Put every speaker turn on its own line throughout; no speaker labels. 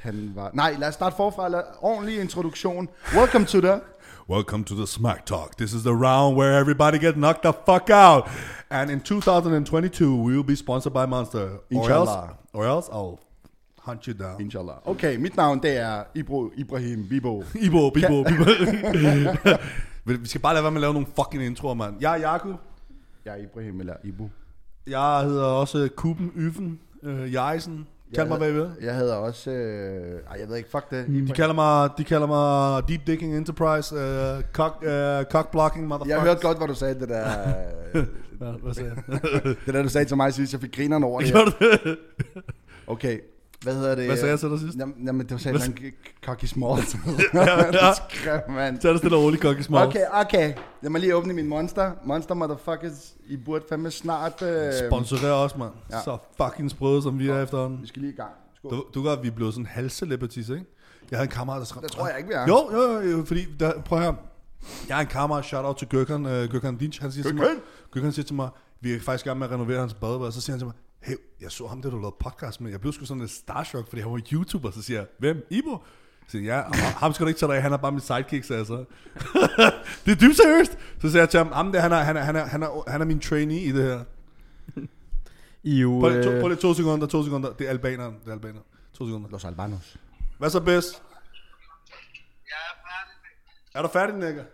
han var... Nej, lad os starte forfra. Lad... Ordentlig introduktion. Welcome to the...
Welcome to the Smack Talk. This is the round where everybody gets knocked the fuck out. And in 2022, we will be sponsored by Monster. Or
Inshallah.
else, or else I'll hunt you down.
Inshallah. Okay, mit navn det er Ibro, Ibrahim Bibo.
Ibo, Bibo, Bibo. Vi skal bare lade være med at lave nogle fucking introer, mand. Jeg er Jakub.
Jeg er Ibrahim eller Ibo.
Jeg hedder også Kuben Yffen. Øh, Jejsen. Kald mig, hvad I vil.
Jeg havde også... Øh... Ej, jeg ved ikke, fuck det.
De kalder mig, de kalder mig Deep Digging Enterprise, uh, cock, uh, cock blocking motherfucker.
Jeg hørte godt, hvad du sagde, det der...
Ja, hvad sagde jeg?
det der, du sagde til mig sidst. Jeg fik grineren over det.
Gjorde du det?
Okay, hvad hedder det?
Hvad sagde jeg til dig sidst?
Jamen, jamen det var sådan en cocky small.
ja.
Det skrev, mand.
Så er det stille og roligt, Cocky Smalls.
Okay, okay. Lad mig lige åbne min monster. Monster motherfuckers, I burde fandme snart... Øh...
Sponsorer os, mand.
Ja.
Ja. Så fucking sprøde, som vi er efterhånden.
Vi skal lige i gang. Skål.
Du, du ved godt, vi er blevet sådan halvcelebrities, ikke? Jeg havde en kammerat, der skrev...
Det tror jeg ikke, vi er.
Jo, jo, jo, jo fordi... Der, prøv her. Jeg har en kammerat, shout out til Gøkhan, øh, Gøkhan Dinch. Han siger, til mig,
Gökhan!
Gøkhan siger til mig, vi er faktisk i gang med at renovere hans badeværelse. Så siger han til mig, hey, jeg så ham, der du lavede podcast med. Jeg blev sgu sådan lidt starstruck, fordi han var YouTuber. Så siger jeg, hvem? Ibo? Så siger jeg, ja, ham- ham skal du ikke tage dig af, han er bare min sidekick, sagde jeg så. det er dybt seriøst. Så siger jeg til ham, ham der, han er, han er, han er, han er, han er min trainee i det her.
I er jo,
Prøv lige, to,
øh,
prøv lige to sekunder, to sekunder. Det er albaneren, det er albaneren. To sekunder.
Los Albanos.
Hvad så bedst?
Jeg er færdig med
Er du færdig, Nikker?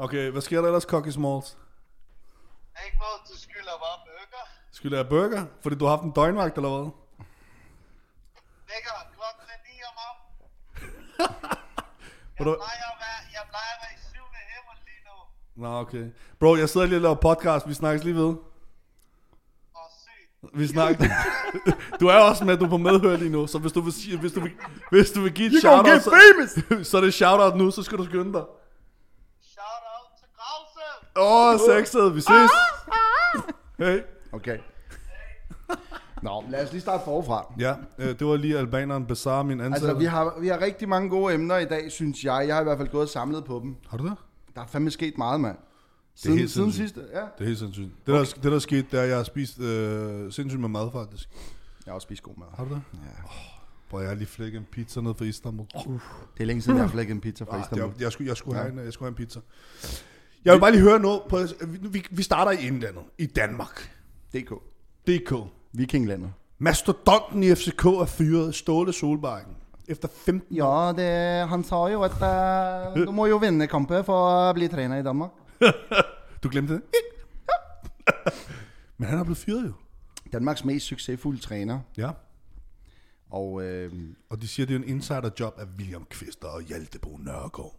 Okay, hvad sker der ellers, Cocky Smalls?
det. Ikke hvor du skylder bare bøger.
Skulle jeg have burger? Fordi du har haft en døgnvagt, eller hvad?
Lækker klokken er 9 om aftenen.
Hvor du...
Nej, jeg, er, jeg plejer at være i syvende himmel lige nu.
Nå, okay. Bro, jeg sidder lige og laver podcast. Vi snakkes lige ved.
Og syg.
Vi snakkes. du er også med, du er på medhør lige nu. Så hvis du vil, sige- hvis du vil, hvis du vil give et
You're gonna
shout-out,
get famous!
så, så er det shout-out nu, så skal du skynde dig.
Shout out til Krause.
Åh, oh, sexet. Vi ses.
Ah!
Hey.
Okay. Nå, lad os lige starte forfra.
Ja, øh, det var lige albaneren Bazaar, min ansatte.
Altså, vi har, vi har rigtig mange gode emner i dag, synes jeg. Jeg har i hvert fald gået og samlet på dem.
Har du det?
Der er fandme sket meget, mand. Siden,
helt
siden
sindssygt.
sidste, ja.
Det er helt sindssygt. Det, okay. der, det der skete, det er, at jeg har spist øh, sindssygt med mad, faktisk.
Jeg har også spist god mad.
Har du det?
Ja.
Bro, jeg har lige flækket en pizza ned fra Istanbul. Oh,
Det er længe siden, jeg har flækket en pizza fra
ah, det
Istanbul.
var, jeg, skulle, jeg, skulle have en, jeg skulle have en pizza. Jeg vil bare lige høre noget. På, vi- vi, vi starter i indlandet. I Danmark.
DK.
DK.
Vikinglandet.
Mastodonten i FCK er fyret. Ståle Solbakken. Efter 15
Ja, det, han sa jo, at uh, du må jo vinde kampe for at blive træner i Danmark.
Du glemte det? Men han er blevet fyret jo.
Danmarks mest succesfulde træner.
Ja.
Og øh,
Og de siger, det er en insiderjob af William Kvister og Hjaltebo Nørgaard.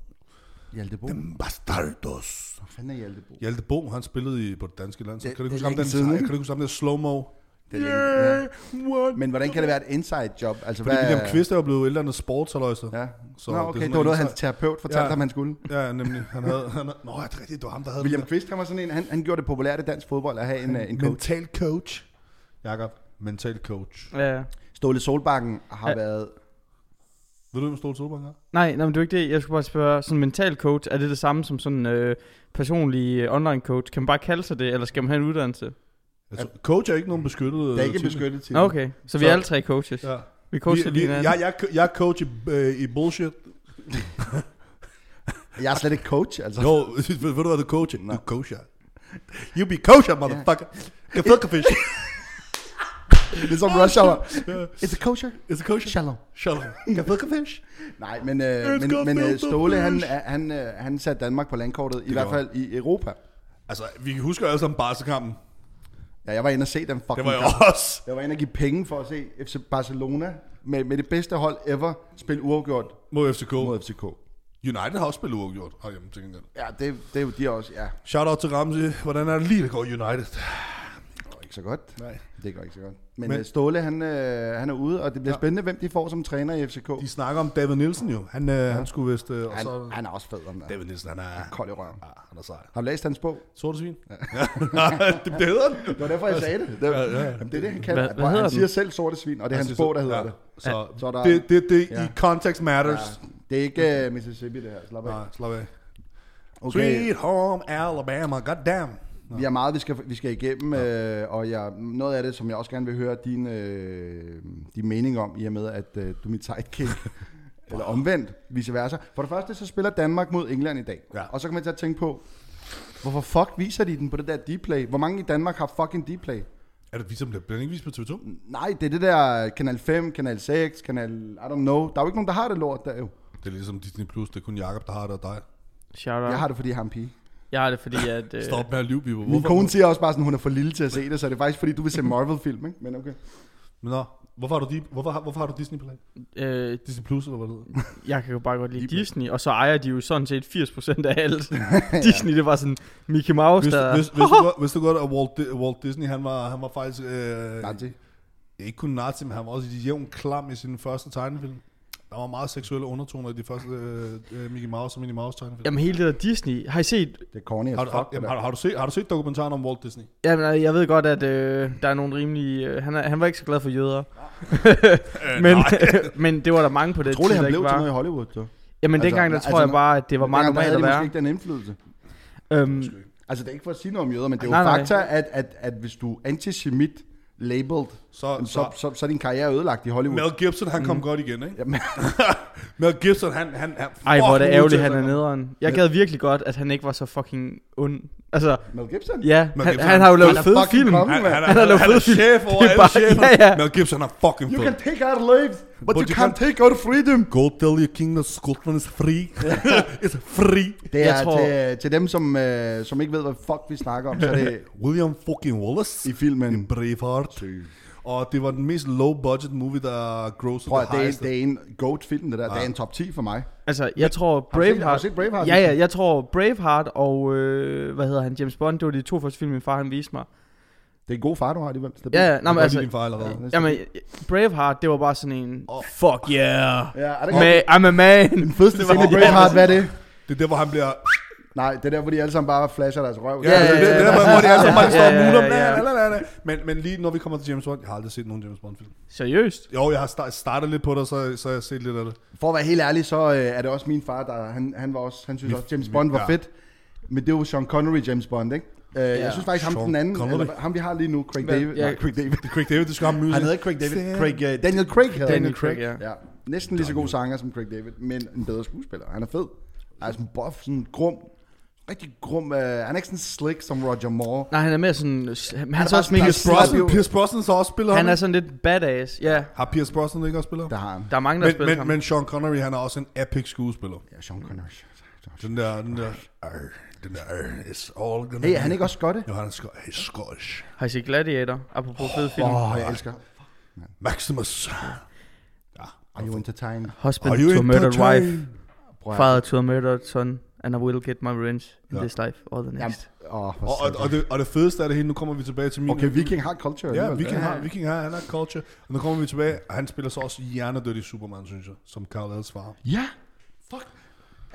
Hjaltebo.
Dem bastardos.
Hvor fanden er Hjaltebo?
Hjalte Bo, han spillede i, på det danske land.
Det-
Kan du
det
ikke
er
huske ham
længe
den
siden,
sej?
ikke?
Kan du ikke huske ham der slow-mo?
Det er længe, ja.
what?
Men hvordan kan det være et inside job? Altså,
Fordi
hvad...
William Kvist er jo blevet et eller andet sportsaløjse.
Ja.
Så
Nå,
det er
okay,
sådan
det, var noget,
en-
hans terapeut fortalte ja.
Ja.
ham, han skulle.
Ja, nemlig. Han havde, han havde, nå, det er rigtigt, det var ham, der havde
William
den
Kvist, han var sådan en, han, han gjorde det populært i dansk fodbold at have en, øh, en
der-
coach.
Mental coach. Jakob, mental coach.
ja.
Ståle Solbakken har
Ja.
været...
Ved du, hvem Ståle Solbakken er?
Nej, nej, men det er jo ikke det. Jeg skulle bare spørge, sådan en mental coach, er det det samme som sådan en øh, personlig øh, online coach? Kan man bare kalde sig det, eller skal man have en uddannelse?
Altså, coach er ikke nogen beskyttet.
Det er ikke
titel.
beskyttet til.
Nå, okay, så vi er
Så-
alle tre coaches.
Ja.
Vi
Vi,
coacher
vi,
lige
jeg,
hinanden.
jeg, jeg er coach i, øh, i bullshit.
Jeg er slet ikke coach, altså.
Jo, ved, ved du, hvad du coacher?
Nå.
Du coacher. You be coacher, motherfucker. Yeah. Fuckerfish.
Det er som rush hour. It's a coacher.
Is a coacher?
Shalom.
Shalom. Fuckerfish.
Nej, men, øh,
It's
men,
got
men øh,
built up
Ståle, han,
fish.
er- han, øh, han satte Danmark på landkortet, i hvert
gjorde
fald i Europa.
Altså, vi husker alle sammen Barca-kampen.
Ja, jeg var inde og se den fucking
Det var jeg
kamp.
også.
Jeg var inde og give penge for at se FC Barcelona med, med det bedste hold ever spille uafgjort
Mod FCK.
mod FCK.
United har også spillet uafgjort herhjemme, tænker jeg.
Ja, det, det er jo de også, ja.
Shout out til Ramsey. Hvordan er det lige, det går United?
Det går ikke så godt.
Nej.
Det går ikke så godt. Men,
Men-
Men Ståle, han, øh, han er ude, og det bliver ja. spændende, hvem de får som træner i FCK.
De snakker om David Nielsen jo. Han, øh, ja. han skulle vist... Øh, og
Han,
så,
han er også fed, om det.
David Nielsen, han er...
Kold i røven.
Ja, han er sej.
Har du læst hans bog?
Sort svin? Ja. det, det hedder den.
Det var derfor, jeg sagde det. Det, ja, ja, ja. Jamen, det er det, han kalder
Hvad-
det.
hvad
Bror,
hedder
han
den?
siger selv sorte svin, og det er hans bog, der hedder det.
Altså, Så,
Så er der-
det, det, det
Ja.
i context matters.
Ja, det er ikke øh, uh, Mississippi, det her. Slap af.
Nej, slap af.
Okay.
Sweet home Alabama, goddamn.
Vi har meget, vi skal, vi skal igennem, øh, og jeg, noget af det, som jeg også gerne vil høre din, øh, din mening om, i og med, at øh, du er mit sidekick, eller omvendt, vice versa. For det første, så spiller Danmark mod England i dag.
Ja.
Og så kommer jeg til at tænke på, hvorfor fuck viser de den på det der D-play? Hvor mange i Danmark har fucking D-play?
Er det vist om det? Bliver den ikke vist på TV2?
Nej, det er det der kanal 5, kanal 6, kanal I don't know. Der er jo ikke nogen, der har det lort der jo.
Det er ligesom Disney+, Plus, det er kun Jacob, der har det, og dig.
Shout out.
Jeg har det, fordi jeg har en pige.
jeg har det fordi, at... Øh,
Stop med at lyve, Bieber.
Min kone siger også bare sådan, hun er for lille til at se det, så det er faktisk fordi, du vil se Marvel-film, ikke? Men okay.
Men Nå, hvorfor har du, de, hvorfor, har- hvorfor har du Disney, Play?
øh,
Disney Plus, eller hvad det hedder?
jeg kan jo bare godt lide Disney, og så ejer de jo sådan set 80% af alt. Disney, det var sådan Mickey Mouse,
Hvis,
der...
hvis, hvis, du, godt- hvis du godt, at Walt, Di- Walt Disney, han var, han var faktisk... Øh,
Nej, det.
Ikke kun nazi, men han var også jævn klam i sin første tegnefilm. Der var meget seksuelle undertoner i de første øh, øh, Mickey Mouse og Minnie Mouse tegnefilm.
Jamen hele det der Disney, har I set...
Det er corny as
Har du, har,
fuck.
jamen,
det
har,
der.
du- har, du set, har du set dokumentaren om Walt Disney?
Jamen øh, jeg ved godt, at øh, der er nogle rimelige... Øh, han, er, han var ikke så glad for jøder.
Øh,
men, men det var der mange på det
Troligt, han
der
blev
ikke
til
var.
noget i Hollywood, så.
Jamen
Altså,
dengang, der
altså,
tror jeg
når-
bare, at det var meget
Dengang, der
normalt
havde
at
de måske
være.
ikke den indflydelse.
Øhm,
Altså, det er ikke for at sige noget om jøder, men det er jo
Nej, nej.
fakta, at, at, at hvis du er antisemit labeled,
Så,
så,
så,
så, så, så er din karriere ødelagt i Hollywood.
Mel Gibson, han
Mm.
kom godt igen, ikke?
Jamen,
Mel Gibson, han... han, han
ej, hvor er det
fucking
ærgerligt, han
udtalte
er
altså.
sig.
nederen. Jeg gad virkelig godt, at han ikke var så fucking ond. Altså,
Mel Gibson?
ja,
Men
han,
Gibson,
han har jo
han
lavet
er
fede
fucking
film.
konge.
Han, han, er,
Han
han,
har
er,
lavet
han er
fede film.
chef
Det
over
er
alle
bare-
chefer.
ja, ja.
Mel Gibson er fucking
You
fed.
can take our lives, but,
But
you,
you
can't take our freedom.
Go tell your king that Scotland is free. It's free.
Det er
Jeg tror-
til, til dem, som, øh, som ikke ved, hvad fuck vi snakker om, så er det
William fucking Wallace.
i filmen.
Braveheart. Og det var den mest low-budget movie, der grossede
Prøv, at,
det
det, er,
higheste.
det er en goat-film, det der. Ja.
Ah.
Det er en top 10 for mig.
Altså, jeg tror
Har du set-
Braveheart...
har du set Braveheart?
Ja, ja, jeg tror Braveheart og, øh, hvad hedder han, James Bond, det var de to første film, min far han viste mig.
Det er en god far, du har alligevel. Stabil.
Ja, ja, nej,
Jeg
men
kan godt lide
altså,
din far allerede.
Ja.
jamen, Braveheart, det var bare sådan en,
Åh.
oh. fuck yeah,
Ja, er det ikke
man, I'm a man.
den fedeste scene i Braveheart, hvad er det?
Det er der, hvor han bliver...
Nej, det er der, hvor de alle sammen bare flasher deres røv.
Ja, ja, ja, det, er der, hvor de alle sammen bare
Ja,
står og
ja,
muler.
ja, ja.
la, la, la, la. Men, men lige når vi kommer til James Bond, jeg har aldrig set nogen James Bond-film.
Seriøst?
Jo, jeg har sta- startet lidt på det, og så, så har jeg set lidt af det.
For at være helt ærlig, så øh, er det også min far, der, han, han, var også, han synes også, James Bond var
ja.
fedt. Men det var Sean Connery James Bond, ikke? Øh, Jeg synes faktisk, ham
Sean
den anden,
Connery.
eller, ham vi har lige nu, Craig
Hvad?
David.
Ja.
Nej, Craig David.
Det er Craig David, det skal have music.
Han hedder ikke Craig David.
Sam.
Craig, uh, Daniel Craig hedder
Daniel
han.
Craig, ja.
Ja, næsten lige så god sanger som Craig David, men en bedre skuespiller. Han er fed. Han er sådan buff, sådan grum. Rigtig grum. Øh, han er ikke sådan slick som Roger Moore.
Nej, han er mere sådan, han, han er så
bare
også
sådan
mega
Pierce
Pierce
Brosnan,
Brosnan-
Pierce Brosnan så også spiller
Han
ham,
er
ikke?
sådan lidt badass, ja.
Har Pierce Brosnan ikke også spillet ham?
Der har han.
Der er mange, der
Men,
spiller
men,
ham.
men Sean Connery, han er også en epic skuespiller.
Ja, Sean Connery.
Den der, den der, "Arr, den der, arr, it's all gonna
Hey, er han ikke også skotte?
Jo, han er sko- hey, Scottish.
Har I set Gladiator? Apropos fed film.
Åh, oh, jeg elsker.
Maximus.
Are you entertained?
Husband
Are you
to a murdered
entertained?
wife,
Bror,
father to a murdered son, and I will get my revenge in
Ja.
this life or the
Jamen,
next.
åh, hvor
Og, og, og, det, og det fedeste er det hele, nu kommer vi tilbage til min...
Okay, Viking har culture.
Ja,
alligevel.
Viking har, Viking har, han er culture. Og nu kommer vi tilbage, og han spiller så også hjernedødt i Superman, synes jeg, som Carl Ads far.
Ja. Fuck.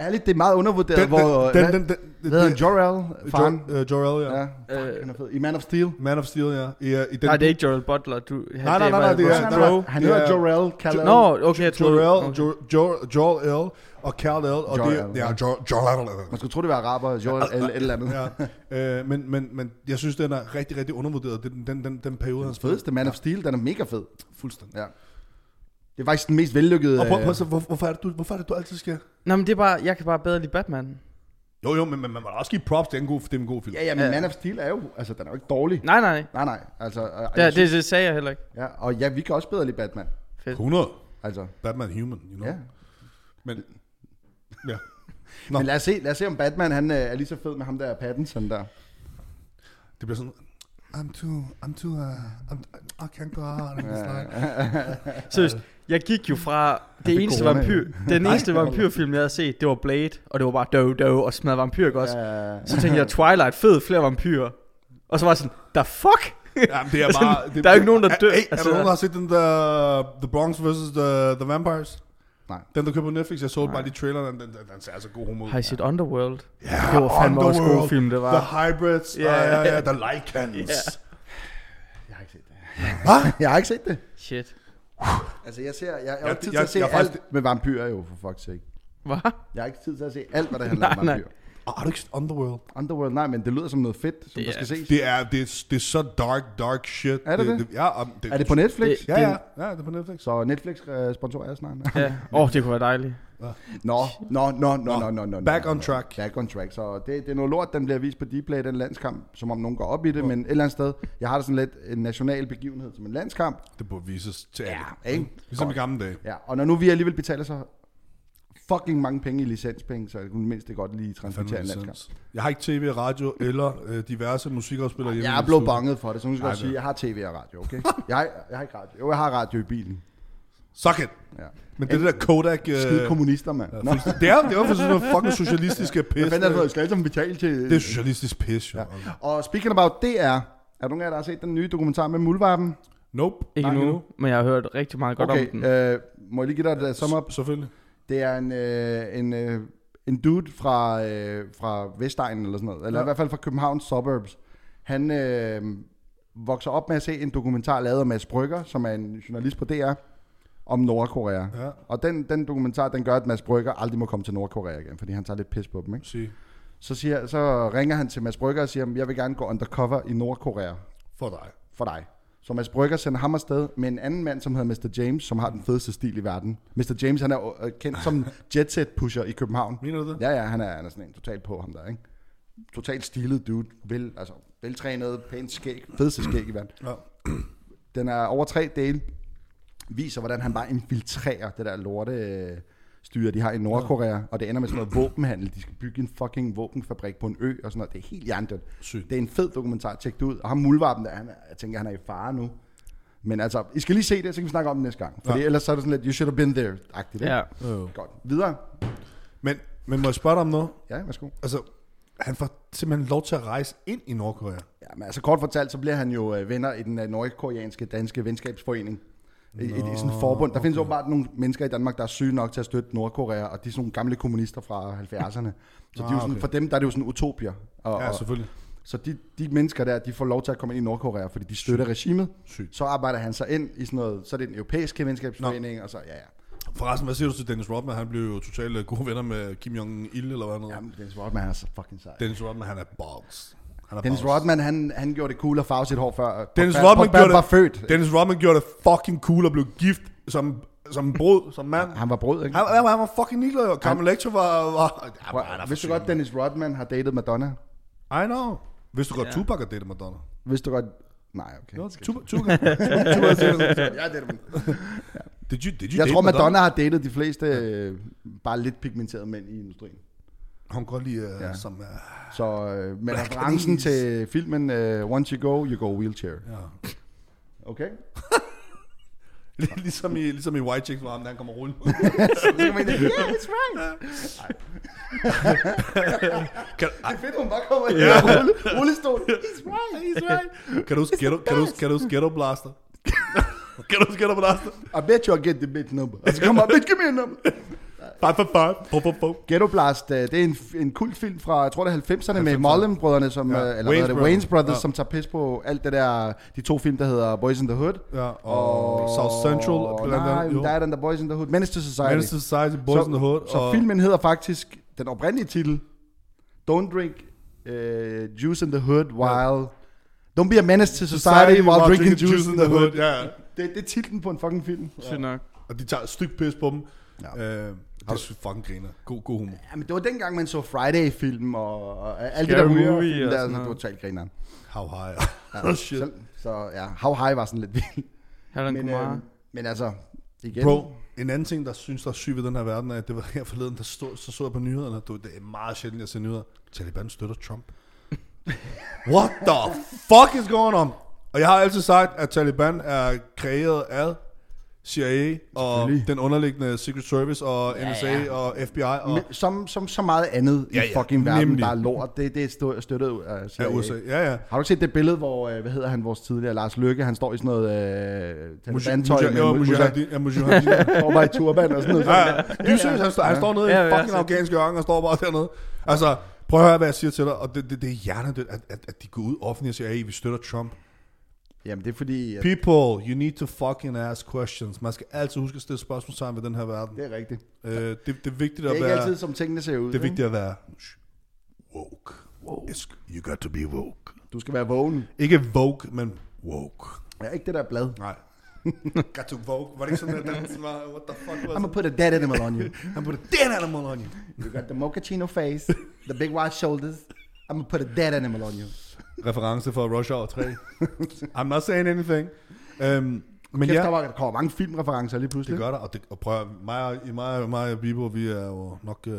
Ærligt, det er meget undervurderet,
Den,
hvor...
den,
hvad-
den, den, den,
Hvad hedder han?
den,
Jor-El? Faren?
Jo- øh, Jor-El, ja.
Ja. Fuck, han er fed. I Man of Steel.
Man of Steel, ja. I, øh, i den,
Nej, Ah, det er ikke Gerald Butler. Du,
nej, nej, nej, det er-
Nej, nej,
Bro.
nej. Han hedder
Ja.
Jor-El. Kal-El.
Nå, okay, jeg tror
Jor-El, Jor- Jor- Jor-El og Carl L. Og det,
Jor-El,
ja,
ja.
Jor- Jor-El.
Man skulle tro, det var araber, Jor-El, eller et eller andet.
ja. øh, men, men, men jeg synes, den er rigtig, rigtig undervurderet, den, den, den, den periode, han spillede.
Fedeste Man of Steel, den er mega fed.
Fuldstændig.
Ja. Det er faktisk den mest vellykkede...
Og prøv, prøv,
øh,
at se, hvor, hvorfor, er det, du, hvorfor er det, du altid skal...
Nå, men det er bare, jeg kan bare bedre lide Batman.
Jo, jo, men, men man må da også give props, det er en god, det er en god film.
Ja, ja, men
Ja.
Man of Steel er jo... Altså, den er jo ikke dårlig.
Nej, nej, nej.
Nej, nej. Altså, øh, jeg
Det,
synes-
det, det sagde jeg heller ikke.
Ja, og ja, vi kan også bedre lide Batman.
100.
Altså,
Batman Human, you know?
ja.
Men, ja. Nå.
Men lad os, se, lad os se, om Batman han, øh, er lige så fed med ham der Pattinson der.
Det bliver sådan... I'm too, I'm too, uh, I'm, I can't go out in this night.
Seriøst, jeg gik jo fra det eneste
corona,
vampyr, den eneste vampyrfilm, jeg havde set, det var Blade, og det var bare døv, døv, og smadret vampyr ikke også.
Øh,
Så tænkte jeg, Twilight, fed, flere vampyrer. Og så var jeg sådan, the fuck?
Jamen, det er bare... Det,
Altså, Der er jo ikke nogen, der dør.
Er, er, er der
Altså-
nogen, der har set den der... The Bronx vs. The, the Vampires?
Nej.
Den, der køber på Netflix, jeg så bare lige traileren, den, den, den ser altså god homo ud.
Har I set Underworld?
Ja,
Det var fandme også
Underworld,
god film, det var.
The Hybrids,
Ja,
ja, ja,
ja.
ja, The Lycans.
Ja.
jeg har ikke set det.
Hva?
Jeg har ikke set det.
Shit.
Altså, jeg ser... Jeg, jeg har
Jeg-
ikke tid
jeg-
til at se
jeg er
alt
faktisk-
med vampyrer jo, for fuck's sake.
Hvad?
Jeg har ikke tid til at se alt, hvad der handler om
Nej, nej.
vampyrer.
Oh, har du ikke set Underworld?
Underworld, nej, men det lyder som noget fedt, som
Det
der
er-
skal ses.
Det er, det, er, det er så dark, dark shit.
Er det det?
ja, om det,
Er det på Netflix?
Det-
Ja, ja, ja, det er på Netflix.
Så Netflix øh, sponsorer er snart.
Ja. Åh, oh, det kunne være dejligt.
Nå, nå, nå, nå, nå, nå, nå.
Back
nå,
on
nå.
track.
Back on track. Så det, det er noget lort, den bliver vist på Dplay, den landskamp, som om nogen går op i det, men et eller andet sted, jeg har det sådan lidt en national begivenhed som en landskamp.
Det burde vises til alle.
Ja, ikke?
Ligesom i
Godt.
gamle dage.
Ja, og når nu vi alligevel betaler så fucking mange penge i licenspenge, så kunne mindst det godt lige
Fandme
transportere en landskamp.
licens. Jeg har ikke tv, radio eller øh, diverse musikafspillere hjemme. i
Jeg er
min
blevet
stue.
banget for det, så nu skal
Nej,
jeg sige,
det-
jeg har tv og radio, okay? Jeg, har- jeg har ikke radio. Jo, jeg har radio i bilen.
Suck it!
Ja.
Men det, er det der Kodak... Øh,
Skide kommunister, mand. Nå,
Nå. Det er, det er for sådan noget fucking socialistiske pis. øh,
hvad fanden er det for noget? Skal jeg ligesom betale til...
Det er socialistisk pis, jo. Ja.
Og speaking about DR, er der nogen af jer, der har set den nye dokumentar med Muldvarpen?
Nope.
Ikke
Nej,
nu, men jeg har hørt rigtig meget godt om
Okay,
den.
øh, må jeg lige give dig et øh, sum up?
Selvfølgelig.
Det er en, øh, en, øh, en dude fra, øh, fra Vestegnen eller sådan noget, eller ja. i hvert fald fra Københavns suburbs. Han øh, vokser op med at se en dokumentar lavet af Mads Brygger, som er en journalist på DR, om Nordkorea.
Ja.
Og den, den dokumentar, den gør, at Mads Brygger aldrig må komme til Nordkorea igen, fordi han tager lidt pis på dem, ikke?
Sige.
Så, siger, så ringer han til Mads Brygger og siger, jeg vil gerne gå undercover i Nordkorea
For dig.
for dig. Så Mads Brygger sender ham afsted med en anden mand, som hedder Mr. James, som har den fedeste stil i verden. Mr. James, han er øh, kendt som jetset-pusher i København.
Mener du det?
Ja, ja, han er, han er sådan en total på ham der, ikke? Totalt stilet dude, vel, altså, veltrænet, pænt skæg, fedeste skæg i verden.
Ja.
Den er over tre dele, viser, hvordan han bare infiltrerer det der lorte øh, styre, de har i Nordkorea, og det ender med sådan noget våbenhandel. De skal bygge en fucking våbenfabrik på en ø og sådan noget. Det er helt jerntet.
Sygt.
Det er en fed dokumentar, tjek det ud. Og ham muldvarpen der, han, er- jeg tænker, han er i fare nu. Men altså, I skal lige se det, så kan vi snakke om det næste gang. Fordi
Ja.
ja. ellers så er det sådan lidt, you should have been there-agtigt. ikke?
Ja.
Øh.
Godt. Videre.
Men, men må jeg spørge dig om noget?
Ja, værsgo.
Altså, han får simpelthen lov til at rejse ind i Nordkorea.
Ja, men altså kort fortalt, så bliver han jo øh, venner i den øh, nordkoreanske danske venskabsforening. I, et, i sådan et forbund. Der findes åbenbart nogle mennesker i Danmark, der er syge nok til at støtte Nordkorea, og de er sådan nogle gamle kommunister fra 70'erne. Så de er jo sådan,
Ah, okay.
for dem der er det jo sådan utopier. Og,
Ja,
og,
selvfølgelig.
så de, de mennesker der, de får lov til at komme ind i Nordkorea, fordi de støtter regimet.
Sygt.
Så arbejder han sig ind i sådan noget, så er det den europæiske venskabsforening, og så ja, ja.
Forresten, hvad siger du til Dennis Rodman? Han blev jo totalt øh, gode venner med Kim Jong-il, eller hvad noget.
Jamen, Dennis Rodman han er så fucking sej.
Dennis Rodman, han er balls. Han er
Dennis
balls.
Rodman, han, han gjorde det cool at farve sit hår før.
Dennis
Pogba-
Rodman
Pogba
gjorde det,
var født.
Dennis Rodman gjorde det fucking cool og blev gift som, som brud, som mand. Han,
Han var brød, ikke?
han, han var fucking ligeglad, og Carmen Electra var... var ja,
Prøv,
han er for
vidste du
syg,
godt, Dennis Rodman har datet Madonna?
mand. I know. Vidste du godt,
Ja.
Tupac er datet Madonna?
Vidste du godt... Nej, okay.
No,
Skal-
Tupac, Tupac, Tupac er datet Madonna.
Jeg, dater dem.
Did you, did you
jeg
date
tror, Madonna har datet de fleste øh, bare lidt pigmenterede mænd i industrien.
Hun kan godt lide uh,
Ja.
ja. som... Uh,
Så øh, med
Black
referencen
Keys.
til filmen øh, Once You Go, You Go Wheelchair.
ja.
Okay?
ligesom, i, ligesom i White Chicks, hvor ham, der han kommer rullende.
yeah, it's right.
kan, ej,
Det er fedt, hun bare kommer ind yeah. og rulle, rullestol. It's right.
he's right. Kan du huske Ghetto, kan du, huske- kan du huske Ghetto Blaster? kan du huske Ghetto Blaster?
I bet you'll get the bitch number. Og så kommer hun, bitch, give me a number.
Five for five. Pop, pop, pop.
Ghetto Blast, øh, det er en, en kult film fra, jeg tror det er 90'erne med
90'erne.
Mullen-brødrene, som,
Ja.
ja. eller Wayne's det,
Wayans Brothers.
Wayne's Brothers,
Ja.
ja. som tager pis på alt det der, de to film, der hedder Boys in the Hood.
Ja, og South Central.
Og,
blandt
nej,
andet, jo.
men der er den der Boys in the Hood. Menace to Society.
Menace to Society, Boys
så,
in the Hood.
Så
og,
filmen hedder faktisk, den oprindelige titel, Don't Drink uh, Juice in the Hood while... Don't be a menace to society, society while, drinking, juice, in the hood.
Ja,
Det, det er titlen på en fucking film.
Sygt nok.
og de tager et stykke pis på dem.
Ja.
Ja. Øh, det er sgu fucking griner. God, god humor.
Jamen, det var dengang, man så Friday-film og, og alt det
Scary
der ryger.
Movie
film
og
der,
sådan
sådan, det var
noget.
totalt grineren.
How high. oh, shit.
Så, så ja, How High var sådan lidt vildt.
Halland
Men,
Kumar.
øh, men altså, igen.
Bro, en anden ting, der synes, der er syg ved den her verden, er, at det var her forleden, der stod, så så jeg på nyhederne, du, det er meget sjældent, jeg ser nyheder, Taliban støtter Trump. What the fuck is going on? Og jeg har altid sagt, at Taliban er kreeret af CIA og
Selvfølgelig.
den underliggende Secret Service og NSA ja, ja. og FBI og
Men som, som så meget andet ja,
Ja,
ja, i
ja,
fucking verden,
nemlig.
der er lort, det, det er stø- støttet af
ja,
CIA.
USA. Ja, ja.
Har du ikke set det billede, hvor, øh, hvad hedder han, vores tidligere Lars Lykke, han står i sådan noget øh, Taliban-tøj
Mujah- jo,
med Mujahid,
Mujahideen- ja, Mujahideen.
står bare i turban og sådan noget.
Ja, ja. Det er jo seriøst, han, står, han står nede
Ja,
i
ja,
en fucking
ja.
afghansk hjørne og står bare dernede. Altså, prøv at høre, hvad jeg siger til dig, og det, det, det er hjernedødt, at, at, at de går ud offentligt og siger, hey, vi støtter Trump.
Jamen, det er fordi, at
People, you need to fucking ask questions. Man skal altid huske at stille spørgsmålstegn ved den her verden.
det er rigtigt.
Øh, det, det er vigtigt
Det er
at
ikke
være...
altid, som tingene ser ud.
Det er
ikke?
vigtigt at være... woke. woke. It's, you got to be woke.
Du skal være vågen.
Ikke woke, men woke.
Ja, ikke det der blad.
Nej. got to woke. Var det ikke sådan, at dansen var, what the fuck
I'm
was
gonna put a dead animal on you.
it? Han put a dead animal on you.
You got the mochaccino face, the big wide shoulders. I'm gonna put a dead animal on you.
Reference for Rush Hour 3. I'm not saying anything. Um, men
Kæft,
ja,
der, var, der kommer mange filmreferencer lige pludselig.
Det gør der, og, det, og prøv at, mig, og- i mig, og- mig og Bibo, vi er jo nok... Øh,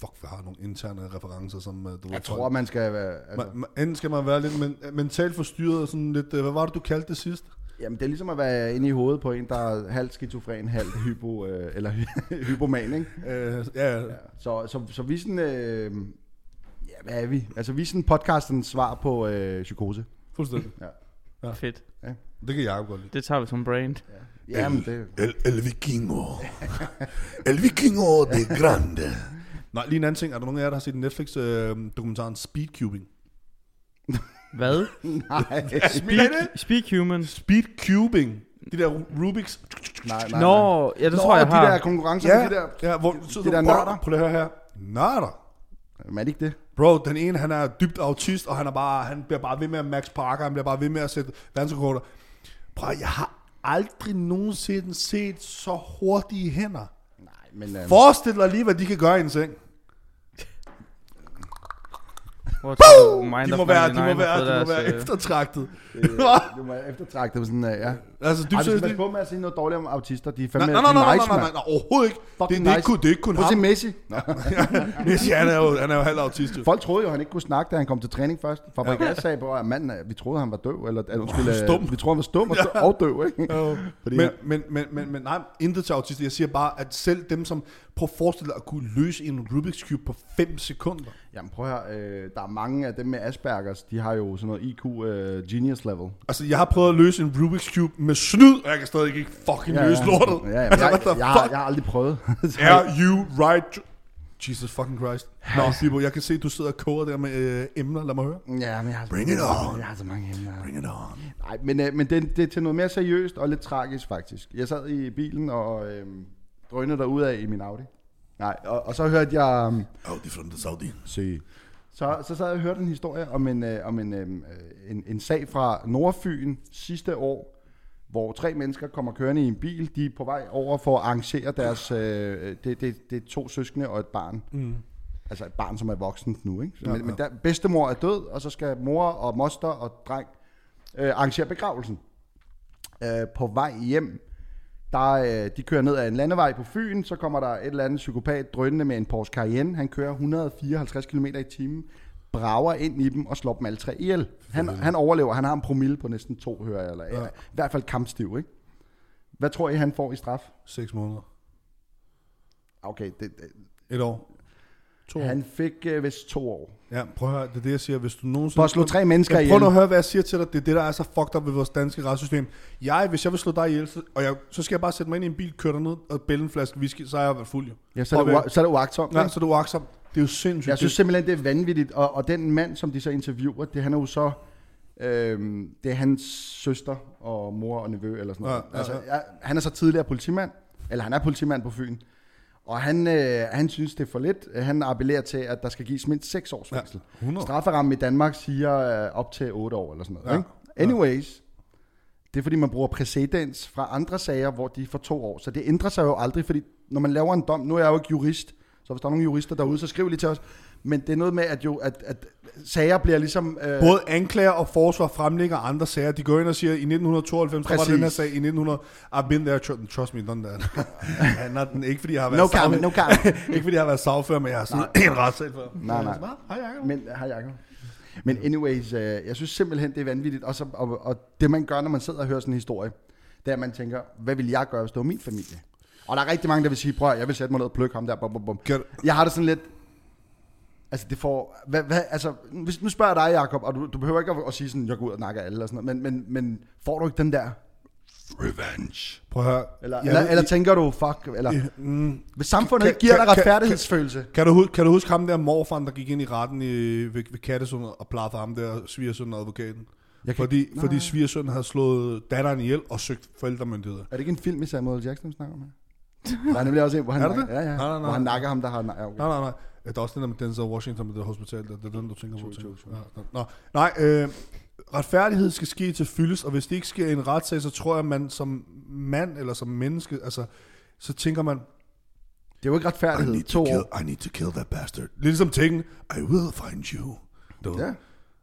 fuck, vi har nogle interne referencer, som... Øh, du
Jeg tror, man skal være... Altså,
man, man, enten skal man være lidt men, mentalt forstyrret, og sådan lidt... Øh, hvad var det, du kaldte det sidst?
jamen, det er ligesom at være inde i hovedet på en, der er halvt skizofren, halvt hypo, øh, eller hypoman, ikke?
Øh, ja, ja.
Så, så, så vi er sådan... Øh, ja, hvad er vi? Altså, vi er sådan podcastens svar på øh, psykose.
fuldstændig. øh,
Fedt.
Det kan jeg godt lide.
Det tager vi som brand.
Jamen, det...
El, el vikingo. el vikingo de grande. Nej, lige en anden ting. Er der nogen af jer, der har set øh, Netflix-dokumentaren Speedcubing?
Hvad?
Nej,
Speak, speak human.
Speedcubing. De der Rubiks
nej, nej.
Nå,
nej.
ja, det tror jeg,
de
har.
der konkurrencer,
Ja,
ja. de der...
ja hvor, så,
de der nørder.
Prøv lige at høre her. Nørder.
Men er det ikke det?
Bro, den ene, han er dybt autist, og han, er bare, han bliver bare ved med at Max Parker, han bliver bare ved med at sætte verdensrekorder. Bro, jeg har aldrig nogensinde set så hurtige hænder.
Nej, men... Øh,
Forestil dig lige, hvad de kan gøre i en seng.
Hvor tror
De
du, Mind
må
of
være,
99
de må
har
være,
fået
de må være
deres, øh,
eftertragtet.
det var eftertragtet sådan, øh, ja.
altså,
øh, Ej,
dybt
vi skal
seriøst.
passe
det-
på med at sige noget dårligt om autister. De er
Nej,
fandme
nej, nej,
de er
nej, nej,
nice,
nej, nej,
mand.
nej, overhovedet ikke. Det, det,
Fucking
er
nice.
ikke kun, det er ikke kun
Prøv at se
ham.
Messi. Nå,
Messi, han er jo, han er jo halv autist. jo.
Folk troede jo, at han ikke kunne snakke, da han kom til træning først. Fabregas sagde på, at manden, er- vi troede, han var død. Eller, eller undskyld, øh,
Stum.
vi troede, han var stum og, ja. og død, ikke? Fordi, øh,
Men, men, men, men, men nej, intet til autister. Jeg siger bare, at selv dem, som prøver at forestille dig at kunne løse en Rubik's Cube på 5 sekunder.
Jamen prøv her, øh, der er mange af dem med Aspergers, de har jo sådan noget IQ øh, genius level.
Altså, jeg har prøvet at løse en Rubik's Cube med snyd, og jeg kan stadig ikke fucking løse lortet.
Ja, ja, men
altså,
jeg,
what
jeg,
the
jeg, har-
fuck
jeg har aldrig prøvet. Så-
are you right? Jesus fucking Christ. Nå, Bibo, jeg kan se, at du sidder og koger der med øh, emner. Lad mig høre.
ja, men jeg har,
Bring it on.
Jeg har så mange emner.
Bring it on.
Nej, men, øh, men det, det er til noget mere seriøst og lidt tragisk faktisk. Jeg sad i bilen og øh, drønede derud af i min Audi. Nej, og, og så hørte jeg... øhm,
Audi from the Saudi.
Se. Så, så sad jeg og hørte en historie om en, øh, om en, øh, en, en sag fra Nordfyn sidste år, hvor tre mennesker kommer kørende i en bil. De er på vej over for at arrangere deres... Øh, det, det, det er to søskende og et barn. Mm. Altså et barn, som er voksent nu. Ikke? Så, men, men der, bedstemor er død, og så skal mor og moster og dreng øh, arrangere begravelsen. Øh, på vej hjem, der, øh, de kører ned ad en landevej på Fyn, så kommer der et eller andet psykopat drønende med en Porsche Cayenne. Han kører 154 km i timen, brager ind i dem og slår dem alle tre ihjel. Han, han overlever, han har en promille på næsten to, hører jeg, eller ja. i hvert fald kampstiv, ikke? Hvad tror I, han får i straf?
6 måneder.
Okay, det, det,
Et år. To år.
han fik øh, vist to år.
Ja, prøv at høre, det er det, jeg siger, hvis du nogensinde...
For at slå tre mennesker
Men Prøv nu at
ihjel.
høre, hvad jeg siger til dig. Det er det, der er så fucked up ved vores danske retssystem. Jeg, hvis jeg vil slå dig ihjel, så, og jeg, så skal jeg bare sætte mig ind i en bil, køre dig ned og bælge en flaske whisky, så er jeg været fuld. jo.
Ja, så er det,
Og-
ua- så er det uagtsomt.
Ja,
Ja,
så er det uaksom. Det er jo sindssygt.
Jeg synes simpelthen, det er vanvittigt. Og, og den mand, som de så interviewer, det han er jo så... Øhm, det er hans søster og mor og nevø eller sådan noget.
Ja, ja,
altså,
ja.
Jeg, han er så tidligere politimand, eller han er politimand på Fyn. Og han, øh, han synes, det er for lidt. Han appellerer til, at der skal gives mindst 6 års
Ja,
fængsel.
100.
Strafferammen i Danmark siger øh, op til 8 år eller sådan noget.
Ja,
Ikke? Anyways, det er fordi, man bruger præcedens fra andre sager, hvor de er for to år. Så det ændrer sig jo aldrig, fordi når man laver en dom, nu er jeg jo ikke jurist, så hvis der er nogle jurister derude, så skriv lige til os. Men det er noget med, at, jo, at, at sager bliver ligesom... Øh,
Både anklager og forsvar fremlægger andre sager. De går ind og siger, i 1992, der var
Præcis.
den her sag, i 1900... I've been there, tr- trust me, done that. ja, not, ikke fordi jeg har været
no comment, no comment.
ikke fordi jeg har været sagfør, men jeg har sådan en retssag før.
Nej, nej.
Hvad? Hej, Jacob.
Men, øh, hej Jacob. Men anyways, øh, jeg synes simpelthen, det er vanvittigt. Og, så, og, og det man gør, når man sidder og hører sådan en historie, det er, at man tænker, hvad vil jeg gøre, hvis det var min familie? Og der er rigtig mange, der vil sige, prøv at høre, jeg vil sætte mig ned og plukke ham der. Bum, bum, bum.
Gør det.
Jeg har det sådan lidt, altså det får, hvad, hvad, altså, hvis, nu spørger jeg dig, Jacob, og du, du behøver ikke at, at sige sådan, jeg går ud og nakker alle, og sådan noget, men, men, men får du ikke den der revenge?
Prøv at høre.
Eller,
Jeg
eller,
ved-
eller tænker du, fuck, eller,
Mm.
hvis samfundet
Kan-
ikke giver
kan-
dig
kan-
retfærdighedsfølelse,
Kan du, hu- kan du huske ham der morfaren, der gik ind i retten i, ved, ved Kattesund og plaffede ham der, svigersøn og advokaten?
Jeg
Jeg
kan-
kan, fordi fordi svigersøn havde slået datteren ihjel og søgt forældremyndighed.
er det ikke en film i Samuel L. Jackson, vi snakker om her? Der er nemlig også en, hvor han,
Er der det?
Ja, ja,
Nej, nej,
hvor
nej.
han nakker ham, der har... Nej, okay.
Nej, nej, nej. Der er også den der med Denzel Washington med det hospital. der- Det er den, du tænker på. tænker jeg. Ja, nå. Nå, nej, øh, retfærdighed skal ske til fyldes, og hvis det ikke sker i en retssag, så tror jeg, at man som mand eller som menneske, altså, så tænker man,
Det er jo ikke
I
retfærdighed.
need,
To
to
år.
kill, I need to kill that bastard. Lidt ligesom tænken, I will find you. Du.
Ja.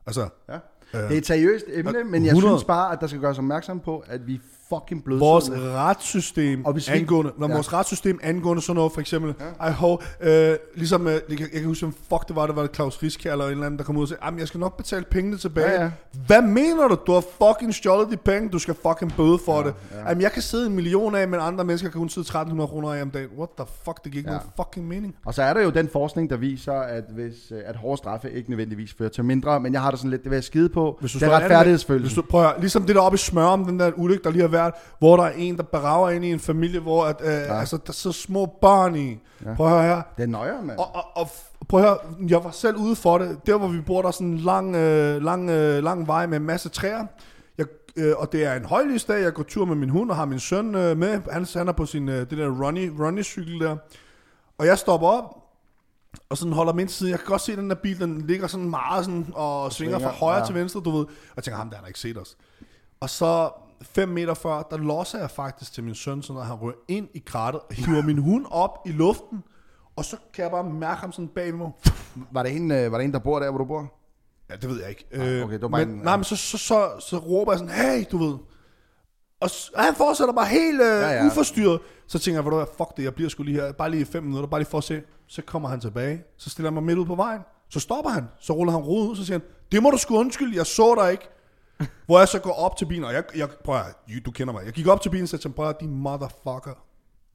Altså,
Ja. Det er et seriøst emne, men jeg
100.
synes bare, at der skal gøres opmærksom på, at vi er fucking blødsødende.
vores retssystem
Og
og
hvis vi-
angående, når
Ja.
vores retssystem angående sådan noget, for eksempel, ja. I hope, øh, ligesom, øh, jeg, kan- jeg kan huske, hvem fuck det var, der var Claus Riskær eller en eller anden, der kom ud og sagde, "Jamen, jeg skal nok betale pengene tilbage.
Ja, ja.
Hvad mener du? Du har fucking stjålet de penge, du skal fucking bøde for ja, det. Ja. Jamen, jeg kan sidde en million af, men andre mennesker kan kun sidde 1300 kroner af om dagen. What the fuck, det giver ikke
Ja.
ja. nogen fucking mening.
Og så er der jo den forskning, der viser, at, hvis, øh, at hårde straffe ikke nødvendigvis fører til mindre, men jeg har da sådan lidt, det vil jeg skide på, hvis du
Hvis du
den
slår en anden-
retfærdighedsfølelse.
Hvis du, prøv at, høre, ligesom det der oppe i smør om den der ulykke, der lige har været, hvor der er en, der berager ind i en familie, hvor at, øh, ja. altså, der sidder små børn i. Ja. Prøv at høre her.
Det er nøjere, mand.
Og, og, og f- prøv at høre, jeg var selv ude for det. Der, hvor vi bor, der er sådan en lang, øh, lang, øh, lang vej med en masse træer. Jeg, øh, og det er en højlysdag. Jeg går tur med min hund og har min søn øh, med. Han, han er på sin, øh, det der Ronnie, Ronnie-cykel der. Og jeg stopper op, og sådan holder min side. Jeg kan godt se, at den der bil, den ligger sådan meget sådan, og, og svinger fra
svinger,
højre
ja.
ja. til venstre, du ved. Og jeg tænker, ham der han har ikke set os. Og så 5 meter før, der losser jeg faktisk til min søn, sådan at han rører ind i krattet, hiver min hund op i luften, og så kan jeg bare mærke ham sådan bag mig.
Var, det en, øh, var det en, der bor der, hvor du bor?
Ja, det ved jeg ikke. Øh,
okay, det var bare
men,
en-
nej, men så, så, så, så råber jeg sådan, hey, du ved. Og s- han fortsætter bare helt øh, ja,
ja.
ja. uforstyrret. Så tænker jeg, hvor du hvad, fuck det, jeg bliver sgu lige her, bare lige i fem minutter, bare lige for at se. Så kommer han tilbage, så stiller han mig midt ud på vejen, så stopper han, så ruller han rodet ud, så siger han, det må du sgu undskylde, jeg så dig ikke. Hvor jeg så går op til bilen, og jeg, jeg prøv at, høre, du kender mig, jeg gik op til bilen, og sagde til ham, prøv at, høre, de motherfucker,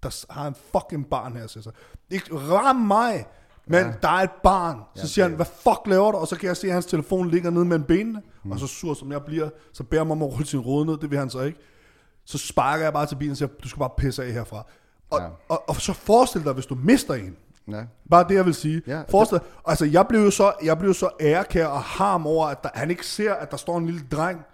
der s- har en fucking barn her, siger jeg så. Ikke ram mig, men ja. der er et barn. Så ja, siger han, hvad fuck laver du? Og så kan jeg se, at hans telefon ligger nede mellem benene, mm. og så sur som jeg bliver, så beder jeg mig om at rulle sin rode ned, det vil han så ikke. Så sparker jeg bare til bilen og siger, du skal bare pisse af herfra. Og, ja. og, og så forestil dig, hvis du mister en,
Ja.
Bare det, jeg vil sige.
Ja,
Ja, Forestil, det... altså, jeg blev jo så, jeg blev jo så ærekær og harm over, at der, han ikke ser, at der står en lille dreng.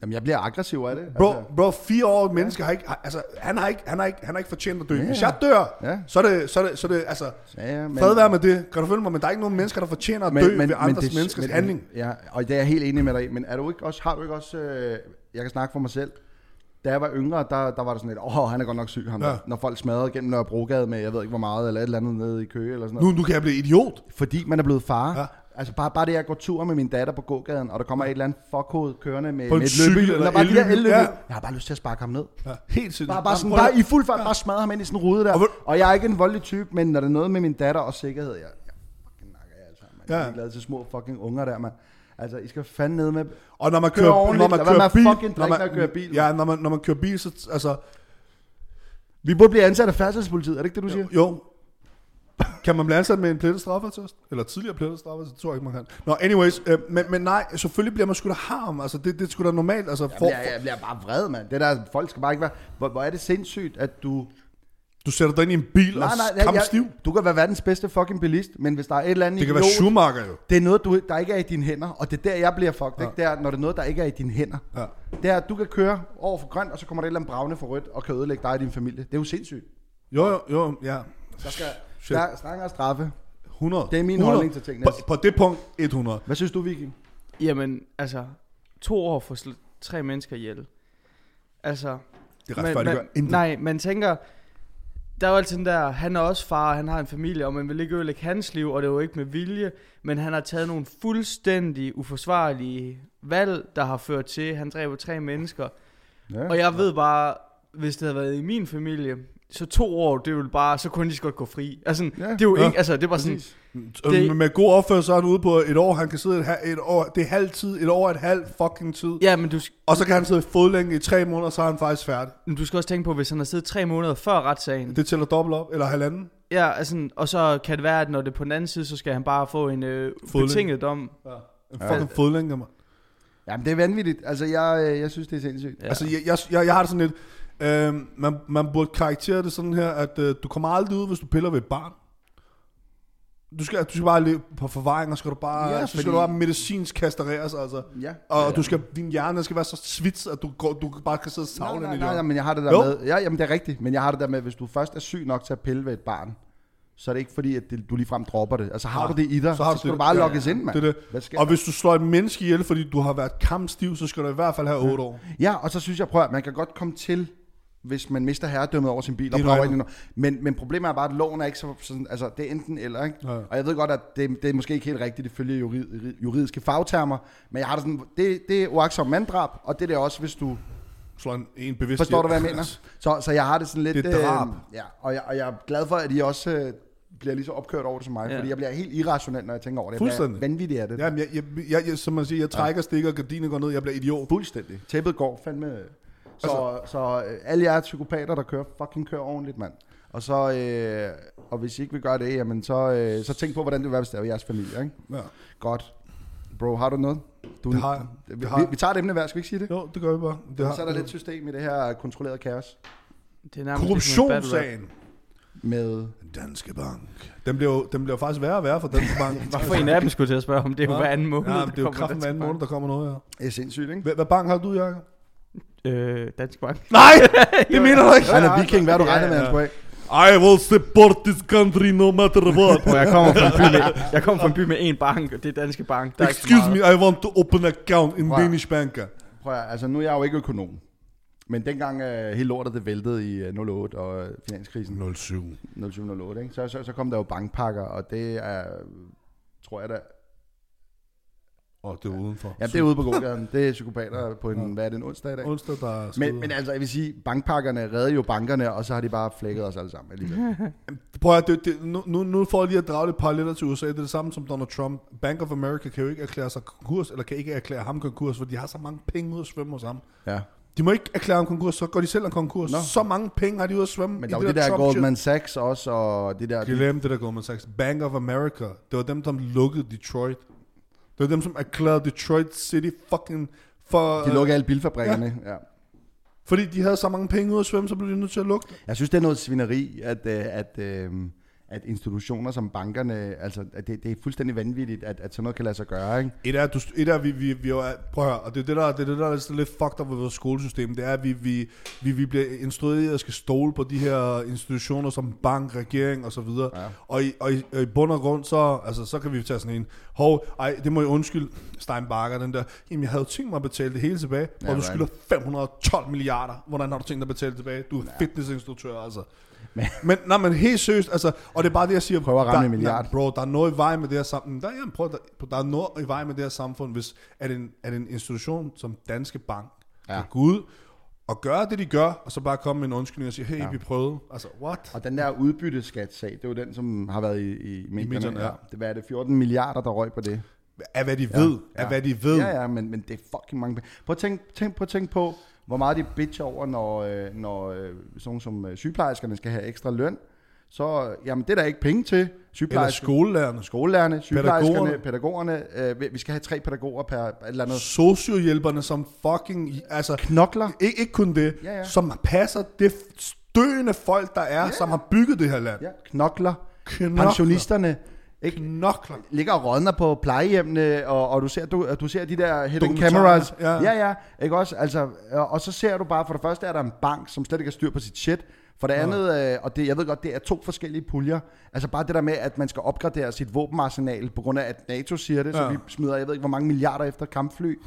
Jamen, jeg bliver aggressiv af det.
Bro,
Altså,
bro fire år menneske har ikke, har- altså, han har ikke, han har ikke, han har ikke fortjent at dø. Hvis
ja.
jeg dør,
Ja.
så er det, så er det, så er det altså,
Ja, ja, men-
fred være med det. Kan du følge mig? Men der er ikke nogen mennesker, der fortjener at dø men, ved andres
det-
menneskers handling.
Ja, og det er jeg helt enig med dig i, men er du ikke også, har du ikke også, øh, jeg kan snakke for mig selv, da jeg var yngre, der, der var der sådan lidt, åh, oh, han er godt nok syg, ham ja.
Ja.
der, når folk smadrede gennem Nørrebrogade med, jeg ved ikke hvor meget, eller et eller andet nede i Køge, eller sådan noget.
Nu, nu kan jeg blive idiot.
Fordi man er blevet far. Ja.
Ja.
Altså bare, bare det, at jeg går tur med min datter på gågaden, og der kommer et eller andet fuckhoved kørende med,
På en
med et
cykel
løbehjul,
eller
bare de der
elløbehjul,
elløbehjul.
ja.
Jeg har bare lyst til at sparke ham ned.
Ja, helt sindssygt.
Bare, bare, sådan,
prøv lige-
bare i fuld fart, bare smadre ham ind i sådan en rude der.
Og
Og,
ved-
og jeg er ikke en voldelig type, men når det er noget med min datter og sikkerhed, jeg, jeg fucking nakker jeg altså. Man.
Ja.
Jeg er glad til små fucking unger der, mand. Altså, I skal fandme ned med...
Og når man
Kør
kører,
ordentligt,
når
lad
man
være
kører
med
bil,
at fucking drikke, når jeg kører bil.
Ja, når man, når man kører bil, så altså,
Vi burde blive ansat af færdselspolitiet, er det ikke det, du siger?
Jo. Kan man blive ansat med en plettet straffertest? Eller tidligere plettet straffertest? Det tror jeg ikke, man kan. Nå, anyways. Øh, men, men nej, selvfølgelig bliver man sgu da harm. Altså, det, det er sgu da normalt. Altså, for,
Jeg
for,
bliver, jeg bliver bare vred, mand. Det der, folk skal bare ikke være... Hvor, hvor er det sindssygt, at du
du sætter dig ind i en bil
Nej,
og
nej, nej
kampstiv.
jeg, du kan være verdens bedste fucking bilist, men hvis der er et eller andet
Det kan
idiot,
være Schumacher jo.
det er noget, du, der ikke er i dine hænder, og det er der, jeg bliver fucked, ja. ikke? Det er, når det er noget, der ikke er i dine hænder.
Ja.
Det er, at du kan køre over for grønt, og så kommer der et eller andet bravne for rødt, og kan ødelægge dig og din familie. Det er jo sindssygt.
Jo, jo, jo, ja.
Der skal
Shit.
der, strengere straffe.
100.
Det er min
100.
holdning til tingene.
På, på det punkt, 100.
Hvad synes du, Viking?
Jamen, altså, to år for sl- tre mennesker ihjel. Altså,
Det
man,
retfærdiggør
man,
intet.
nej, man tænker, der er jo altid den der, han er også far, og han har en familie, og man vil ikke ødelægge hans liv, og det er jo ikke med vilje, men han har taget nogle fuldstændig uforsvarlige valg, der har ført til, at han dræber tre mennesker.
Ja.
Og jeg ved bare, hvis det havde været i min familie, så to år, det ville bare, så kunne han lige så godt gå fri. Altså,
Ja.
ja, det er jo
Ja.
ja, ikke, altså, det var sådan,
Det...
det-
Øh, Med god opførsel så er han ude på et år. Han kan sidde et, ha- et år. Det er halv tid. Et år er et halvt fucking tid. Ja.
ja, men du,
Og så kan han sidde i fodlænge i tre måneder, så er han faktisk færdig.
men du skal også tænke på, hvis han har siddet tre måneder før retssagen,
Det tæller dobbelt op, eller halvanden.
Ja, altså, og så kan det være, at når det er på den anden side, så skal han bare få en øh,
Fodlænke.
betinget dom.
Ja. En fucking fodlænge, mand.
Jamen, det er vanvittigt. Altså, jeg, øh, jeg synes, det er sindssygt.
Ja.
Altså, jeg, jeg, jeg, jeg har det sådan lidt, øh, man, man burde karaktere det sådan her, at øh, du kommer aldrig ud, hvis du piller ved et barn. Du skal, du skal bare leve på forvaring, og skal du bare,
Ja,
ja, så skal
fordi-
du bare medicinsk kastreres, altså.
Ja.
Og du skal, din hjerne skal være så svits, at du, går, du bare kan sidde og savle
nej,
ind i
nej, nej,
det.
men jeg har det der
Jo.
med, ja, jamen det er rigtigt, men jeg har det der med, hvis du først er syg nok til at pille ved et barn, så er det ikke fordi, at det, du ligefrem dropper det. Altså har
Nej,
du det i dig, så, så
det
skal
det.
du bare
Ja, ja,
lokkes ind, mand.
Det er
Hvad
det.
sker
Og
der?
hvis du slår et menneske ihjel, fordi du har været kampstiv, så skal du i hvert fald have 8 år.
Ja, og så synes jeg, prøv at man kan godt komme til, hvis man mister herredømmet over sin bil og
Det er
prøver
rigtigt.
ind i noget. Men, men problemet er bare, at loven er ikke så, sådan, altså det er enten eller, ikke?
Ja.
Og jeg ved godt, at det, det er måske ikke helt rigtigt, det følger jurid, juridiske fagtermer, men jeg har det sådan, det, det er uaksom manddrab, og det er det også, hvis du
Slår en, en bevidst
Forstår du, hvad jeg
ihjel.
mener? Så, så jeg har det sådan lidt...
Det er drab.
Øh, ja, og jeg, og jeg er glad for, at I også øh, bliver lige så opkørt over det som mig,
Ja.
ja. fordi jeg bliver helt irrationel, når jeg tænker over det.
Fuldstændig.
Hvad vanvittigt er det?
Jamen, jeg, jeg, jeg, jeg, som man siger, jeg trækker stikker, gardiner går ned, jeg bliver idiot.
Fuldstændig. Tæppet går fandme... Så, altså, så øh, alle jer psykopater, der kører, fucking kører ordentligt, mand. Og så, øh, og hvis I ikke vil gøre det, jamen så, øh, så tænk på, hvordan det vil være, hvis det er jeres familie, ikke?
Ja.
Godt. Bro, har du noget? Du,
Det har jeg. Det har
vi,
jeg.
vi, tager et emne hver, skal vi ikke sige det?
Jo, det gør vi bare. Det
Så er der lidt system i det her kontrollerede kaos
Det er nærmest ligesom Korruptionssagen.
Korruptionssagen.
med...
Danske Bank. Den bliver, jo, den bliver jo faktisk værre og værre for Danske Bank.
Hvorfor en af dem skulle jeg til at spørge om? Det er jo
Ja.
hver anden måned,
Ja,
der
men det er jo
kommer
kraften hver anden måned, der kommer noget her.
Det er sindssygt, ikke?
Hvad, hvad bank har du, Jacob?
Øh, Dansk Bank.
Nej, det mener du ikke.
Han er viking, hvad har du
Ja,
regnet med,
ja.
han skulle af?
I will support this country no matter what.
Bro, jeg kommer fra en by med, jeg kommer fra en by med én bank, og det er Danske Bank. Der er ikke så
Excuse me,
meget.
I want to open account in
Prøv at-
Danish banker.
Prøv at, altså nu er jeg jo ikke økonom. Men dengang øh, hele lortet det væltede i øh, 08 og øh, finanskrisen
07.
07-08, ikke? Så, så, så kom der jo bankpakker, og det er, øh, tror jeg da,
Åh, det er udenfor.
ja, det er ude på gågaden, det er psykopater på en, hvad er det, en onsdag i dag?
Onsdag, der er
Men, men altså, jeg vil sige, bankpakkerne redder jo bankerne, og så har de bare flækket os alle sammen alligevel.
Prøv at, det, det, nu, nu, nu får jeg lige at drage lidt paralleller til USA. Det er det samme som Donald Trump. Bank of America kan jo ikke erklære sig konkurs, eller kan ikke erklære ham konkurs, for de har så mange penge ud at svømme hos ham.
Ja.
De må ikke erklære ham konkurs, så går de selv en konkurs.
Nå.
Nå. Så mange penge har de ud at svømme.
Men
i
der var det der
Trump-shit.
Goldman Sachs også, og det der...
Glem det der Goldman Sachs. Bank of America. Det var dem, der lukkede Detroit. Det var dem, som erklærede Detroit City fucking for...
De lukker alle bilfabrikkerne. Ja.
Fordi de havde så mange penge ud at svømme, så blev de nødt til at lukke det.
Jeg synes, det er noget svineri, at, øh, at, øh, at institutioner som bankerne, altså, at det, det er fuldstændig vanvittigt, at, at sådan noget kan lade sig gøre, ikke?
Et er, du, et er vi, vi, vi jo er, prøv at høre, og det er det, der, det er det, der er sådan lidt fucked up ved vores skolesystem, det er, at vi, vi, vi, vi bliver instrueret og skal stole på de her institutioner som bank, regering og så videre. Ja. Og, i, og, i, og i bund og grund, så, altså, så kan vi tage sådan en, hov, ej, det må jeg undskylde, Steinbacher, den der, jamen jeg havde jo tænkt mig at betale det hele tilbage,
Ja,
ja, og du
right.
skylder 512 milliarder, hvordan har du tænkt dig at betale det tilbage? Du er ja. fitnessinstruktør, altså. Men, nej, men helt seriøst, altså, og det er bare det, jeg siger.
Prøv at ramme
der,
en milliard.
nej, Bro, der er noget i vejen med det her samfund. Der, jamen, prøv, der, der er noget i vejen med det her samfund, hvis at en, at en institution som Danske Bank ja.
Ja.
kan gå ud og gøre det, de gør, og så bare komme med en undskyldning og sige, hey, ja. vi prøvede. Altså, what?
Og den der udbytteskatsag, det er jo den, som har været i, i medierne. I
medierne,
medierne
ja.
ja. det, hvad er det, 14 milliarder, der røg på det?
Af hvad de ved. Ja. Af hvad de ved.
Ja, ja, men, men det er fucking mange penge. Prøv at tænk, tænk, prøv at tænk på, hvor meget de bitcher over, når, øh, når øh, sådan nogle som øh, sygeplejerskerne skal have ekstra løn. Så, øh, jamen, det er der ikke penge til.
Eller
Sygeplejersker,
skolelærerne.
skolelærerne, sygeplejerskerne,
Pædagogerne.
pædagogerne. Øh, vi- vi skal have tre pædagoger per et eller andet.
Sociohjælperne, som fucking... Altså,
Knokler.
ikke, ikke kun det,
Ja, ja.
som passer det støende folk, der er, ja. som har bygget det her land. Ja.
Ja, knokler.
Knokler.
Pensionisterne. Ikke?
Knokler.
ligger og rådner på plejehjemmene, og, og du, ser, du, du ser de der hidden
Dokumentarer,
cameras.
ja.
ja, ja ikke også? Altså, og, og så ser du bare, for det første er der en bank, som slet ikke har styr på sit shit. For det andet, øh, og det, jeg ved godt, det er to forskellige puljer. Altså bare det der med, at man skal opgradere sit våbenarsenal, på grund af, at NATO siger det, så
Ja.
vi smider, jeg ved ikke, hvor mange milliarder efter kampfly.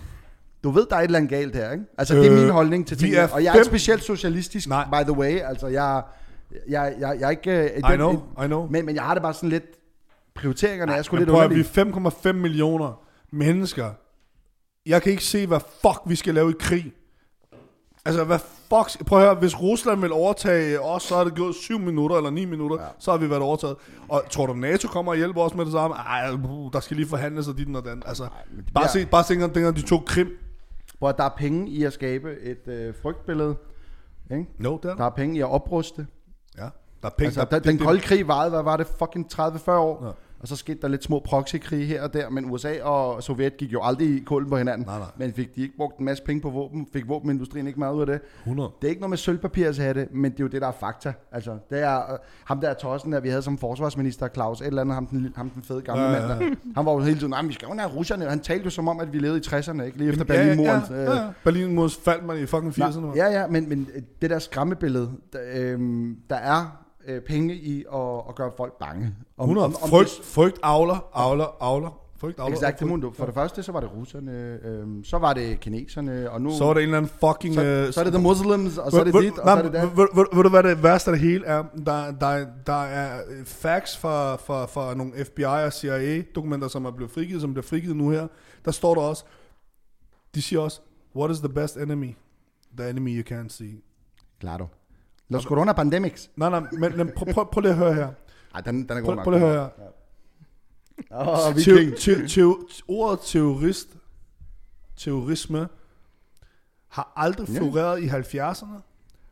Du ved, der er et eller andet galt her, ikke? Altså, det er min
Øh,
holdning til
vi
tingene.
er
Og jeg er ikke
fem-
specielt socialistisk,
Nej.
Nej. by the way. Altså, jeg, jeg, jeg, jeg er ikke... øh,
I know, I know.
Men, men jeg har det bare sådan lidt... Prioriteringerne er sgu
Men
lidt
prøv at, vi
underlige.
er 5,5 millioner mennesker. Jeg kan ikke se, hvad fuck vi skal lave i krig. Altså, hvad fuck... Prøv at høre, hvis Rusland vil overtage os, så er det gået 7 minutter eller 9 minutter, ja. så har vi været overtaget. Og tror du, NATO kommer og hjælper os med det samme? Ej, buh, der skal lige forhandles og dit og den. Altså, bare,
der-
se, bare se engang, dengang de tog Krim.
Hvor der er penge i at skabe et øh, frygtbillede. Ikke?
No, der.
Der er penge i at opruste.
Ja. Der er penge,
Altså,
der,
der, den kolde krig varede, hvad var det, fucking 30-40 år?
Ja.
Og så skete der lidt små proxykrige her og der, men USA og Sovjet gik jo aldrig i kulden på hinanden.
Nej, nej.
Men fik de ikke brugt en masse penge på våben, fik våbenindustrien ikke meget ud af det.
100.
Det er ikke noget med sølvpapir at have det, men det er jo det, der er fakta. Altså, det er øh, ham der tossen, der vi havde som forsvarsminister, Claus, et eller andet, ham den, lille- ham den fede gamle
Ja,
ja,
ja, ja.
ja. mand. Der, han var jo hele tiden, "Nej, men vi skal jo have russerne. Han talte jo som om, at vi levede i 60'erne, ikke? Lige efter Berlinmuren. øh,
Ja, ja, ja. Berlinmuren faldt man i fucking 80'erne.
Nej,
mand.
ja, ja, men, men det der skræmmebillede, der, øh, der er øh, penge i at, at gøre folk bange. Om,
100.
om, om
frygt, frygt avler, avler, avler. Frygt avler.
Exakt,
avler.
mundo. For det første, så var det russerne, øh, så var det kineserne, og nu...
Så er der en eller anden fucking...
så,
øh,
så er det the muslims, og så er det
Ved-
dit,
ved-
og så er det
nej,
dat.
ved- ved- Ved du hvad det værste af det hele er? Der, der, der er facts fra, fra, fra nogle FBI og CIA dokumenter, som er blevet frigivet, som bliver frigivet nu her. Der står der også, de siger også, what is the best enemy? The enemy you can't see.
Claro. Los corona pandemics.
Nej, nej, men, men prøv, prøv, prøv lige at høre her.
Ej, den, den er god
Prøv,
nok.
prøv lige at høre her.
Åh,
Teo,
viking.
teo, teo, ordet terrorist, terrorisme, har aldrig
Ja.
floreret i 70'erne,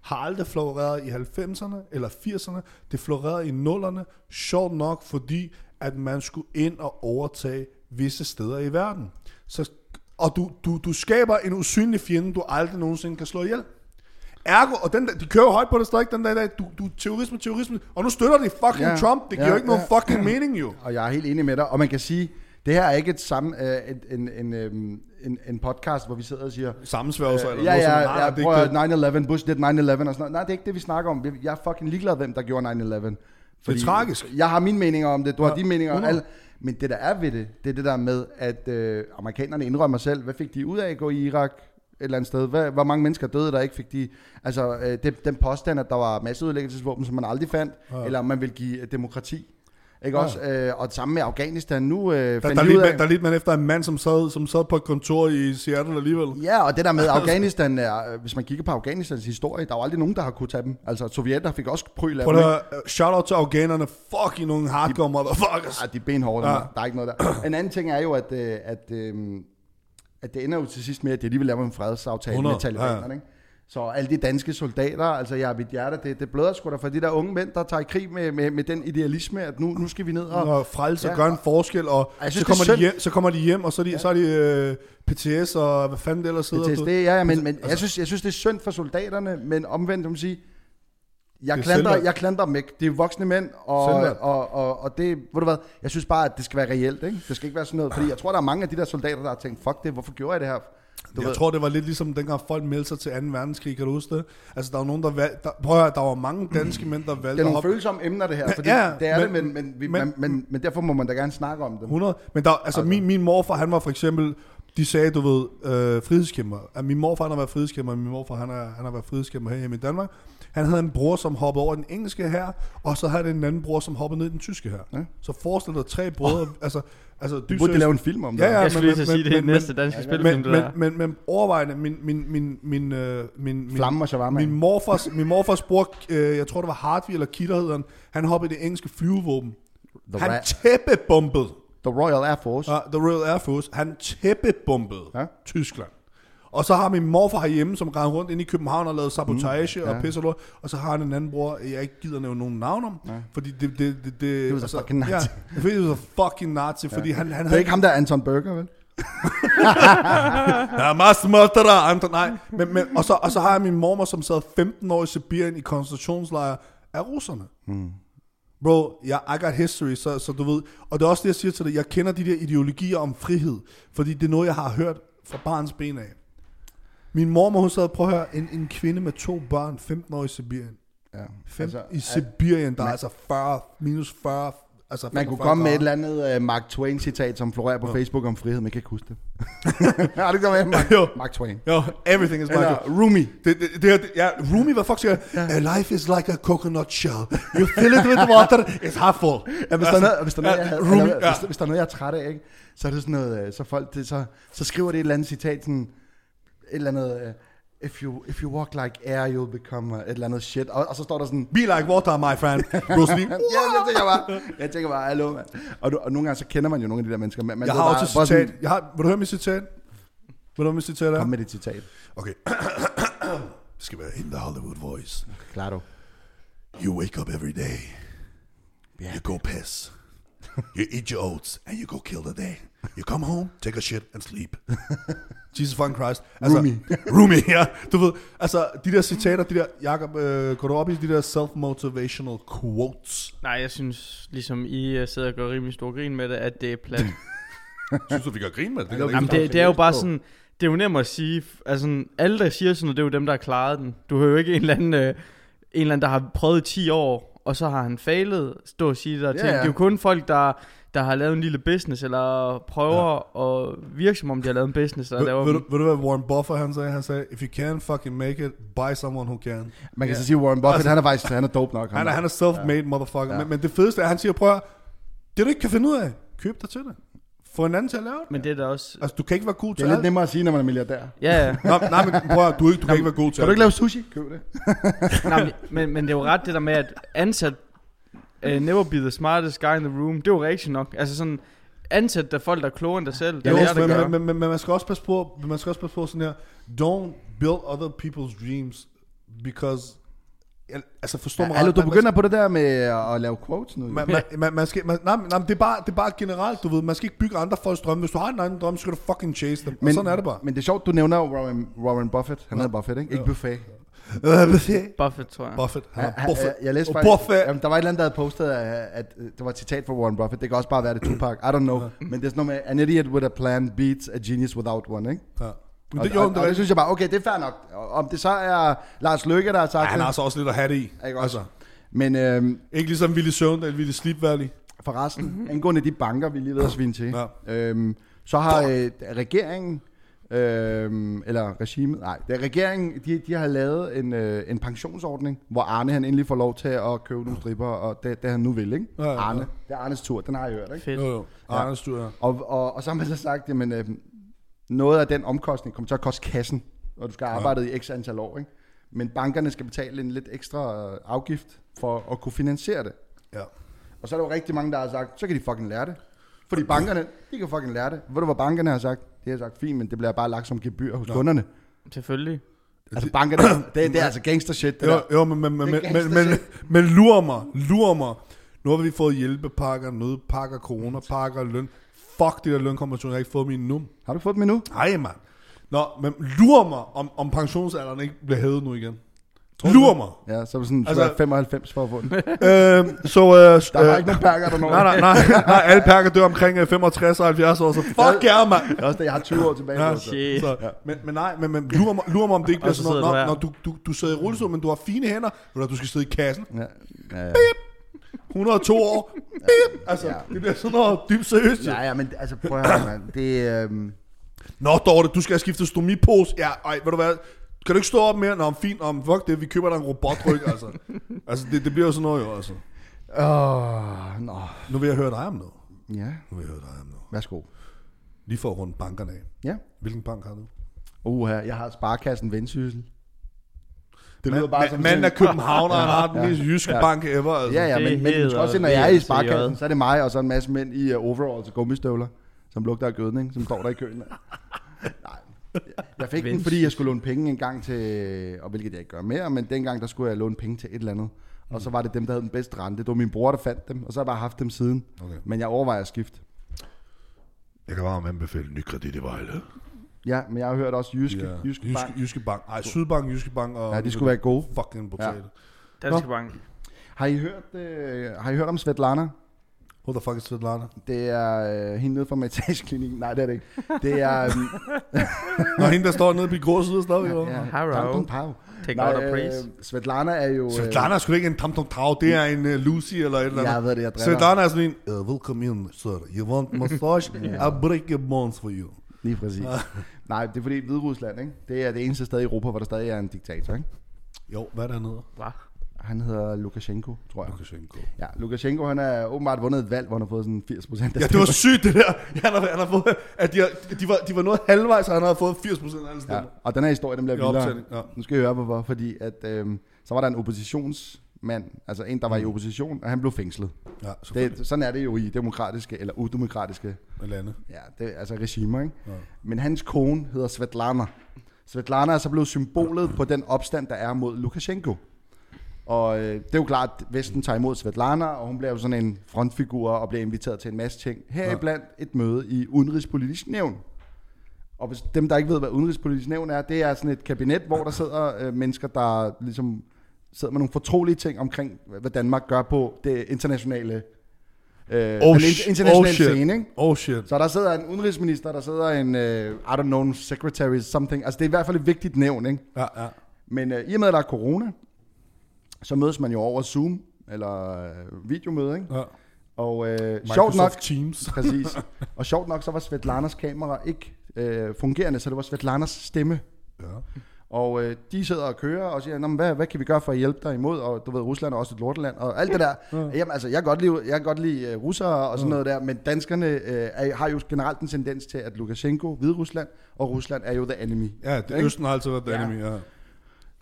har aldrig floreret i 90'erne eller 80'erne. Det florerede i 0'erne, sjovt nok, fordi at man skulle ind og overtage visse steder i verden. Så, og du, du, du skaber en usynlig fjende, du aldrig nogensinde kan slå ihjel. Ergo, og den, der- de kører jo højt på det stadig den dag, i dag. du, du terrorisme, terrorisme, og nu støtter de fucking
Ja,
Trump, det giver
ja,
jo ikke nogen
ja.
fucking mening jo.
Og jeg er helt enig med dig, og man kan sige, det her er ikke et samme, øh, et- en, en, øhm, en, en podcast, hvor vi sidder og siger,
sammensværgelser
øh,
eller
ja,
noget sådan.
ja,
Nej,
ja,
det er
prøv at
ikke det.
9-11, Bush did 9-11 og sådan noget. Nej, det er ikke det, vi snakker om. Vi- Jeg er fucking ligeglad, hvem der gjorde 9-11. Fordi
tragisk.
Jeg har mine meninger om det, du har dine meninger om
100.
alt. Men det, der er ved det, det er det der med, at øh, amerikanerne indrømmer selv, hvad fik de ud af at gå i Irak et eller andet sted? Hvad, hvor mange mennesker døde, der ikke fik de... Altså, øh, det, den påstand, at der var masseudlæggelsesvåben, som man aldrig fandt, ja. eller om man vil give øh, demokrati. Ikke
Ja.
ja. også? Øh, og det samme med Afghanistan nu. Øh,
Der,
fandt
der,
de ud
lidt,
af-
man, der lidt man efter en mand, som sad, som sad på et kontor i Seattle alligevel.
Ja, og det der med Afghanistan, er, øh, hvis man kigger på Afghanistans historie, der er jo aldrig nogen, der har kunne tage dem. Altså, sovjetter fik også pryl af
Prøv
dem.
at
ikke?
høre, øh, shout out til afghanerne, fucking nogle hardcore motherfuckers.
Ja, de er benhårde,
Ja.
ja. der er ikke noget der. En anden ting er jo, at, øh, at, øh, at det ender jo til sidst med, at de alligevel laver en fredsaftale 100,
100,
med talibanerne.
ja.
Ja. Ikke? Så alle de danske soldater, altså jeg mit hjerte, det, det bløder sgu da for de der unge mænd, der tager i krig med, med, med den idealisme, at nu, nu skal vi ned og...
Og frelse og
Ja.
gør en forskel, og
jeg
så,
synes,
kommer
det er
de hjem, så kommer de hjem, og så er de, så er de øh, PTS og hvad fanden det ellers hedder.
PTSD, ja, ja,
Altså-
men, men jeg, synes, jeg synes, det er synd for soldaterne, men omvendt, om sige, jeg
Det er
klandrer,
selvvalgt.
jeg klandrer dem ikke. Det er voksne mænd, og,
Selvvalgt.
og, og, og, det, ved du hvad, jeg synes bare, at det skal være reelt, ikke? Det skal ikke være sådan noget, fordi jeg tror, der er mange af de der soldater, der har tænkt, fuck det, hvorfor gjorde jeg det her? Du
jeg tror, det var lidt ligesom dengang folk meldte sig til 2. verdenskrig, kan du huske det? Altså, der var nogen, der valgte... Der, prøv at høre, der var mange danske mænd, der
det
valgte
er
at
nogle
hoppe-
følsomme emner, det her, fordi
Ja,
ja, det er
men-
men, det, men, men, vi,
men-
men, men, men, derfor må man da gerne snakke om dem.
100. Men der, altså, min, min morfar, han var for eksempel, de sagde, du ved, øh, frihedskæmper. At min morfar, han har været frihedskæmper, og min morfar, han, er, han har været frihedskæmper herhjemme i Danmark. Han havde en bror, som hoppede over den engelske her, og så havde han en anden bror, som hoppede ned i den tyske her. Ja.
Ja.
Så forestil dig tre brødre, oh. altså, altså
Du
dybt
burde
seriøst-
lave en film om det.
Ja,
her.
ja.
jeg skulle
men-
lige så
men-
sige, det er
men-
næste danske spilfilm,
men,
det
men,
der.
men, men overvejende, min, min, min, min, øh, min, min,
Flammen og shawarma.
min, morfars, min morfars bror, øh, jeg tror det var Hartvig eller Kitter hed han, han hoppede i det engelske flyvevåben.
The,
Han
Ra-
tæppebombede
The Royal Air Force.
Ja, The Royal Air Force, han tæppebombede ja?
Ja.
Tyskland. Og så har min morfar herhjemme, som rendte rundt inde i København og lavede sabotage mm, ja. og pisse og lort. Og så har han en anden bror, jeg ikke gider nævne nogen navn om. Ja. Fordi det... det, det, det det
was a fucking nazi.
Ja, fordi det var fucking nazi, fordi han,
Det
han
er
havde...
ikke ham der, Anton Berger, vel?
Hamas mordere, andre, nej. Men, men, og, så, og så har jeg min mormor, som sad 15 år i Sibirien i koncentrationslejre af russerne. Mm.
Hmm.
Bro, jeg I got history, så, så du ved. Og det er også det, jeg siger til dig. Jeg kender de der ideologier om frihed, fordi det er noget, jeg har hørt fra barns ben af. Min mormor, hun sad, prøv at høre, en, en kvinde med to børn, 15 år i Sibirien.
Ja.
15 altså, i
at-
Sibirien, der er altså 40, minus 40, altså
Man kunne
45
komme med et
grader.
eller andet uh, Mark Twain-citat, som florerer på Facebook om frihed, men jeg kan ikke huske det. Har du ikke noget med Mark,
Jo.
Mark Twain?
Jo, everything is
Eller
magic.
uh, Rumi.
Det, det, det, her, det, ja, Rumi, hvad fuck siger jeg? "A Life is like a coconut shell. You fill it with water, it's half full.
Ja, hvis, der er noget, hvis, der er noget,
ja,
jeg, havde-
Rumi,
eller,
ja.
hvis, hvis der er noget, jeg er træt af, ikke? så er det sådan noget, øh, så, folk, det, så, så skriver det et eller andet citat, sådan et eller andet, øh, if you, if you walk like air, you'll become a, et eller andet shit, og, og så står der sådan,
Be like water, my friend. Bruce Lee.
ja, jeg tænker bare, jeg tænker bare, hallo, mand. Og, du, og nogle gange, så kender man jo nogle af de der mennesker, man, man
Jeg
ved
har
bare-
også
bare
et
sådan,
citat. Jeg har, vil du høre mit citat? Vil du høre mit citat
Kom
er?
med dit citat,
Okay. det skal være in the Hollywood voice.
klart du.
You wake up every day.
Ja.
You go piss. You eat your oats, and you go kill the day. You come home, take a shit and sleep. Jesus fucking Christ.
Rumi.
Rumi, ja. Du ved, altså, de der citater, de der, Jacob, øh, går du op i de der self-motivational quotes?
Nej, jeg synes, ligesom I øh, sidder og gør rimelig stor grin med det, at det er plat.
Synes du, vi gør grin med det? det, kan jeg
Jamen,
ikke
det, det er jo bare sådan... Det er jo nemt at sige... f- Altså, sådan, alle, der siger sådan noget, det er jo dem, der har klaret den. Du hører jo ikke en eller anden, øh, en eller anden der har prøvet 10 år, og så har han fejlet, stå og sige det der ting.
ja.
Det er jo kun folk, der, der har lavet en lille business, eller prøver ja. at virke som om, de har lavet en business, der
Ved,
laver
ved,
dem.
du, ved du, hvad Warren Buffett han sagde? Han sagde, if you can fucking make it, buy someone who can.
Man kan så sige, Warren Buffett, altså, han er faktisk han er dope nok.
Han er, han er self-made ja. motherfucker. Ja. Men, men det fedeste er, at han siger, prøv at, høre, det du ikke kan finde ud af, køb dig til det. Få en anden til at lave det.
Men det er da også...
Altså, du kan ikke være god
det
til
er lidt
alt.
nemmere at sige, når man er milliardær.
Ja, ja.
Nå, nej, men prøv at, høre, du, er ikke, du kan ikke være god til
Kan du
alt.
ikke lave sushi? Køb det.
Nej, men, men, men det er jo ret det der med, at ansat uh, never be the smartest guy in the room, det er jo rigtigt nok. Altså sådan, ansat der folk, der er klogere end dig selv. Det er
Jo,
jo det, der
men,
gør.
men, men, men, man skal også passe på, man skal også passe på sådan her, don't build other people's dreams, because, al- altså forstå mig
Ja,
ret,
altså, du
man-
begynder på det der med at lave quotes nu. jo.
Man, man, man, man skal, man, nej, men- nej, men det, er bare, det er bare generelt, du ved, man skal ikke bygge andre folks drømme. Hvis du har en egen drøm, så skal du fucking chase dem. Men, og sådan er det bare.
Men det er sjovt, du nævner Warren, Warren Buffett. Han hedder Buffett, ikke? Ikke Buffet.
Øh, hvad siger I?
Buffett, tror jeg.
Buffett. Han
Ja,
er
han-
Buffett.
jeg- Jeg læste
Og
faktisk,
Buffett.
Jamen, der var et eller andet, der havde postet, at, at øh, det var et citat fra Warren Buffett. Det kan også bare være det er Tupac. I don't know. Men det er sådan noget med, an idiot with a plan beats a genius without one, ikke?
Ja. Men
Og,
det,
det,
jo,
og,
men det,
og, det
er rigtigt.
synes jeg bare, okay, det er fair nok. Og Om det så er Lars Løkke, der har
Ja,
sagt
han
det.
har altså også lidt at have det i.
Ikke
Altså,
Men øhm,
ikke ligesom Willy Søvndal, Willy Sleep Valley.
forresten, mm-hmm. angående de banker, vi lige ved at svine til,
Mhm. Ja.
øhm, så har øh, regeringen, øhm, eller regimet, nej, det er regeringen, de, de har lavet en, øh, en pensionsordning, hvor Arne han endelig får lov til at købe nogle stripper, og det, det han nu vil, ikke?
Ja, ja, ja.
Arne, det er Arnes tur, den har jeg hørt, ikke?
Fedt.
Jo, jo. Anders, du er.
Og, og, og så har man så sagt, jamen, øh, noget af den omkostning kommer til at koste kassen, og du skal arbejde ja. i x antal år, ikke? Men bankerne skal betale en lidt ekstra øh, afgift for at kunne finansiere det.
Ja.
Og så er der jo rigtig mange, der har sagt, så kan de fucking lære det. Fordi bankerne, de kan fucking lære det. Ved du, hvad bankerne har sagt? Det har sagt, fint, men det bliver bare lagt som gebyr hos kunderne.
Selvfølgelig.
Altså bankerne, det, det er altså gangster shit, det
Jo,
der.
jo men, men, men,
Det
men,
er
men, men, men lur mig, lur mig. Nu har vi fået hjælpepakker, nødpakker, coronapakker, løn. Fuck det der lønkompensation, jeg har ikke fået min num.
Har du fået dem endnu?
Ej, mand. Nå, men lur mig, om, om pensionsalderen ikke bliver hævet nu igen. Lur mig.
Ja, så er det sådan
Altså-
altså, 95 for at få den.
øhm, så, øh,
Der er øh, ikke nogen perker, der når.
Nej, nej, nej, nej, alle perker dør omkring øh, 65 og 70 år, så fuck jer, yeah, mand.
Det er også det, jeg har 20 år tilbage.
Ja,
Ja,
Shit.
Så, men, men nej, men, men lurer, mig, lurer mig, om det ikke bliver
Og så
sådan
sidder
noget,
du
når,
her.
du, du, du sidder i rullestol, men du har fine hænder, eller du skal sidde i kassen,
ja, ja.
102 år, bip, altså,
Ja.
det bliver sådan noget dybt seriøst. Ja.
ja, ja, men altså prøv at høre, mand. Det, øhm,
Nå, Dorte, du skal have skiftet stomipose, ja, ej, ved du hvad, kan du ikke stå op mere? Nå, fint, om fuck det, vi køber dig en robotryg, altså. Altså, det, det bliver jo sådan noget jo, altså.
åh, nå.
Nu vil jeg høre dig om noget.
Ja,
Nu vil jeg høre dig om noget.
værsgo.
Lige for at runde bankerne af.
Ja.
Hvilken bank har du?
Uha, jeg har sparkassen vendsyssel.
Det
lyder bare som
Manden
sådan-
er københavner, han har den
Ja.
mest jyske
Ja.
bank ever. Altså.
Ja, ja,
Det
men, men du skal
hedder
også se, når jeg er i
VCJ.
sparkassen, så er det mig og så en masse mænd i øh, overalls og gummistøvler, som lugter af gødning, som står der i køen. Nej. Jeg fik den, fordi jeg skulle låne penge en gang til, og hvilket jeg ikke gør mere, men dengang der skulle jeg låne penge til et eller andet. Og så var det dem, der havde den bedste rente. Det var min bror, der fandt dem, og så har jeg bare haft dem siden.
Okay.
Men jeg overvejer at skifte.
Jeg kan varmt anbefale ny kredit i Vejle.
Ja, men jeg har hørt også Jyske,
Ja.
yeah. Jyske,
Jyske,
Bank.
Jyske Bank. Ej, Sydbank, Jyske Bank og...
Ja, de skulle være gode.
Fucking potato.
Danske Bank.
Har I hørt, øh, har I hørt om Svetlana?
Who the fuck is Svetlana?
Det er øh, hende nede fra massageklinikken. Nej, det er det ikke. Det er... øhm,
Nå, hende der står nede på de grå sider stadig. Ja, ja.
ja,
Haro.
Downton Pow.
Take
Nej,
out a praise.
øh, Svetlana er jo...
Svetlana er sgu da ikke en tam tom tav, det er en uh, Lucy eller et eller
Øh, jeg
andet.
ved det, jeg driller.
Svetlana er sådan en, uh, welcome in, sir. You want massage? I break your bones for you.
Lige præcis. Nej, det er fordi Hviderusland, ikke? Det er det eneste sted i Europa, hvor der stadig er en diktator, ikke?
Jo, hvad er det, han hedder?
Hva?
Han hedder Lukashenko, tror jeg.
Lukashenko.
Ja, Lukashenko, han har åbenbart vundet et valg, hvor han har fået sådan 80 procent af
Ja, det var sygt det der. Han har, han har fået, at de, har, de, var, de var noget halvvejs, og han havde fået 80% af alle
Ja,
stemmer.
og den her historie, den bliver
Ja. I
vildere.
optælling. Ja.
Nu skal jeg høre, hvorfor. Fordi at, øhm, så var der en oppositionsmand, altså en, der var i
Mm.
opposition, og han blev fængslet.
ja, så det
Det, sådan er det jo i demokratiske, eller udemokratiske,
er lande.
ja, det, altså regimer, ikke?
Ja.
Men hans kone hedder Svetlana. Svetlana er så blevet symbolet på den opstand, der er mod Lukashenko. Og øh, det er jo klart, at Vesten tager imod Svetlana, og hun bliver jo sådan en frontfigur og bliver inviteret til en masse ting. Heriblandt et møde i Udenrigspolitisk Nævn. Og hvis dem, der ikke ved, hvad Udenrigspolitisk Nævn er, det er sådan et kabinet, hvor der sidder øh, mennesker, der ligesom sidder med nogle fortrolige ting omkring, hvad Danmark gør på det internationale, øh, den
Oh, sh-
in- internationale
oh, shit.
scene, ikke?
Oh shit.
Så der sidder en udenrigsminister, der sidder en, øh, I don't know, secretary something. Altså det er i hvert fald et vigtigt nævn, ikke?
Ja, ja.
Men øh, i og med, at der er corona, så mødes man jo over Zoom, eller øh, videomøde, ikke?
ja.
Og øh, sjovt nok,
Microsoft Teams.
præcis. Og sjovt nok, så var Svetlanas kamera ikke øh, fungerende, så det var Svetlanas stemme.
Ja.
Og øh, de sidder og kører og siger, "Nå, men hvad, hvad kan vi gøre for at hjælpe dig imod? Og du ved, Rusland er også et lorteland, og alt det der. Jamen altså, jeg kan godt lide, jeg kan godt lide øh, russere og sådan noget der, men danskerne øh, er, har jo generelt en tendens til, at Lukashenko, Hvide Rusland og Rusland er jo the enemy.
Ja, det,
Ikke?
Østen har altid været the
Ja.
enemy, ja.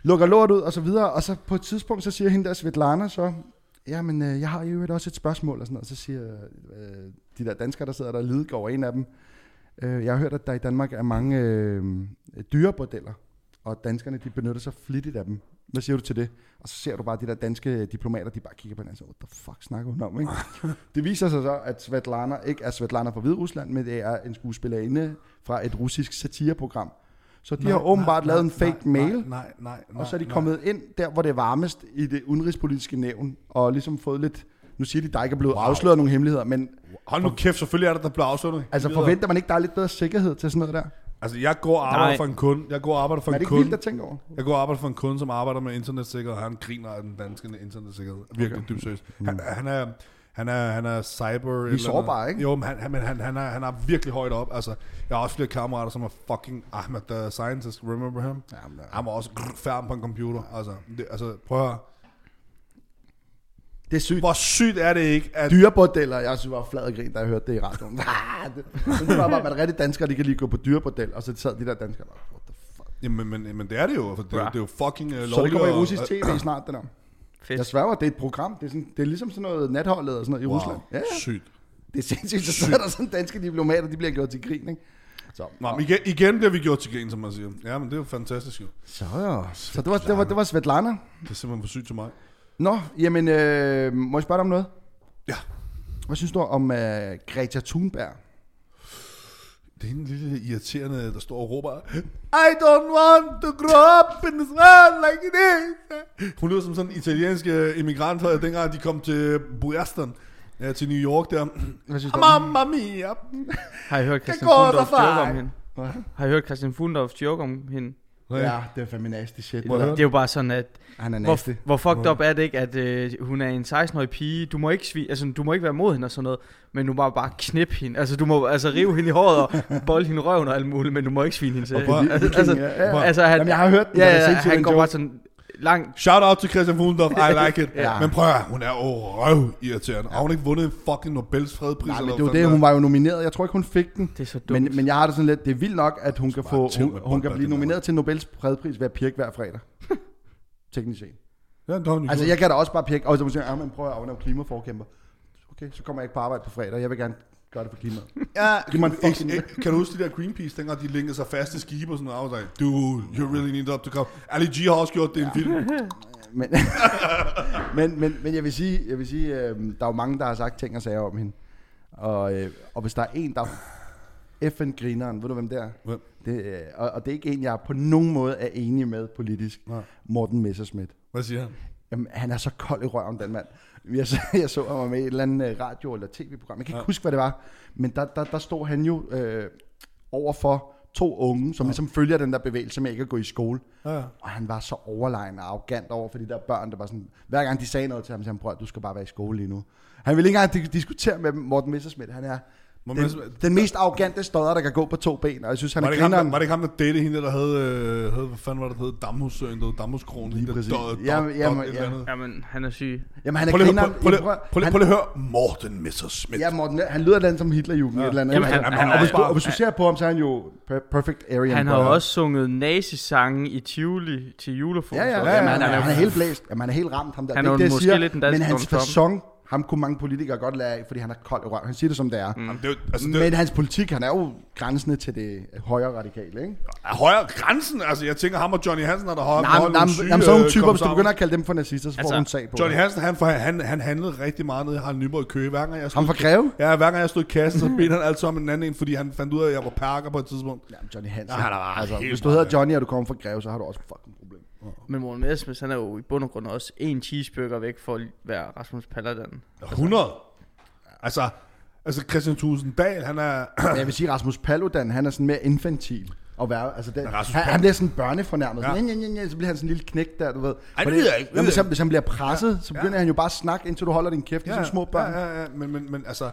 lukker lort ud og så videre, og så på et tidspunkt, så siger hende der Svetlana så, jamen øh, jeg har jo øvrigt også et spørgsmål og sådan noget, og så siger øh, de der danskere, der sidder der og lidegår, en af dem, øh, jeg har hørt, at der i Danmark er mange øh, dyrebordeller, og danskerne de benytter sig flittigt af dem. Hvad siger du til det? Og så ser du bare de der danske diplomater, de bare kigger på hinanden og what the fuck snakker hun om, ikke? det viser sig så, at Svetlana ikke er Svetlana fra Hvide Rusland, men det er en skuespillerinde fra et russisk satireprogram. Så de nej, har åbenbart nej, lavet en fake
nej,
mail,
Nej, nej, nej. nej
og så er de
nej.
kommet ind der, hvor det er varmest i det udenrigspolitiske nævn, og ligesom fået lidt... Nu siger de, der ikke er blevet wow. afsløret nogle hemmeligheder, men
Hold nu kæft, selvfølgelig er der, der bliver afsluttet.
altså, forventer man ikke, der er lidt bedre sikkerhed til sådan noget der?
Altså, jeg går og arbejder
Nej.
for en kunde. Jeg går og arbejder for
er det
en
ikke vildt
kunde.
at tænke over?
Jeg går og arbejder for en kunde, som arbejder med internetsikkerhed, og han griner af den danske internetsikkerhed. Virkelig okay. dybt seriøst.
Mm.
Han, han er... Han er, han er cyber... et eller andet.
sårbare, ikke?
Jo, men, han, han- men han, han, er, han er virkelig højt op. Altså, jeg har også flere kammerater, som er fucking Ahmed the Scientist. Remember him?
Jamen, der-
Han var også grr, færdig på en computer. Altså, det, altså prøv at høre.
Det er sygt.
Hvor sygt er det ikke, at...
Dyrebordeller, jeg synes, det var flad og grin, da jeg hørte det i radioen. Ah, det, men det var bare, at rigtig danskere, de kan lige gå på dyrebordel, og så sad de der danskere bare, what the fuck.
Jamen, men, men det er det jo, for det, det er jo fucking uh, lovligt.
Så det kommer i
og-
russisk tv snart, det der. Jeg
Fedt.
sværger, det er et program. Det er, sådan, det er ligesom sådan noget natholdet og sådan noget i
Wow,
Rusland. Ja, ja.
sygt.
det er sindssygt. Så sidder der sådan danske diplomater, de bliver gjort til grin, ikke? Så,
Nå, men igen, igen bliver vi gjort til grin, som man siger. Ja, men det er jo fantastisk jo.
Så ja. Så det var, det var, det var Svetlana.
Det er simpelthen for sygt til mig.
Nå, jamen, øh, må jeg spørge dig om noget?
Ja.
Hvad synes du om øh, Greta Thunberg?
Det er en lille irriterende, der står og råber, I don't want to grow up in this world like this. Hun lyder som sådan italienske immigranter, dengang de kom til Boston. Ja, til New York der.
Hvad synes du om
Mamma mia.
Har I hørt Christian
går
Fundorfs
derfra.
joke om hende? Har I hørt Christian Fundorfs joke om hende?
Ja, det er fandme nasty shit.
Må jeg høre?
Eller,
Det er jo bare sådan, at
han er nasty.
hvor, hvor fucked up er det ikke, at øh, hun er en 16-årig pige. Du må ikke svi, altså, du må ikke være mod hende og sådan noget, men du må bare knip hende. Altså, du må altså rive hende i håret og bolde hende i røven og alt muligt, men du må ikke svine hende til.
prøv-
Altså,
Viking, ja, ja.
altså, han,
Jamen, jeg har hørt den,
Ja,
den er
ja,
sindssyg,
han
den
går
joke.
bare sådan langt.
Shout out til Christian Fuglendorf, I like it.
Ja.
Men prøv at høre, hun er jo røv irriterende. Har hun ikke vundet en fucking Nobels fredspris?
Nej, men
eller
det var
hvad
det,
fanden
hun var jo nomineret. Jeg tror ikke, hun fik den.
Det er så dumt.
Men, men jeg har det sådan lidt, det er vildt nok, at hun kan,
bare
få,
tæv med
hun, hun
bolden,
kan blive
det der.
nomineret til Nobels fredspris ved at pirke hver fredag. Teknisk set.
er? Ja, det har hun jo
Altså,
gjort.
jeg kan da også bare pirke, og så må jeg sige, "Ah, men prøv at afnævne klimaforkæmper. Okay, så kommer jeg ikke på arbejde på fredag. Jeg vil gerne gøre det for klimaet.
Ja,
Giv mig en
ikke-
fucking-
ikke- kan du huske de der Greenpeace, dengang de linkede sig fast til skibe og sådan noget? I was like, dude, you really need up to come. Ali G har også gjort det i en film.
Men, men, men, men jeg vil sige, jeg vil sige øh, der er jo mange, der har sagt ting og sager om hende. Og, øh, og hvis der er en, der FN-grineren, ved du hvem det er?
Hvem?
Det, øh, og, og det er ikke en, jeg på nogen måde er enig med politisk.
Nej.
Morten Messerschmidt.
Hvad siger han?
Jamen, han er så kold i røven, den mand. Jeg så, jeg så ham med i et eller andet øh, radio- eller tv-program. Jeg kan ikke ja. huske, hvad det var. Men der, der, der stod han jo øh, over for to unge, som ja. ligesom følger den der bevægelse med ikke at gå i skole.
Ja.
Og han var så overlegen og arrogant over for de der børn, der var sådan... Hver gang de sagde noget til ham, så sagde han, bror, du skal bare være i skole lige nu. Han ville ikke engang di- diskutere med dem, Morten Messerschmidt. Han er
Morten
den,
Messerschmidt-
den mest arrogante stodder, der kan gå på to ben. Og jeg synes, han
Var
er
det, ikke ham, der,
grineren.
var det ikke ham, der date hende, der havde, øh, havde hvad fanden var det, der hed Damhussøen, der hed Damhuskronen? Lige
præcis. Jamen,
Jamen,
jamen,
jamen, et eller
jamen.
andet.
Jamen, han er syg.
Jamen, han er
Prøv lige
grineren.
at- prøv lige-
Jamen,
prøv lige-
han-
prøv lige at høre Morten Messerschmidt.
Ja, Morten, han lyder lidt som Hitlerjugend ja. et eller andet.
Jamen,
Jamen, han,
han- han-
han,
han
og,
er
hvis du,
jo-
og hvis du ser på ham, så er han jo per- perfect Aryan.
Han har jo
brother.
også sunget nazisange i Tivoli til
Ja, ja,
julefrokost.
ja, ja,
Og-
ja,
Jamen,
han, er,
jo-
han er helt blæst. Jamen, han er helt ramt, ham der.
Han
det
er
ikke
jo
det, jeg
måske lidt en dansk
Men hans
Donald Trump.
fasong Ham kunne mange politikere godt lade af, fordi han er kold i røven. Han siger det, som det er. Mm.
Jamen, det er, jo- altså, det er,
Men hans politik, han er jo grænsende til det højre radikale, ikke?
er højere grænsen. Altså, jeg tænker, ham og Johnny Hansen er der højere.
Nej,
højere
nej,
nogle syge,
jamen, så er nogle
øh,
typer, hvis du
kommissarier.
begynder at kalde dem for nazister, så får altså,
Altså,
hun sag på.
Johnny
dig.
Hansen, han, for, han, han handlede rigtig meget nede i Harald Nyborg i Køge. Hver gang jeg stod,
Ham fra Greve?
ja, hver gang jeg stod i kassen, så bedte han altid om en anden en, fordi han fandt ud af, at jeg var perker på et tidspunkt.
Jamen, Johnny Hansen.
Ja, han er bare
altså,
helt
hvis du
meget
hedder Johnny, og du kommer fra Greve, så har du også et fucking problem.
Men Morten Esmes, han er jo i bund og grund også en cheeseburger væk for at være Rasmus Paludan.
100. Altså, altså Christian Tusinddal, han er...
Men jeg vil sige, Rasmus Paludan, han er sådan mere infantil. Og være, altså det,
Rasmus
han, han, bliver sådan børnefornærmet.
Ja.
Ja. Nja, nja, nja, så bliver han sådan en lille knæk der, du ved.
Ej, det
Fordi-
ved jeg ikke, det
Jamen,
ved
hvis,
jeg
han, hvis han bliver presset, så begynder ja. han jo bare at snakke, indtil du holder din kæft, ja. som små børn.
Ja, ja, ja. Men, men, men altså,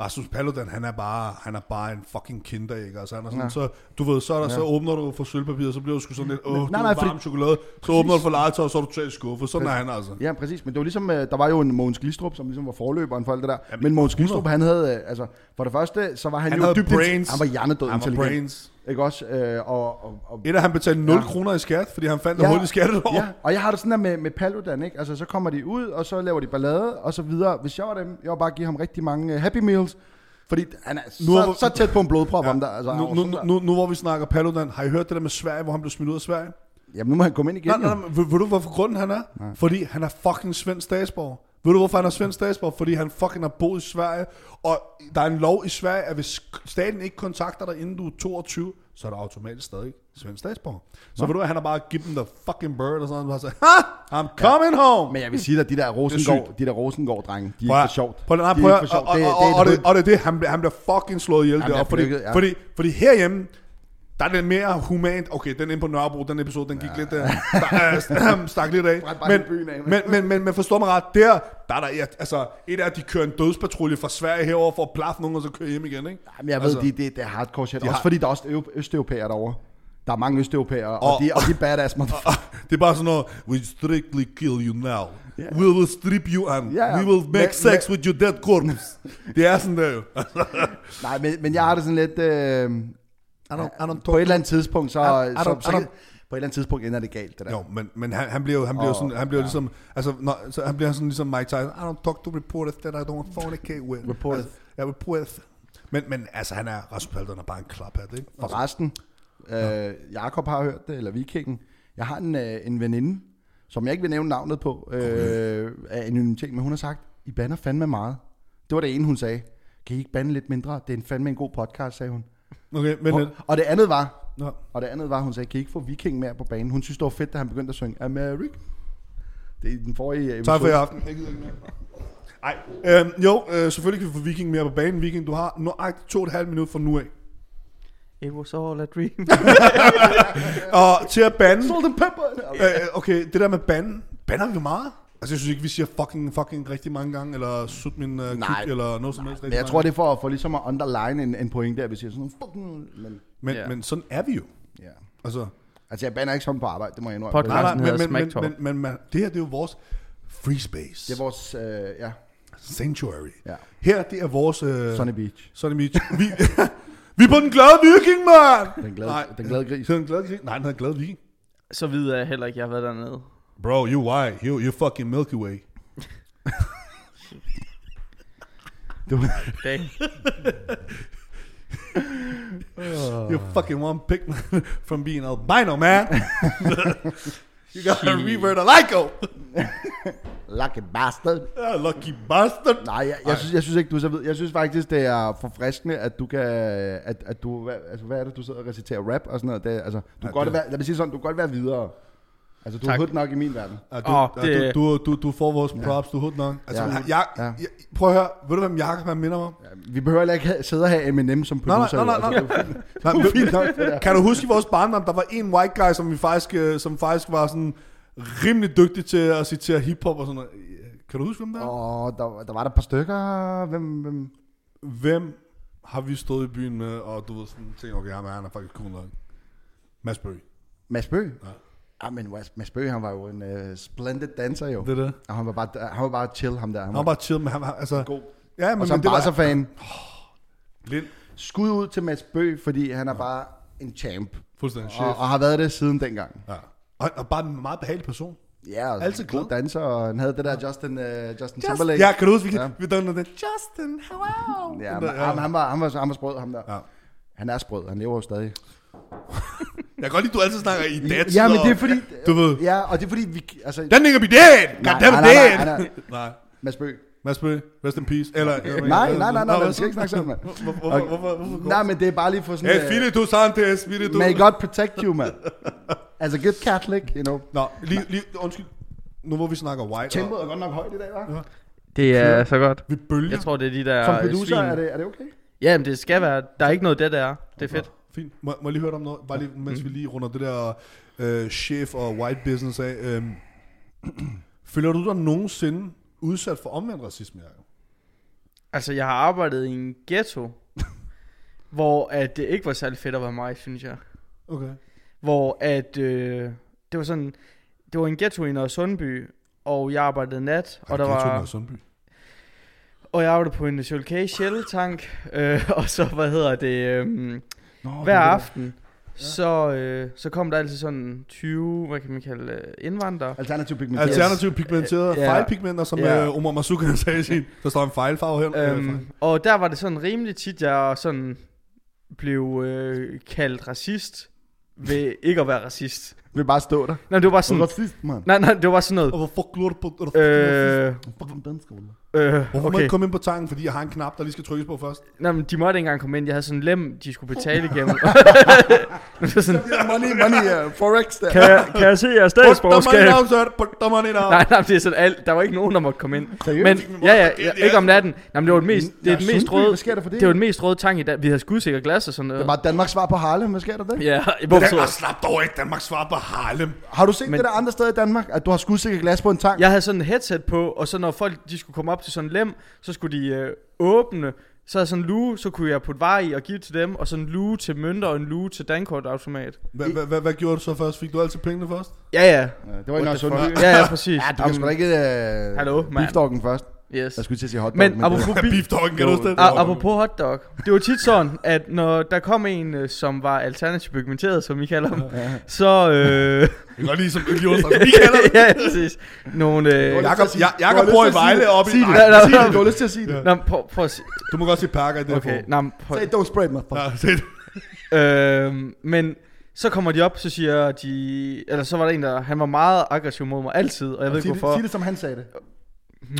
Rasmus Paludan, han er bare, han er bare en fucking kinder, ikke? Altså, han er sådan, ja. så, du ved, så, er der, ja. så åbner du for sølvpapiret, så bliver du sgu sådan lidt, åh, nej, nej,
nej,
varm
fordi-
chokolade. Så åbner du for legetøj, og så er du totalt skuffet. Sådan er han altså.
Ja, præcis. Men det var ligesom, øh, der var jo en Mogens Glistrup, som ligesom var forløberen for alt det der.
Jamen,
men Mogens
100.
Glistrup, han havde, øh, altså, for det første, så var han,
Han
jo
havde
dybt...
brains.
Han var hjernedød
Han var
intelligent.
brains.
Ikke også? Øh, og, og, og,
Et af han betalte 0 ja.
Ja.
kroner i skat, fordi han fandt ja. hul i skattelov.
Ja, og jeg har det sådan der med, med Paludan, ikke? Altså, så kommer de ud, og så laver de ballade, og så videre. Hvis jeg var dem, jeg var bare give ham rigtig mange uh, Happy Meals, fordi han er
Nu
nu,
er-
så, så tæt på en blodprop, ja, om der. Altså,
Nu, nu, nu, nu, nu, hvor vi snakker Paludan, har I hørt det der med Sverige, hvor han blev smidt ud af Sverige?
Jamen, nu må han komme ind igen.
Nej, nej, nej, men ved, ved du, hvorfor grunden han er? Nej. Fordi han er fucking svensk statsborger. Ved du, hvorfor han er svensk statsborger? Fordi han fucking har boet i Sverige, og der er en lov i Sverige, at hvis staten ikke kontakter dig, inden du er 22, så er du automatisk stadig svensk statsborger. Så ved du, at han har bare givet dem the fucking bird, og sådan noget, og så ha, I'm coming ja. home!
jo. Men jeg vil sige dig, de der Rosengård, de der Rosengård-drenge, de er
Prøv
ikke
at-
for sjovt.
Prøv, at- nej,
de er
prøv,
ikke
at-
for sjovt.
Og,
Det-
og, og, og,
det-
det, og det er det, han, bliver- han bliver fucking slået ihjel
Han
deroppe, fordi,
bliver plukket, ja.
fordi, fordi herhjemme, der er det mere humant. Okay, den inde på Nørrebro, den episode, den gik ja. lidt, øh, der, øh, stak lidt af.
Brænd bare
Men,
hele byen af, mand.
men, men, men, men forstår mig ret, der, der er der, ja, altså, et af at de kører en dødspatrulje fra Sverige herover for at plaffe nogen, og så kører hjem igen, ikke?
Jamen, jeg ved,
altså-
altså, det, det, det er hardcore shit.
har-
Også fordi der er også ø- østeuropæere derovre. Der er mange østeuropæere, og,
Og-
og, de, og de er badass motherfuckers.
Det er bare sådan noget, we strictly kill you now.
Ja.
Yeah. We will strip you and
Ja,
yeah.
ja.
we will make
Men-
sex
men-
with your dead corpse. det er sådan der jo.
Nej, men, men jeg har det sådan lidt... Øh,
I don't, I don't
på et eller andet tidspunkt, så...
Er- er der-
så,
er
så
der-
på et eller andet tidspunkt ender det galt, det der.
Jo, men, men han, han bliver jo han bliver jo sådan, han bliver ja. ligesom, altså, når, så han bliver sådan ligesom Mike Tyson, I don't talk to reporters that I don't fornicate with.
Reporters.
Altså, ja, reporters. Men, men altså, han er, Rasmus Paludan er bare en klaphat, ikke?
Og resten, øh, Jakob har hørt det, eller Vikingen. Jeg har en, øh, en veninde, som jeg ikke vil nævne navnet på, øh, af anonymitet, men hun har sagt, I bander fandme meget. Det var det ene, hun sagde. Kan I ikke bande lidt mindre? Det er en fandme en god podcast, sagde hun.
Okay, men... øh,
Og, og det andet var,
Nå.
og det andet var, hun sagde, kan I ikke få Viking mere på banen? Hun synes, det var fedt, da han begyndte at synge America. Det er i den forrige episode.
Tak for i aften. Jeg gider ikke mere. Ej, øhm, jo, øh, selvfølgelig kan vi få Viking mere på banen. Viking, du har nøjagtigt to og et halvt minut fra nu af.
It was all a dream.
Og til at bande...
Salt and pepper!
Øh, okay, det der med banden. Bander vi meget? Altså, jeg synes ikke, vi siger fucking, fucking rigtig mange gange, eller sut min øh, kuk,
Nej.
eller noget som helst.
Men
rigtig
jeg
mange
tror, det er for, for ligesom at underline en, en pointe, at vi siger sådan nogle fucking... Men,
Men,
Ja.
men sådan er vi jo.
ja.
Altså,
Altså, jeg bander ikke sådan på arbejde, det må jeg indrømme.
Podcast.
nej, nej,
Carsten
men,
hedder
men, men,
Smack Talk.
men, men, men det her, det er jo vores free space.
Det er vores, øh, ja,
sanctuary.
Ja.
Her, det er vores... Øh,
Sunny Beach.
Sunny Beach. Vi, vi er på den glade viking, mand!
Den glade-
nej,
den glade gris.
Den glade gris. Nej, den hedder glade viking.
så videre jeg heller ikke, jeg har været dernede.
Bro, you white. You, you fucking Milky Way.
Du,
Dag.
Uh.
You fucking one pick from being albino, man. you got a
Shit.
revert alico.
lucky bastard.
Ah, Lucky bastard.
Nej, jeg, jeg, synes, jeg synes ikke, du er så ved. Jeg synes faktisk, det er forfriskende, at du kan... At, at du, hvad, altså, hvad er det, du sidder og reciterer rap og sådan noget? Det, er- altså, du kan godt
det-
være, lad mig sige sådan, du kan godt være videre. Altså, du er
Tak.
hood nok i min verden.
Ah,
Åh,
du, oh,
det-
du, du, du, du får vores props, ja. du er hood nok. Altså, ja.
Ja.
jeg, jeg,
Ja.
jeg, prøv at høre, ved du, hvem Jakob han minder mig om?
Vi behøver heller ikke have, sidde og have Eminem som
Nej, nej,
producer.
nej, nej, nej.
Altså, det er jo fint. Det
Nej,
er fint nok, det
men-
der.
Kan du huske i vores barndom, der var en white guy, som, vi faktisk, øh, som faktisk var sådan rimelig dygtig til at citere hiphop og sådan noget. Øh, Kan du huske, hvem der er?
Og der, der var der et par stykker. Hvem, hvem?
Hvem har vi stået i byen med, og du ved sådan, tænker, okay, ham her, han er faktisk cool nok. Mads Bøge.
Mads Bøge? Ja. Ah, men Mads- Mads Bøge, han var jo en uh, splendid danser jo.
Det er det.
Og han var bare, han var bare chill, ham der. Han
Han var bare chill med ham. han- Altså,
god.
Ja, men,
og
men
som
det var...
Barca-fan.
Lind,
Skud ud til Mads Bø, fordi han er bare en champ.
fuldstændig
Og,
chef.
og har været det siden dengang.
Ja. Og, og, bare en meget behagelig person.
Ja, og
Altid
Altid
glad.
god danser, og han havde det der Justin, uh, Justin Timberlake.
Ja, kan du huske, vi,
Ja.
ja. vi dømte den? Justin, hello!
Ja,
Den
men,
der,
ham, han, var, han, var, han var sprød, ham der.
Ja.
Ja. Han er sprød, han lever jo stadig.
Jeg kan godt lide, du altid snakker i dansk.
ja, men det er
og-
fordi...
Du ved.
Ja, og det er fordi, vi... Altså,
Den ligger vi dead! God damn it,
nej, nej,
dead!
nej, nej.
Nej.
Mads Bøgh.
Mads Bøge, rest in peace. Eller,
Nej, nej, nej, nej, nej,
Nå,
vi skal ikke snakke sådan, mand.
Hvor- Hvorfor,
Okay.
hvorfor, hvorfor?
Nej, men det er bare lige for sådan...
Hey,
øh,
Spiritu Eh, Santes, Spiritu.
May God protect you, mand. Altså, good Catholic, you know.
Nå, lige, lige, undskyld. Nu hvor vi snakker white, og
Tempoet er godt nok højt i dag, hva'?
Det er så godt.
vi bølger.
Jeg tror, det er de der øh,
Som producer,
svin.
er det, er det okay?
Ja, men det skal være. Der er ikke noget det, der er. Det er fedt. Mm.
Fint. Må, må jeg lige høre dig om noget? Bare lige, mens vi lige runder det der øh, chef og white business af. Øhm, føler du dig nogensinde udsat for omvendt racisme, Jacob?
Altså, jeg har arbejdet i en ghetto, hvor at det ikke var særlig fedt at være mig, synes jeg.
Okay.
Hvor at, øh, det var sådan, det var en ghetto i Nørre Sundby, og jeg arbejdede nat, og der var...
Sundby.
Og jeg arbejdede på en Circle K Shell tank øh, Og så, hvad hedder det øhm,
Nå, det
Hver
er det.
aften så, øh, så kom der altid sådan 20, hvad kan man kalde øh, indvandrere
Alternativ pigmentering.
Alternativ pigmenterede
Ja.
fejlpigmenter, som
Ja.
øh, Omar Masuka sagde i sin. Der står en fejlfarve her. Øh,
øhm, Og der var det sådan rimelig tit, jeg sådan blev øh, kaldt racist ved ikke at være racist.
Vil bare stå der.
Nej, men det var bare
Du er
sådan,
racist, mand.
nej, nej, det var bare sådan noget.
Og hvor fuck lurer du på? er du fucking racist?
Øh,
Fucking dansk, eller?
øh,
Hvorfor må jeg
okay.
ikke komme ind på tanken, fordi jeg har en knap, der lige skal trykkes på først?
Nej, men de måtte ikke engang komme ind. Jeg havde sådan en lem, de skulle betale igennem. Det var sådan,
Money, money, uh, forex der.
Kan jeg, kan jeg se jeres
Put the money
statsborgerskab?
down, sir. Put the money down.
nej, nej, det er sådan alt. Der var ikke nogen, der måtte komme ind.
Seriøst?
Men,
Men hvor-
ja, ja,
det-
ja,
det er
ikke om
sådan-
natten. Nej, men det var den mest, det er den mest røde,
Hvad sker der for det?
det var den mest røde tang i dag. Vi havde skudsikker glas og sådan noget.
Det var Danmarks svar på Harlem. Hvad sker der der?
Ja, hvorfor
Danmark
så?
slap dog ikke. Danmark svarer på Harlem.
Har du set
Men-
det der andre steder i Danmark? At du har skudsikker glas på en Øh, tank?
Jeg havde sådan en headset på, og så når folk de skulle komme op til sådan en lem, så skulle de øh, åbne, så havde sådan en luge, så kunne jeg putte varer i og give til dem, og sådan en luge til mønter og en luge til dankortautomat.
Hvad- hvad- hvad- Hvad gjorde du så først? Fik du altid pengene først?
Ja, ja.
Ja, Det var ikke
What
noget
the
sundt.
fuck? Ja, ja, præcis.
Ja, du kan sgu da ikke... øh,
Hallo, mand.
Beefdoggen først.
Yes.
Jeg skulle til at sige hotdog.
Men
det-
apropos, bi-
Beefdoggen, kan du huske det?
a- apropos hotdog, det var tit sådan, at når der kom en, øh, som var alternativt pigmenteret, som I kalder ham, så... Øh,
Jeg kan godt lide, som Ylvi Olsen. Vi kalder det.
ja, præcis. Nogle... Øh,
Jakob, ja,
Du
Jakob
har lyst
bor
til
i
at sige
Vejle
det.
oppe i...
Sig det.
Nej,
Nej, nej,
Sig det,
nej.
Du har lyst til at sige det.
Nå, men prøv, prøv at sige.
Du må godt sige Parker i det her
Okay,
forum.
nej, men prøv,
Say don't spray, motherfucker.
Ja, se det.
Øhm, men så kommer de op, så siger de... Eller så var der en, der... Han var meget aggressiv mod mig altid, og jeg ved ikke
Sig det,
hvorfor.
sig det, som han sagde det.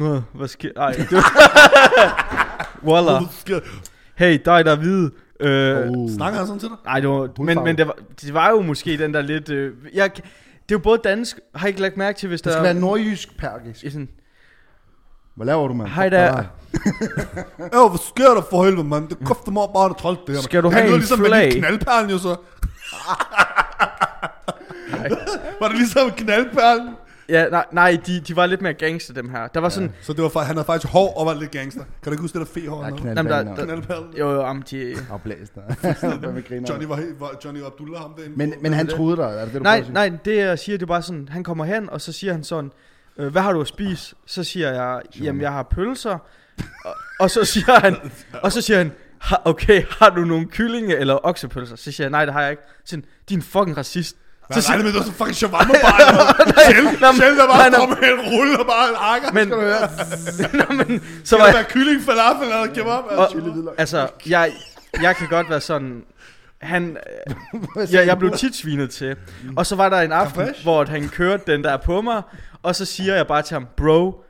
Nå, hvad sker... Ej, det var... Walla. Hey, dig der er hvide. Øh,
Uh.
Snakker han sådan til dig?
Nej, det var... Men,
Hudfarve.
men det, var, det var jo måske den der lidt... Øh, jeg, det er jo både dansk... Har I ikke lagt mærke til, hvis
Det
der...
skal være nordjysk perkisk.
I sådan,
Hvad laver du, mand?
Hej der.
Øv, hvor sker der for helvede, mand? Det kofter mig bare, det er træls, det her. mand.
Skal du
Han
have
lyder
en
ligesom med
flag?
lige knaldperlen jo så. Var det ligesom knaldperlen?
Ja, nej, nej de, de var lidt mere gangster, dem her. Der var sådan...
Så det var, fa- han havde faktisk hår og var lidt gangster. Kan du ikke huske det der
Der
fehår?
er
han havde?
knaldbanen
Jamen,
op.
der-
Knaldperlen.
Jo, jo, jamen, de...
Afblæst der. Hvad med griner?
Johnny var, helt- var Johnny Abdullah ham derinde.
Men, men han troede dig, er det det, du
Nej,
prøver at sige?
nej, det jeg siger, det er bare sådan, han kommer hen, og så siger han sådan, øh, hvad har du at spise? Så siger jeg, jamen jeg har pølser, og, og så siger han, og så siger han, "Ha- okay, har du nogle kyllinge eller oksepølser? Så siger jeg, nej, det har jeg ikke. Så siger han, din fucking racist.
Hvad
Så
så
siger,
med, det var sådan fucking shawarma bar. Selv,
nej,
selv der bare
nej, nej.
kom med en rulle og bare en akker. Men,
men, Nå, men, så
det
var
var
jeg,
være kylling, falafel og kebab.
og,
Og,
altså, jeg, jeg kan godt være sådan, han, øh, jeg, jeg blev tit svinet til. Og så var der en aften,
Fresh?
hvor at han kørte den der på mig, og så siger jeg bare til ham, bro,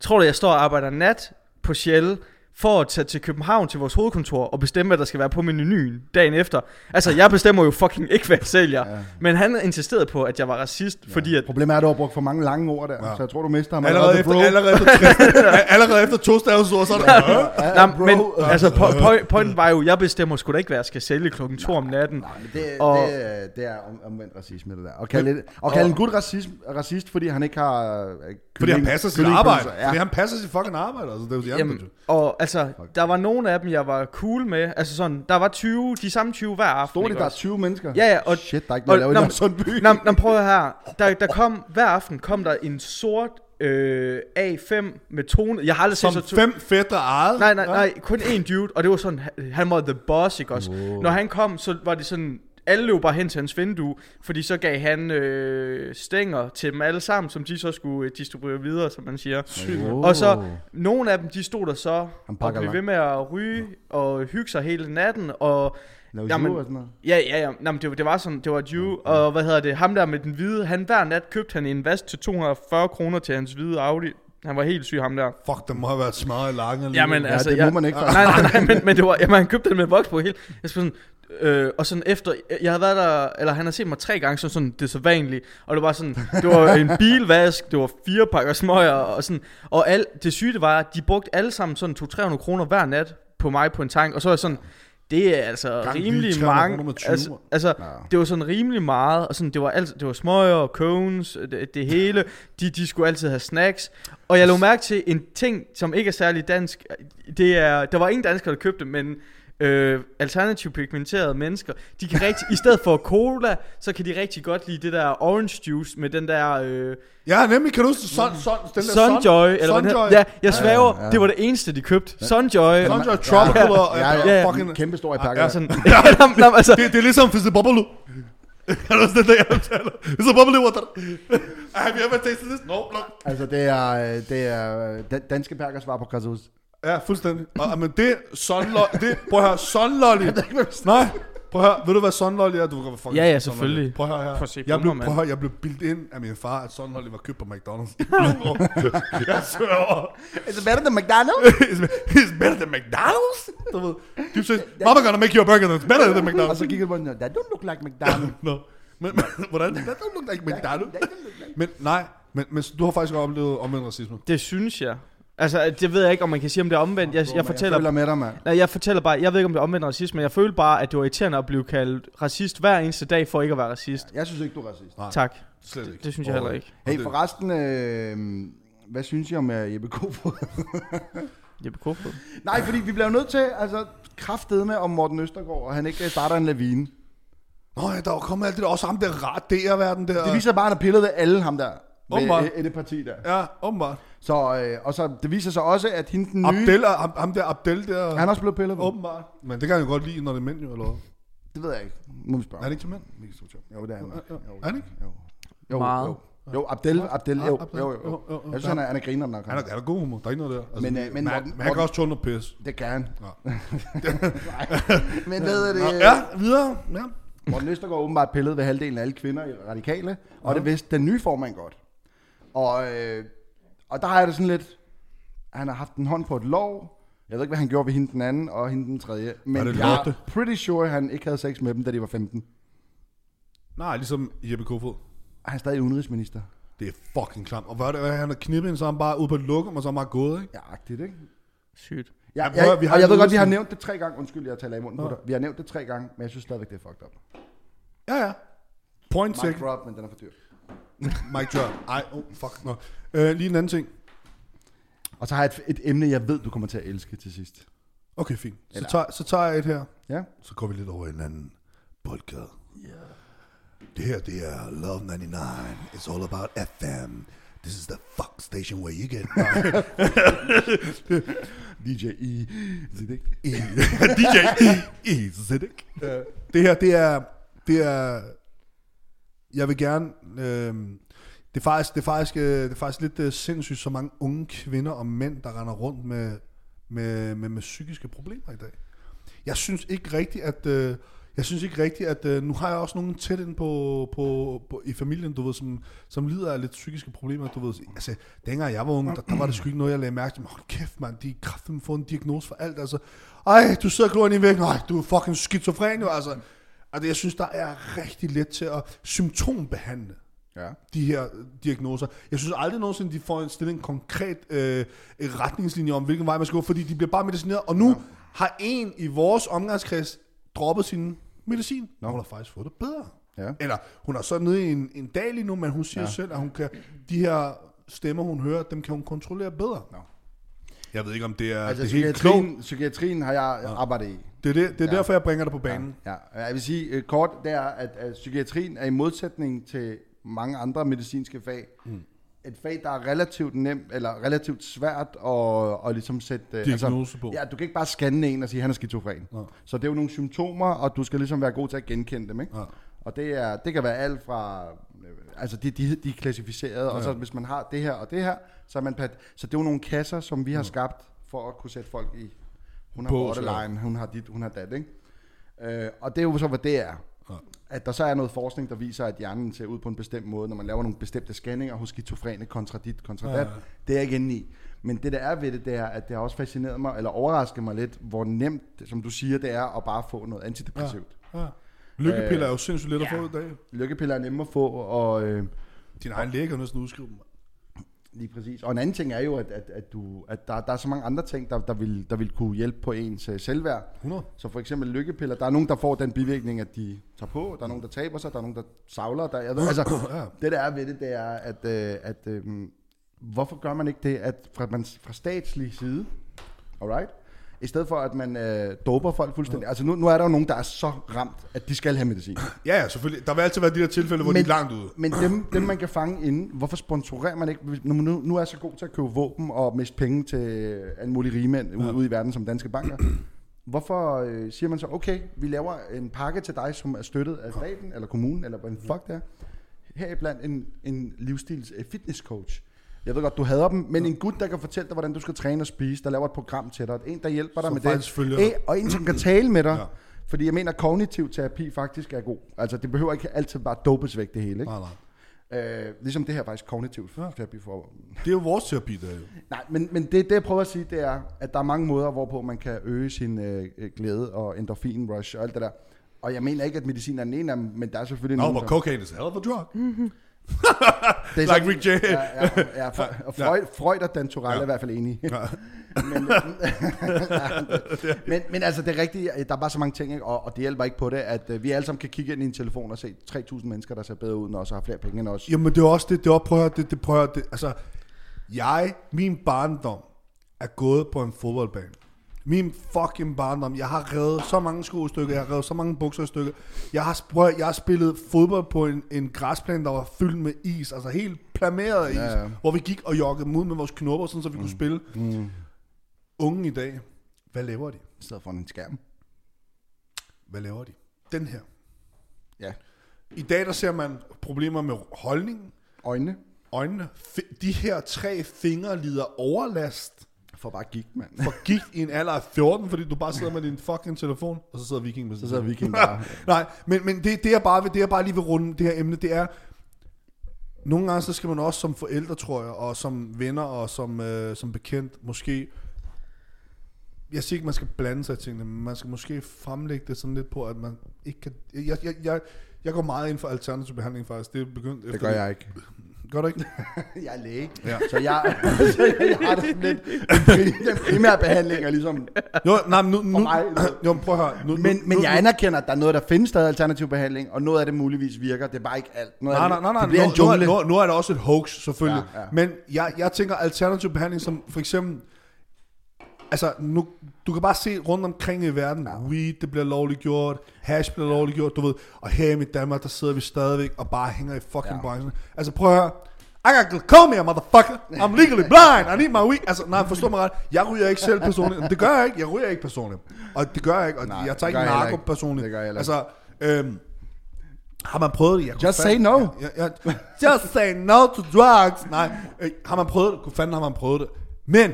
tror du, jeg står og arbejder nat på Shell, for at tage til København til vores hovedkontor og bestemme, hvad der skal være på menuen dagen efter. Altså, jeg bestemmer jo fucking ikke, hvad jeg sælger.
Ja.
Men han insisterede på, at jeg var racist, fordi at...
Problemet er, at du har brugt for mange lange ord der,
Ja.
ja. så jeg tror, du mister ham
allerede, efter,
bro.
allerede, efter, allerede efter to stavsord, så er der...
Ja,
Nej, men
bro. øh,
altså, po- po- pointen var jo, jeg bestemmer sgu da ikke, hvad jeg skal sælge klokken 2 om natten.
Nej, men det,
Og-
og, det, det er om- omvendt racisme, det der. Og kalde, et, og kalde en gut racist, racist, fordi han ikke har... øh,
Fordi han
kylling-
passer sit
kyllingepølser.
arbejde.
Ja.
Fordi han passer sit fucking arbejde. Altså, det er jo de andre.
Jamen, og altså, der var nogle af dem, jeg var cool med. Altså sådan, der var 20, de samme 20 hver aften.
Stod det,
ikke
der er
også?
20 mennesker?
Ja, ja, og-
Shit, der er ikke noget at
og-
lave i
nå,
Nørre Sundby.
Nå, nå, prøv at høre her. Der, der kom, hver aften kom der en sort øh, A5 med tone. Jeg har aldrig
Som
set så...
fem fætter ejet.
Nej, nej, nej, kun én dude, og det var sådan, han- han var the boss, ikke også? Når han kom, så var det sådan, alle løb bare hen til hans vindue, fordi så gav han øh, stænger til dem alle sammen, som de så skulle øh, distribuere videre, som man siger.
Åh.
Og så, nogle af dem, de stod der så
Han
og
pakker
blev ved med at ryge og hygge sig hele natten, og
Lave
Jamen-
jord og sådan noget.
Ja, ja, ja. Nå, men det, var- det var sådan, det var et
Mm,
Jew, og hvad hedder det, ham der med den hvide, han hver nat købte han en vask til 240 kroner til hans hvide Audi. Han var helt syg, ham der.
Fuck, der må have været smart i lange lige.
Jamen,
Ja,
altså,
det må
jeg-
man ikke
Nej, nej, nej, men, men det var, jamen, han købte den med voks på helt. Jeg skulle sådan, øh, og sådan efter, jeg havde været der, eller han har set mig tre gange, så sådan, det er så vanligt. Og det var sådan, det var en bilvask, det var fire pakker smøger, og sådan. Og al, det syge det var, at de brugte alle sammen sådan 200-300 kroner hver nat på mig på en tank. Og så var jeg sådan, det er altså
Gang lige
rimelig
300
mange.
kroner med 20.
Altså, altså
Ja.
det var sådan rimelig meget, og sådan, det var, alt, det var smøger og cones, øh, det, det hele. De, de skulle altid have snacks. Og jeg lå mærke til en ting, som ikke er særlig dansk. Det er, der var ingen danskere, der købte, men øh, alternativt pigmenterede mennesker, de kan rigtig, i stedet for cola, så kan de rigtig godt lide det der orange juice med den der øh,
Ja, nemlig, kan du huske Sun, sun, den der
Sunjoy, eller hvad den hedder.
Sunjoy.
Ja, jeg svæver,
ja, ja.
det var det eneste, de købte. Sunjoy.
Sunjoy Tropical og
Ja, ja,
Ja.
fucking... Kæmpe stor i pakker.
Ja,
Ja,
Sådan, Jamen, jamen, altså,
Det, det er ligesom Fizzy Bobbalu. Kan du huske den der, jeg taler? Fizzy Bobbalu water. Have you ever tasted this? No, no.
Altså, det er, øh, det er øh, dan- danske perker svar på Krasus.
Ja, fuldstændig. Og, og, men det, sunlolly, det, prøv at høre, sunlolly. Nej, prøv at høre, ved du hvad sunlolly er? Du kan godt fucking
Ja, ja,
Sunlolly.
selvfølgelig.
Prøv at høre her.
Prøv at se på
jeg blev,
mig, mand.
prøv at høre, jeg blev bildt ind af min far, at sunlolly var købt på McDonald's. jeg sørger.
Altså,
It's better than McDonald's.
it's, it's better than McDonald's? Du ved, du siger, Mama gonna make you a burger that's better than
og så
McDonald's.
kiggede man, that don't look like McDonald's.
no. Men, men hvordan? That don't look like McDonald's.
That don't look like-
Men nej, men, men du har faktisk oplevet omvendt racisme.
det synes jeg. Altså, det ved jeg ikke, om man kan sige, om det er omvendt. Jeg, jeg
Jeg
fortæller
føler med dig, mand.
Nej, jeg fortæller bare, jeg ved ikke, om det er omvendt racisme, men jeg følte bare, at det var irriterende at blive kaldt racist hver eneste dag for ikke at være racist.
Jeg synes ikke, du er racist.
Ja.
Tak.
Slet ikke.
Det synes jeg heller ikke.
Hey,
det-
forresten, øh, hvad synes I om øh, Jeppe Kofod?
Jeppe Kofod.
Nej, fordi vi bliver jo nødt til, altså, kraftede med om Morten Østergaard, og han ikke øh, starter en lavine.
Nå ja, der var kommet alt det der, også ham der ret DR-verden der.
Det viser bare, at han har pillet ved alle ham der.
Åbenbart.
Med, øh, det parti der.
Ja, åbenbart.
Så, øh, og så det viser sig også, at hende den nye...
Abdel, er- ham, ham der Abdel der,
Han er også blevet pillet ved.
åbenbart. Men det kan jeg jo godt lide, når det er mænd jo, eller hvad?
Det ved jeg ikke. Nu må vi spørge.
Er det ikke til mænd?
Mikkel Stutthoff. Jo, det er han. nok. Jo,
Er han ikke?
Jo. Jo,
Meget.
jo. Jo, Abdel, Abdel, jo,
Abdel.
jo, jo.
Jo, jo,
jo.
jo.
Jeg synes, han er, han er griner nok. altså.
Han er, han er god humor, der er ikke noget der. Altså,
Men, øh, men
man,
Morten-
man, kan
Morten-
også tåle noget pis.
Det kan han.
Nå.
Nej. Men hvad er
Ja,
det?
ja, videre. Ja.
Morten Østergaard åbenbart pillede ved halvdelen af alle kvinder i radikale, og det vidste den nye formand godt. Og, øh, og der har jeg det sådan lidt, han har haft en hånd på et lov, jeg ved ikke, hvad han gjorde ved hende den anden og hende den tredje, men
det
jeg er
lorte?
pretty sure, han ikke havde sex med dem, da de var 15.
Nej, ligesom Jeppe Kofod.
Og Han er stadig udenrigsminister.
Det er fucking klamt. Og hvad er det, hvad, han har knippet hende, så er han bare ude på et lokum, og så er han bare gået, ikke?
Ja, agtigt, ikke?
Sygt.
Ja,
Ja,
jeg,
prøv at høre, vi har
og jeg
en
ved godt, vi har
udsendelse.
nævnt det tre gange. Undskyld, jeg taler i munden på dig. Vi har nævnt det tre gange, men jeg synes stadigvæk, det er fucked up.
Ja, ja. Point
Mic
check.
drop, men den er for dyr.
Mic drop. Ej, oh, fuck. No. Øh, lige en anden ting.
Og så har jeg et, et emne, jeg ved, du kommer til at elske til sidst.
Okay, fint. Så
Eller-
tager, så tager jeg et her.
Ja?
Så går vi lidt over i en anden boldgade. Yeah. Det her, det er Love 99. It's all about FM. This is the fuck station where you get
DJ E. Sig det ikke?
E. DJ E. Zedek. Øh, Det her, det er, det er, jeg vil gerne, øh, det er faktisk, det er faktisk, øh, det er faktisk lidt øh, sindssygt, så mange unge kvinder og mænd, der render rundt med, med, med, med psykiske problemer i dag. Jeg synes ikke rigtigt, at, øh, jeg synes ikke rigtigt, at øh, nu har jeg også nogen tæt ind på, på, på, i familien, du ved, som, som lider af lidt psykiske problemer, du ved. Altså, dengang jeg var ung, der, der var det sgu ikke noget, jeg lagde mærke til. Men Hold kæft, mand, de kraften får en diagnose for alt, altså. Ej, du sidder og glor ind i væggen. Ej, du er fucking skizofren, jo, altså. Altså, jeg synes, der er rigtig let til at symptombehandle
Ja.
de her øh, diagnoser. Jeg synes aldrig nogensinde, de får en stillet en konkret øh, retningslinje om, hvilken vej man skal gå, fordi de bliver bare medicineret. Og nu ja. har en i vores omgangskreds droppet sin medicin. Nå. Hun har faktisk fået det bedre.
Ja.
Eller hun er så nede i en, en dal lige nu, men hun siger ja. selv, at hun kan, de her stemmer, hun hører, dem kan hun kontrollere bedre.
Nå.
Jeg ved ikke, om det er,
Altså,
det er helt klogt.
psykiatrien, psykiatrien har jeg arbejdet i.
Det er, det, det er ja. derfor, jeg bringer det på banen. Ja.
Ja, og jeg vil sige øh,
Hmm.
kort, det er, at, at psykiatrien er i modsætning til mange andre medicinske fag, mm. et fag, der er relativt nemt, eller relativt svært at, at ligesom sætte... øh,
Diagnose på.
Ja, du kan ikke bare scanne en og sige, at han er skizofren.
Nå.
Så det er jo nogle symptomer, og du skal ligesom være god til at genkende dem, ikke?
Ja.
Og det, er, det kan være alt fra... øh, Altså, de, de, de er klassificeret, ja. og så hvis man har det her og det her, så er man... plat- Så det er jo nogle kasser, som
Hmm.
vi har skabt for at kunne sætte folk i. Hun har
Bås,
borderline, hun har dit, hun har dat, ikke? Øh, og det er jo så, hvad det er.
Ja.
At der så er noget forskning, der viser, at hjernen ser ud på en bestemt måde, når man laver nogle bestemte scanninger hos skizofrene kontra dit, kontra
Ja,
dat.
ja.
Det er jeg ikke inde i. Men det, der er ved det, det er, at det har også fascineret mig, eller overrasket mig lidt, hvor nemt, som du siger, det er at bare få noget antidepressivt.
Ja. Øh, Lykkepiller er jo sindssygt let at få i dag.
Ja. Lykkepiller er nemme at få, og øh,
Din egen læge kan næsten udskrive dem.
lige præcis. Og en anden ting er jo, at, at, at, du, at der, der er så mange andre ting, der, der, vil, der vil kunne hjælpe på ens øh, selvværd.
100.
Så for eksempel lykkepiller, der er nogen, der får den bivirkning, at de tager på, der er nogen, der taber sig, der er nogen, der savler. Der, jeg ved, altså,
Ja.
det der er ved det, det er, at, øh, at øh, hvorfor gør man ikke det, at fra, man, fra statslig side, alright, i stedet for, at man øh, doper folk fuldstændig. Altså nu, nu er der jo nogen, der er så ramt, at de skal have medicin.
ja, ja, selvfølgelig. Der vil altid være de der tilfælde, hvor men, de er langt ude.
Men dem, dem, man kan fange inden, hvorfor sponsorerer man ikke? Hvis- Når man nu, nu er så god til at købe våben og miste penge til alle mulige rigmænd ude, ude i verden som danske banker. Hvorfor øh, siger man så, okay, vi laver en pakke til dig, som er støttet af staten eller kommunen, eller hvad en fuck det er. Heriblandt en, en livsstils øh, fitnesscoach. Jeg ved godt, du hader dem, men en gut, der kan fortælle dig, hvordan du skal træne og spise, der laver et program til dig, en, der hjælper dig
Som
med
faktisk
det,
følger
Æ, og en, som kan tale med dig.
Ja.
Ja. Fordi jeg mener, at kognitiv terapi faktisk er god. Altså, det behøver ikke altid bare dopes væk det hele. Ikke?
Nej, nej.
Øh, ligesom det her faktisk kognitiv
Ja.
ja. terapi for.
Det er jo vores terapi, der er jo.
Nej, men, men det, det jeg prøver at sige, det er, at der er mange måder, hvorpå man kan øge sin øh, øh, glæde og endorfin rush og alt det der. Og jeg mener ikke, at medicin er den ene af dem, men der er selvfølgelig
Nå,
nogen,
hvor
der-
cocaine is a hell of a drug.
det er
like
sådan-
Rick James.
Ja, ja, ja, for, og Freud, Freud og Dan Turell
Ja.
er i hvert fald enige.
Ja.
men, men, men altså, det er rigtigt, der er bare så mange ting, ikke? Og, og det hjælper ikke på det, at øh, vi alle sammen kan kigge ind i en telefon og se 3.000 mennesker, der ser bedre ud end os og har flere penge end os.
Jamen det er også det, det opprører, det, det prøver, det, altså, jeg, min barndom er gået på en fodboldbane. Min fucking barndom. Jeg har revet så mange sko i stykker, jeg har revet så mange bukser i stykker. Jeg har, prøv, jeg har spillet fodbold på en, en græsplan, der var fyldt med is, altså helt plameret af is, ja,
Ja,
ja.
ja.
hvor vi gik og joggede dem ud med vores knopper, sådan, så vi mm. kunne spille. Mm. Unge i dag, hvad laver de?
I stedet for en skærm.
Hvad laver de? Den her.
Ja.
I dag, der ser man problemer med holdningen,
Øjnene
øjnene. Fi- De her tre fingre lider overlast
får bare gik, mand.
for gigt i en alder af 14, fordi du bare sidder med din fucking telefon, og så sidder viking med sin
Så sidder
telefon.
viking bare.
Nej, men, men det, det, jeg bare vil, det jeg bare lige vil runde det her emne, det er, nogle gange så skal man også som forældre, tror jeg, og som venner og som, øh, som bekendt, måske, jeg siger ikke, man skal blande sig i tingene, men man skal måske fremlægge det sådan lidt på, at man ikke kan, jeg, jeg, jeg, jeg går meget ind for alternativ behandling faktisk, det er begyndt efter
Det gør jeg ikke.
Gør du ikke?
Jeg er læge,
Ja.
ja. så, jeg, så jeg har det sådan lidt. Den pri- Den primære behandling er ligesom...
Jo, nej, men nu, nu,
mig.
jo, men prøv at høre. Nu, nu,
Men, men
nu,
jeg anerkender, at der er noget, der findes stadig alternativ behandling, og noget af det muligvis virker. Det er bare ikke alt. Noget
Nej,
af
nej,
det,
nej, nej.
det bliver en
Nu,
jungle.
nu, nu, nu er der også et hoax, selvfølgelig. Ja,
Ja,
ja.
ja.
Men jeg, jeg tænker alternativ behandling, som for eksempel... Altså, nu, du kan bare se rundt omkring i verden, ja. weed, det bliver lovligt gjort, hash bliver lovligt gjort, du ved. Og her i Danmark, der sidder vi stadigvæk og bare hænger i fucking ja.
Ja.
branchen. Altså, prøv at høre. I got glaucoma, motherfucker. I'm legally blind. I need my weed. Altså, nej, forstå mig ret. Jeg ryger ikke selv personligt. Det gør jeg ikke. Jeg ryger ikke personligt. Og det gør jeg ikke. Og nej,
Nej,
jeg
det
tager ikke
gør jeg heller
narko
ikke.
personligt.
Det gør jeg heller
Altså, øhm, har man prøvet det? Jeg kunne
Just
fandme-
say no.
Ja, ja, ja. Just say no to drugs. Nej, øh, har man prøvet det? Kunne fanden har man prøvet det? Men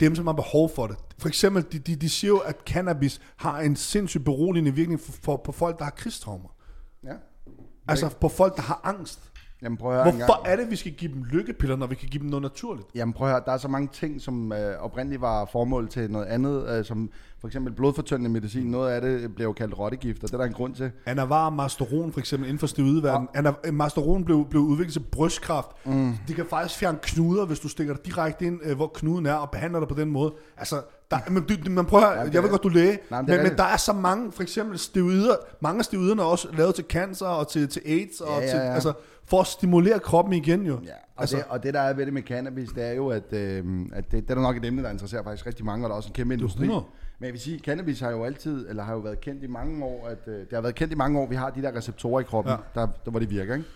dem, som har behov for det. For eksempel, de, de, de siger jo, at cannabis har en sindssygt beroligende virkning for, for, på folk, der har krigstraumer.
Ja.
Altså på folk, der har angst.
Jamen prøv at høre engang.
Hvorfor er det, vi skal give dem lykkepiller, når vi kan give dem noget naturligt?
Jamen prøv at høre, der er så mange ting, som øh, oprindeligt var formål til noget andet, øh, som for eksempel blodfortyndende medicin. Noget af det bliver jo kaldt rottegift, og det er der en grund til.
Anavar Masteron for eksempel inden for steroidverden. Ja. Masteron blev, blev udviklet til brystkræft. Mm. Det kan faktisk fjerne knuder, hvis du stikker dig direkte ind, øh, hvor knuden er, og behandler dig på den måde. Altså, der, men du, man prøver, ja,
det
jeg ved
er-
godt, du er læge,
Nej, men
men,
det er
men,
rigtigt.
der er så mange, for eksempel steroider, mange af steroiderne er også lavet til cancer og til, til AIDS, og
Ja, ja,
til,
ja.
altså, for at stimulere kroppen igen jo.
Ja, og, altså,
altså,
det, og det der er ved det med cannabis, det er jo, at, øh, at det, det er nok et emne, der interesserer faktisk rigtig mange, og der er også en kæmpe industri.
100.
Men jeg vil sige, cannabis har jo altid, eller har jo været kendt i mange år, at øh, det har været kendt i mange år, vi har de der receptorer i kroppen, ja.
Ja.
der, der, hvor det virker, ikke?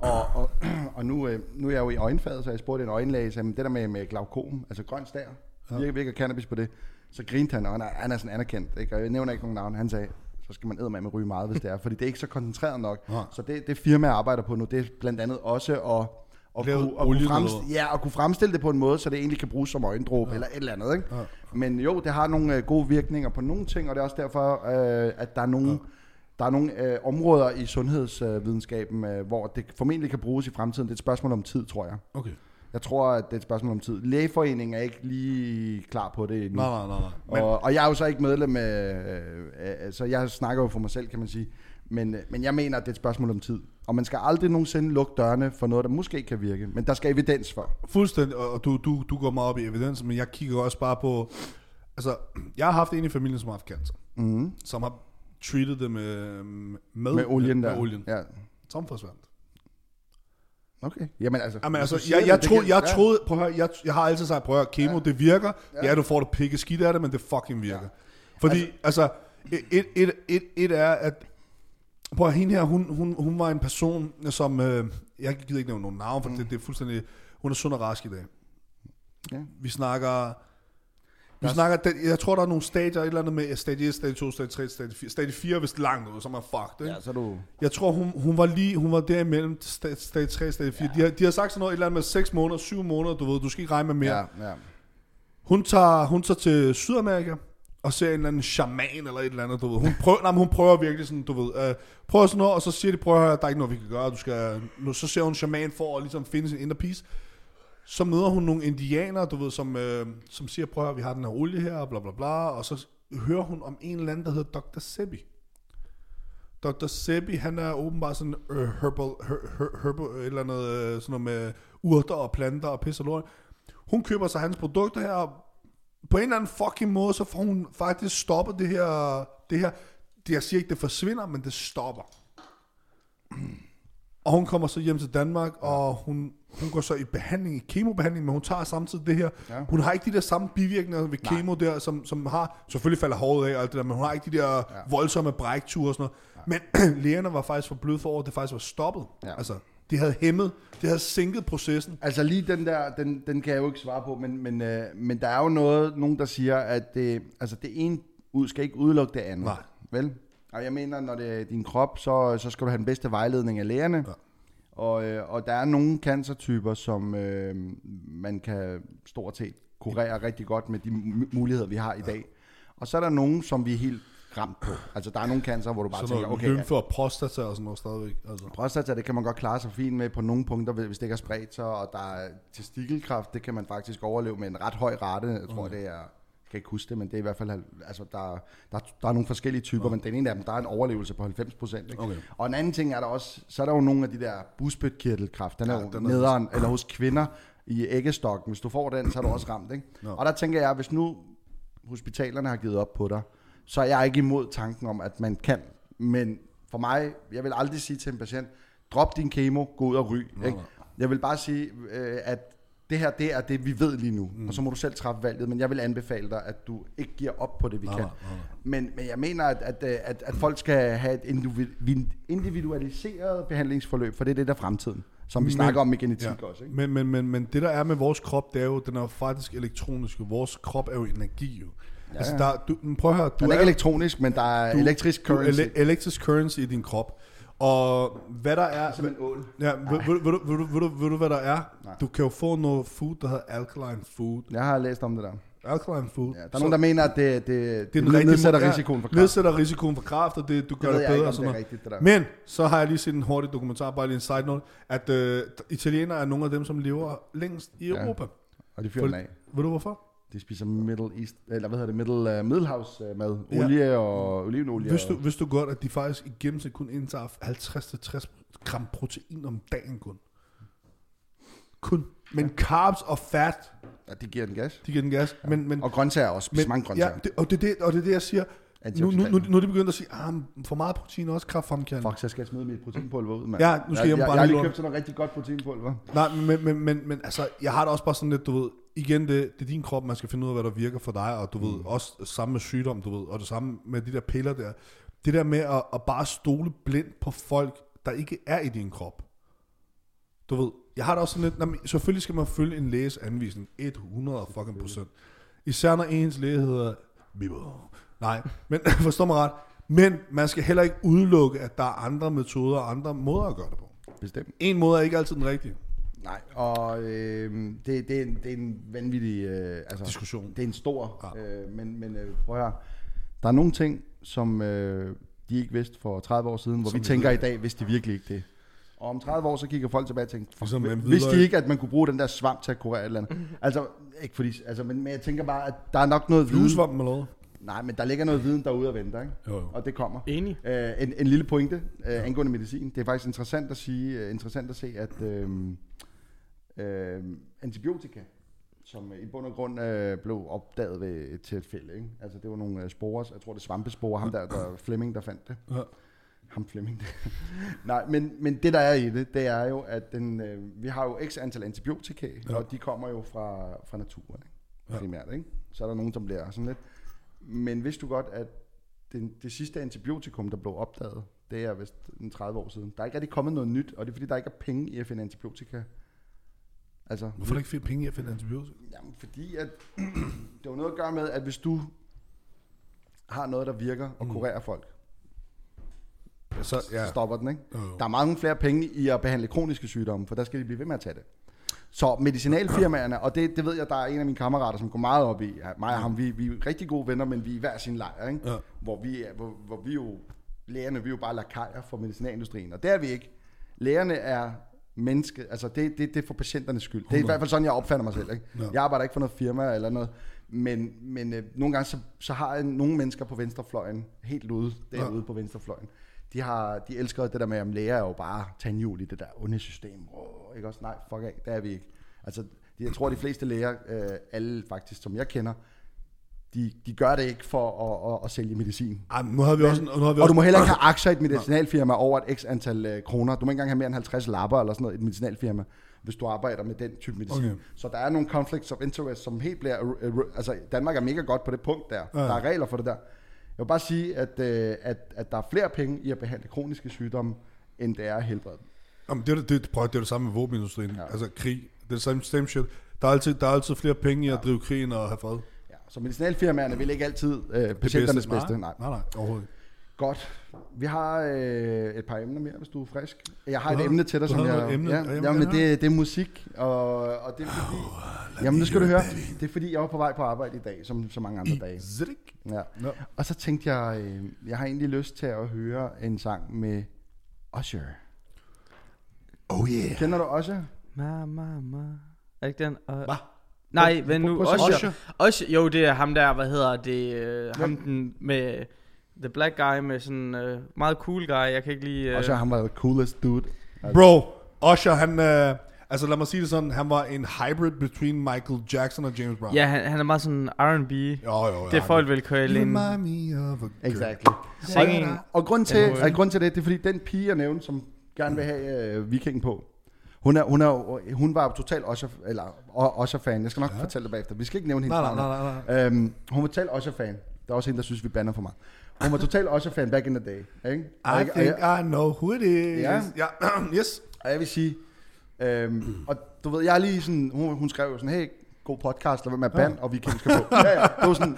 Og, og, og nu, øh, nu er jeg jo i øjenfaget, så jeg spurgte en øjenlæge, sagde, "Men det der med, med glaukom, altså grøn stær, virker, virker cannabis på det? Så grinte han, og han er, han er sådan anerkendt, ikke? og jeg nævner ikke nogen navn, han sagde, så skal man eddermame ryge meget, hvis det er, fordi det er ikke så koncentreret nok.
Nej.
Så det, det firma, jeg arbejder på nu, det er blandt andet også at, at,
Lave
kunne, at, kunne
olien eller
fremst-
hvad?
ja, at kunne fremstille det på en måde, så det egentlig kan bruges som øjendråbe ja. eller et eller andet. Ikke? Ja. Men jo, det har nogle øh, gode virkninger på nogle ting, og det er også derfor, øh, at der er nogle... Ja. Der er nogle øh, områder i sundhedsvidenskaben, øh, hvor det formentlig kan bruges i fremtiden. Det er et spørgsmål om tid, tror jeg.
Okay.
Jeg tror, at det er et spørgsmål om tid. Lægeforeningen er ikke lige klar på det endnu.
Nej, nej, nej, nej. Men,
Og, og jeg er jo så ikke medlem af, øh, øh, så jeg snakker jo for mig selv, kan man sige. Men, øh, men jeg mener, at det er et spørgsmål om tid. Og man skal aldrig nogensinde lukke dørene for noget, der måske kan virke. Men der skal evidens for.
Fuldstændig, og og du, du, du går meget op i evidens, men jeg kigger også bare på... Altså, jeg har haft en i familien, som har haft cancer,
Mm.
som har treated det med, med,
Med olien
med,
der.
med olien. Ja.
Ja.
Som forsvandt.
Okay. Jamen altså.
Jamen
hvis du
altså,
siger
jeg,
det,
jeg,
det
troede,
kan-
jeg
ja.
troede, prøv at høre, jeg, jeg har altid sagt, prøv at høre, kemo, det virker. Ja. ja, du får det pikke skidt af det, men det fucking virker. Ja. Fordi, altså, altså et, et, et, et er, at Prøv at høre, hende her, hun, hun, hun var en person, som... Øh, jeg gider ikke nævne nogen navn, for mm. det, det er fuldstændig... Hun er sund og rask i dag.
Ja.
Vi snakker... Vi snakker, den, jeg tror, der er nogle stadier, et eller andet med stadie 1, stadie 2, stadie 3, stadie 4. Stadie 4 er vist langt ud, så er man fucked, ikke?
Ja, så er du...
Jeg tror, hun, hun var lige, hun var derimellem stadie 3 og stadie 4. Ja. De, har, de har sagt sådan noget, et eller andet med 6 måneder, 7 måneder, du ved, du skal ikke regne med mere. Ja.
Ja, ja.
Hun, tager, hun tager til Sydamerika og ser en eller anden shaman eller et eller andet, du ved. Hun prøver, nej, men hun prøver virkelig sådan, du ved, øh, prøver sådan noget, og så siger de, prøv at høre, der er ikke noget, vi kan gøre, du skal, nu, så ser hun en shaman for at ligesom finde sin inner peace. Så møder hun nogle indianere, du ved, som, øh, som siger, prøv at høre, vi har den her olie her, og bla bla bla, og så hører hun om en eller anden, der hedder Dr. Sebi. Dr. Sebi, han er åbenbart sådan øh, herbal, her, her, herbal, et eller andet, øh, sådan noget med urter og planter og pis og lort. Hun køber sig hans produkter her, og på en eller anden fucking måde, så får hun faktisk stoppet det her, det her, det, jeg siger ikke, det forsvinder, men det stopper. Og hun kommer så hjem til Danmark, og hun, hun går så i behandling, i kemobehandling, men hun tager samtidig det her. Ja.
Ja.
Hun har ikke de der samme bivirkninger ved kemo der, som, som har, selvfølgelig falder håret af og alt det der, men hun har ikke de der ja. voldsomme brækture og sådan noget. Ja. Men lægerne var faktisk for bløde for, at det faktisk var stoppet. Ja.
Ja.
Altså, det havde hæmmet, det havde sænket processen.
Altså lige den der, den, den kan jeg jo ikke svare på, men, men, øh, men der er jo noget, nogen der siger, at det, altså det ene ud, skal ikke udelukke det andet.
Nej.
Vel? Og jeg mener, når det er din krop, så, så skal du have den bedste vejledning af lægerne.
Ja.
Ja. Og, øh, og der er nogle cancertyper, som øh, man kan stort set kurere rigtig godt med de mu- muligheder, vi har i dag. Og så er der nogen, som vi er helt ramt på. Altså der er nogle cancer, hvor du bare
Sådan
tænker,
noget
okay,
lymfe og prostata og sådan noget stadigvæk. Altså.
Prostata, det kan man godt klare sig fint med på nogle punkter, hvis det ikke er spredt sig, og der er testikelkræft, det kan man faktisk overleve med en ret høj rate. Jeg tror, det er, jeg kan ikke huske det, men det er i hvert fald, halv- altså der, der, der er nogle forskellige typer, men den ene af dem, der er en overlevelse på 90 procent.
Okay.
Og en anden ting er der også, så er der jo nogle af de der busbødkirtelkræft, den er
Ja,
jo
den er-
nederen, eller hos kvinder i æggestokken. Hvis du får den, så er du også ramt, ikke?
Nå.
Og der tænker jeg, hvis nu hospitalerne har givet op på dig, så er jeg ikke imod tanken om, at man kan. Men for mig, jeg vil aldrig sige til en patient, drop din kemo, gå ud og ryg. Ikke? Jeg vil bare sige, øh, at det her, det er det, vi ved lige nu. Mm. Og så må du selv træffe valget, men jeg vil anbefale dig, at du ikke giver op på det, vi
Nej,
kan.
nej, nej, nej.
Men, men jeg mener, at, at, øh, at, at folk skal have et individ- individualiseret behandlingsforløb, for det er det, der er fremtiden. Som vi
Men-
snakker om med genetik
Ja.
ja. også. Ikke?
Men, men, men, men det der er med vores krop, det er jo, den er jo faktisk elektronisk. jo. Vores krop er jo energi jo. Ja, altså,
ja.
der, er- du, men prøv at høre, du
Den er ikke
jo-
elektronisk, men der er
du-
elektrisk
du er
currency.
ele- elektrisk currency i din krop. Og hvad der er...
Som en ål.
Ja, ved, ved, ved, du- ved, du- ved, du- ved du, hvad der er? Nej.
Altså, Nej.
Du kan jo få noget food, der hedder alkaline food.
Jeg har læst om det der.
Alkaline food.
Ja, der er nogen, der mener, at det, det,
det
det,
er den rigtige
nedsætter
måde- ja,
risikoen for kræft.
Nedsætter risikoen for kræft, og det, du gør
ved
det,
jeg
bedre.
ikke, om
og sådan
det er
noget.
rigtigt, det der.
Men så har jeg lige set en hurtig dokumentar, bare lige en side note, at øh, italienere er nogle af dem, som lever længst i
Ja.
Europa.
Og de fyrer den
For-
af.
Ved du hvorfor?
De spiser Middle East, eller hvad hedder det, Middle, uh, Middelhavsmad.
Ja.
Olie og olivenolie.
Vidste
og-
du, vidste du godt, at de faktisk i gennemsnit kun indtager 50-60 gram protein om dagen kun? Kun. Men carbs og fat,
Ja, det giver den gas.
de giver den gas. Ja. Men, men,
Og grøntager også. Spiser
men,
mange grøntsager.
Ja, det, og, det er det, og det er det, jeg siger. Nu, nu, nu, nu er de begyndt at sige, ah, men for meget protein er også kræftfremkaldende.
Fuck, så skal jeg smide mit proteinpulver ud, mand.
Ja, nu skal
jeg,
jeg
jeg,
brænde
jeg har lige
lort.
købt sådan noget rigtig godt proteinpulver.
Nej, men, men, men, men altså, jeg har det også bare sådan lidt, du ved, igen, det, det er din krop, man skal finde ud af, hvad der virker for dig, og du mm. ved, også samme med sygdom, du ved, og det samme med de der piller der. Det der med at, at bare stole blindt på folk, der ikke er i din krop. Du ved, jeg har det også sådan lidt, jamen, selvfølgelig skal man følge en læges anvisning 100 fucking procent. Især når ens læge hedder Bibber. Nej, men forstår mig ret. Men man skal heller ikke udelukke, at der er andre metoder og andre måder at gøre det på.
Bestemt.
En måde er ikke altid den rigtige.
Nej, og øh, det, det, er en, det er en vanvittig... Øh, altså,
Diskussion.
Det er en stor...
Ja.
Øh, men men øh, prøv at høre. Der er nogle ting, som øh, de ikke vidste for 30 år siden, hvor
Som
vi
vi
tænker
ved.
i dag, hvis de virkelig ikke det. Og om 30 år, så kigger folk tilbage og tænker, fuck,
Ligesom med en
hvis de
hvidløg.
ikke, at man kunne bruge den der svamp til at kurere et eller andet. altså, ikke fordi, altså, men, men jeg tænker bare, at der er nok noget viden.
Fluesvampen eller noget?
Nej, men der ligger noget viden derude og venter, ikke?
Jo, jo.
Og det kommer.
Enig.
Øh, en, en lille pointe øh, angående medicin. Det er faktisk interessant at sige, øh, interessant at se, at øh, øh, antibiotika, som i bund og grund øh, blev opdaget ved et tilfælde, ikke? altså det var nogle øh, sporer, jeg tror det er svampesporer, ham der, der Flemming, der fandt det.
Ja.
Ham Flemming. Nej, men, men det der er i det, det er jo, at den, øh, vi har jo x antal antibiotika, ja. og de kommer jo fra, fra naturen, ikke? primært. Ikke? Så er der nogen, som bliver sådan lidt. Men vidste du godt, at den, det sidste antibiotikum, der blev opdaget, det er vist en 30 år siden. Der er ikke rigtig kommet noget nyt, og det er fordi, der ikke er penge i at finde antibiotika. Altså,
Hvorfor er der ikke flere penge i at finde antibiotika?
Jamen, fordi at, det har noget at gøre med, at hvis du har noget, der virker og kurerer folk,
Så, Mm. ja.
så stopper den, ikke?
Jo, jo.
Der er mange flere penge i at behandle kroniske sygdomme, for der skal de blive ved med at tage det. Så medicinalfirmaerne, og det, det ved jeg, der er en af mine kammerater, som går meget op i, at mig og ham, vi, vi er rigtig gode venner, men vi er i hver sin lejr, ikke?
Ja.
Hvor, vi er, hvor, hvor vi jo, lægerne, vi er jo bare lakajer for medicinalindustrien, og det er vi ikke. Lægerne er menneske, altså det, det, det er for patienternes skyld. Det er i hvert fald sådan, jeg opfatter mig selv. Ikke?
Ja.
Jeg arbejder ikke for noget firma eller noget, men, men øh, nogle gange, så, så har jeg nogle mennesker på venstrefløjen, helt ude, derude på venstrefløjen, de, har, de elsker det der med, at læger er jo bare tandhjul i det der onde system. Oh, ikke også? Nej, fuck af, det er vi ikke. Altså, de, jeg tror, de fleste læger, øh, alle faktisk, som jeg kender, de, de gør det ikke for at, at, at sælge medicin.
Ej, men nu har vi også... Nu har vi
Og du
også,
må heller ikke have aktier i et medicinalfirma over et x antal øh, kroner. Du må ikke engang have mere end 50 lapper eller sådan noget i et medicinalfirma, hvis du arbejder med den type medicin.
Okay.
Okay. Så der er nogle conflicts of interest, som helt bliver... Øh, øh, altså, Danmark er mega godt på det punkt der.
Ja.
Ja. Der er regler for det der. Jeg vil bare sige, at, øh, at, at der er flere penge i at behandle kroniske sygdomme, end det er at helbrede dem.
Jamen, det, er, det, det, prøv, at- det er det samme med våbenindustrien. Ja. Altså krig. Det er det samme, same shit. Der er, altid, der er altid flere penge i at drive krigen og have fred. Det
Ja. Så medicinalfirmaerne vil ikke altid øh, patienternes bedste. bedste. Nej.
Nej, nej, overhovedet ikke.
Godt. Vi har øh, et par emner mere, hvis du er frisk. Jeg har
Du
et
har-
emne til
du
dig, som
har
jeg...
noget emne? Ja,
Ja,
jamen,
jamen,
ja.
det, det er musik, og, og det er fordi... Oh, jamen, nu skal du høre. Det er fordi, jeg var på vej på arbejde i dag, som så mange andre dage.
Zrik.
Ja.
Nå.
Og så tænkte jeg, øh, jeg har egentlig lyst til at høre en sang med Usher.
Oh yeah.
Kender du Usher?
Ma, ma, ma. Er det ikke den? Uh...
Hvad?
Nej, men nu,
prøv at sige
Osher. Osher. Jo, det er ham der, hvad hedder det? Uh, ham den med... The black guy med sådan øh, meget cool guy. Jeg kan ikke lige... øh,
Usher, han var the coolest dude.
Bro, Usher, han... Øh, altså lad mig sige det sådan, han var en hybrid between Michael Jackson og James Brown.
Ja, han, han er meget sådan R&B.
Jo, jo, jo.
Det er folk vel køle
You
ind.
remind me of a girl.
Exactly.
Singing.
Og, og grund til,
Ja,
at grund til det, det er fordi den pige, jeg nævnte, som gerne vil have øh, viking på, hun, er, hun, er, jo- hun var jo totalt Osher, eller, o- Osher-fan. Jeg skal nok ja. fortælle det bagefter. Vi skal ikke nævne hendes
Nej, nej,
navn.
nej, nej,
Øhm, hun var totalt Osher-fan. Der er også en, der synes, vi bander for meget. Hun var totalt Osher-fan back in the day. Ikke? Og,
I
jeg- og,
think
jeg,
I know who it is.
Ja.
ja. yes.
og jeg vil sige, øhm, og du ved, jeg er lige sådan, hun, hun skrev jo sådan, hey, god podcast, lad være med at bande, og viking skal på. Ja, ja, det var sådan,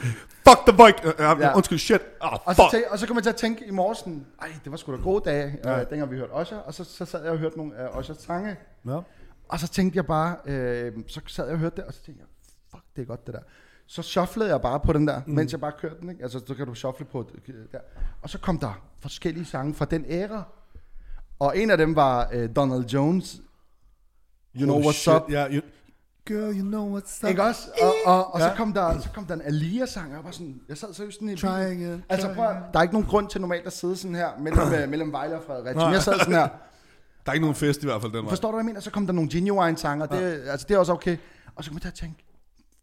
Fuck the bike. Uh,
Ja.
uh, undskyld, shit. Ah,
Og så,
fuck.
tæ- og så kom jeg til at tænke i morges, sådan, ej, det var sgu da gode dage, ja.
Ja.
øh, dengang vi hørte Osher, og så, så sad jeg og hørte nogle af Oshers sange,
Nå.
og så tænkte jeg bare, øh, så sad jeg og hørte det, og så tænkte jeg, fuck, det er godt det der. Så shufflede jeg bare på den der, mm. mens jeg bare kørte den, ikke? altså så kan du shuffle på det, øh, der. Og så kom der forskellige sange fra den æra, og en af dem var øh, Donald Jones, You Know
Oh,
What's
shit.
Up,
Ja, you, girl, you know what's up.
ikke også? Og, og, og ja.
Ja.
så, kom der, så kom der en Alia-sang, og jeg var sådan, jeg sad seriøst sådan i bilen.
Try again,
Altså
try
prøv, at- der er ikke nogen grund til normalt at sidde sådan her mellem, øh, mellem Vejle og Fredericia.
Nej.
Men jeg sad sådan her.
Der er ikke nogen fest i hvert fald den vej.
Forstår du, hvad jeg mener? Så kom der nogle Genuine-sanger, det, altså, det er også okay. Og så kom jeg til at tænke,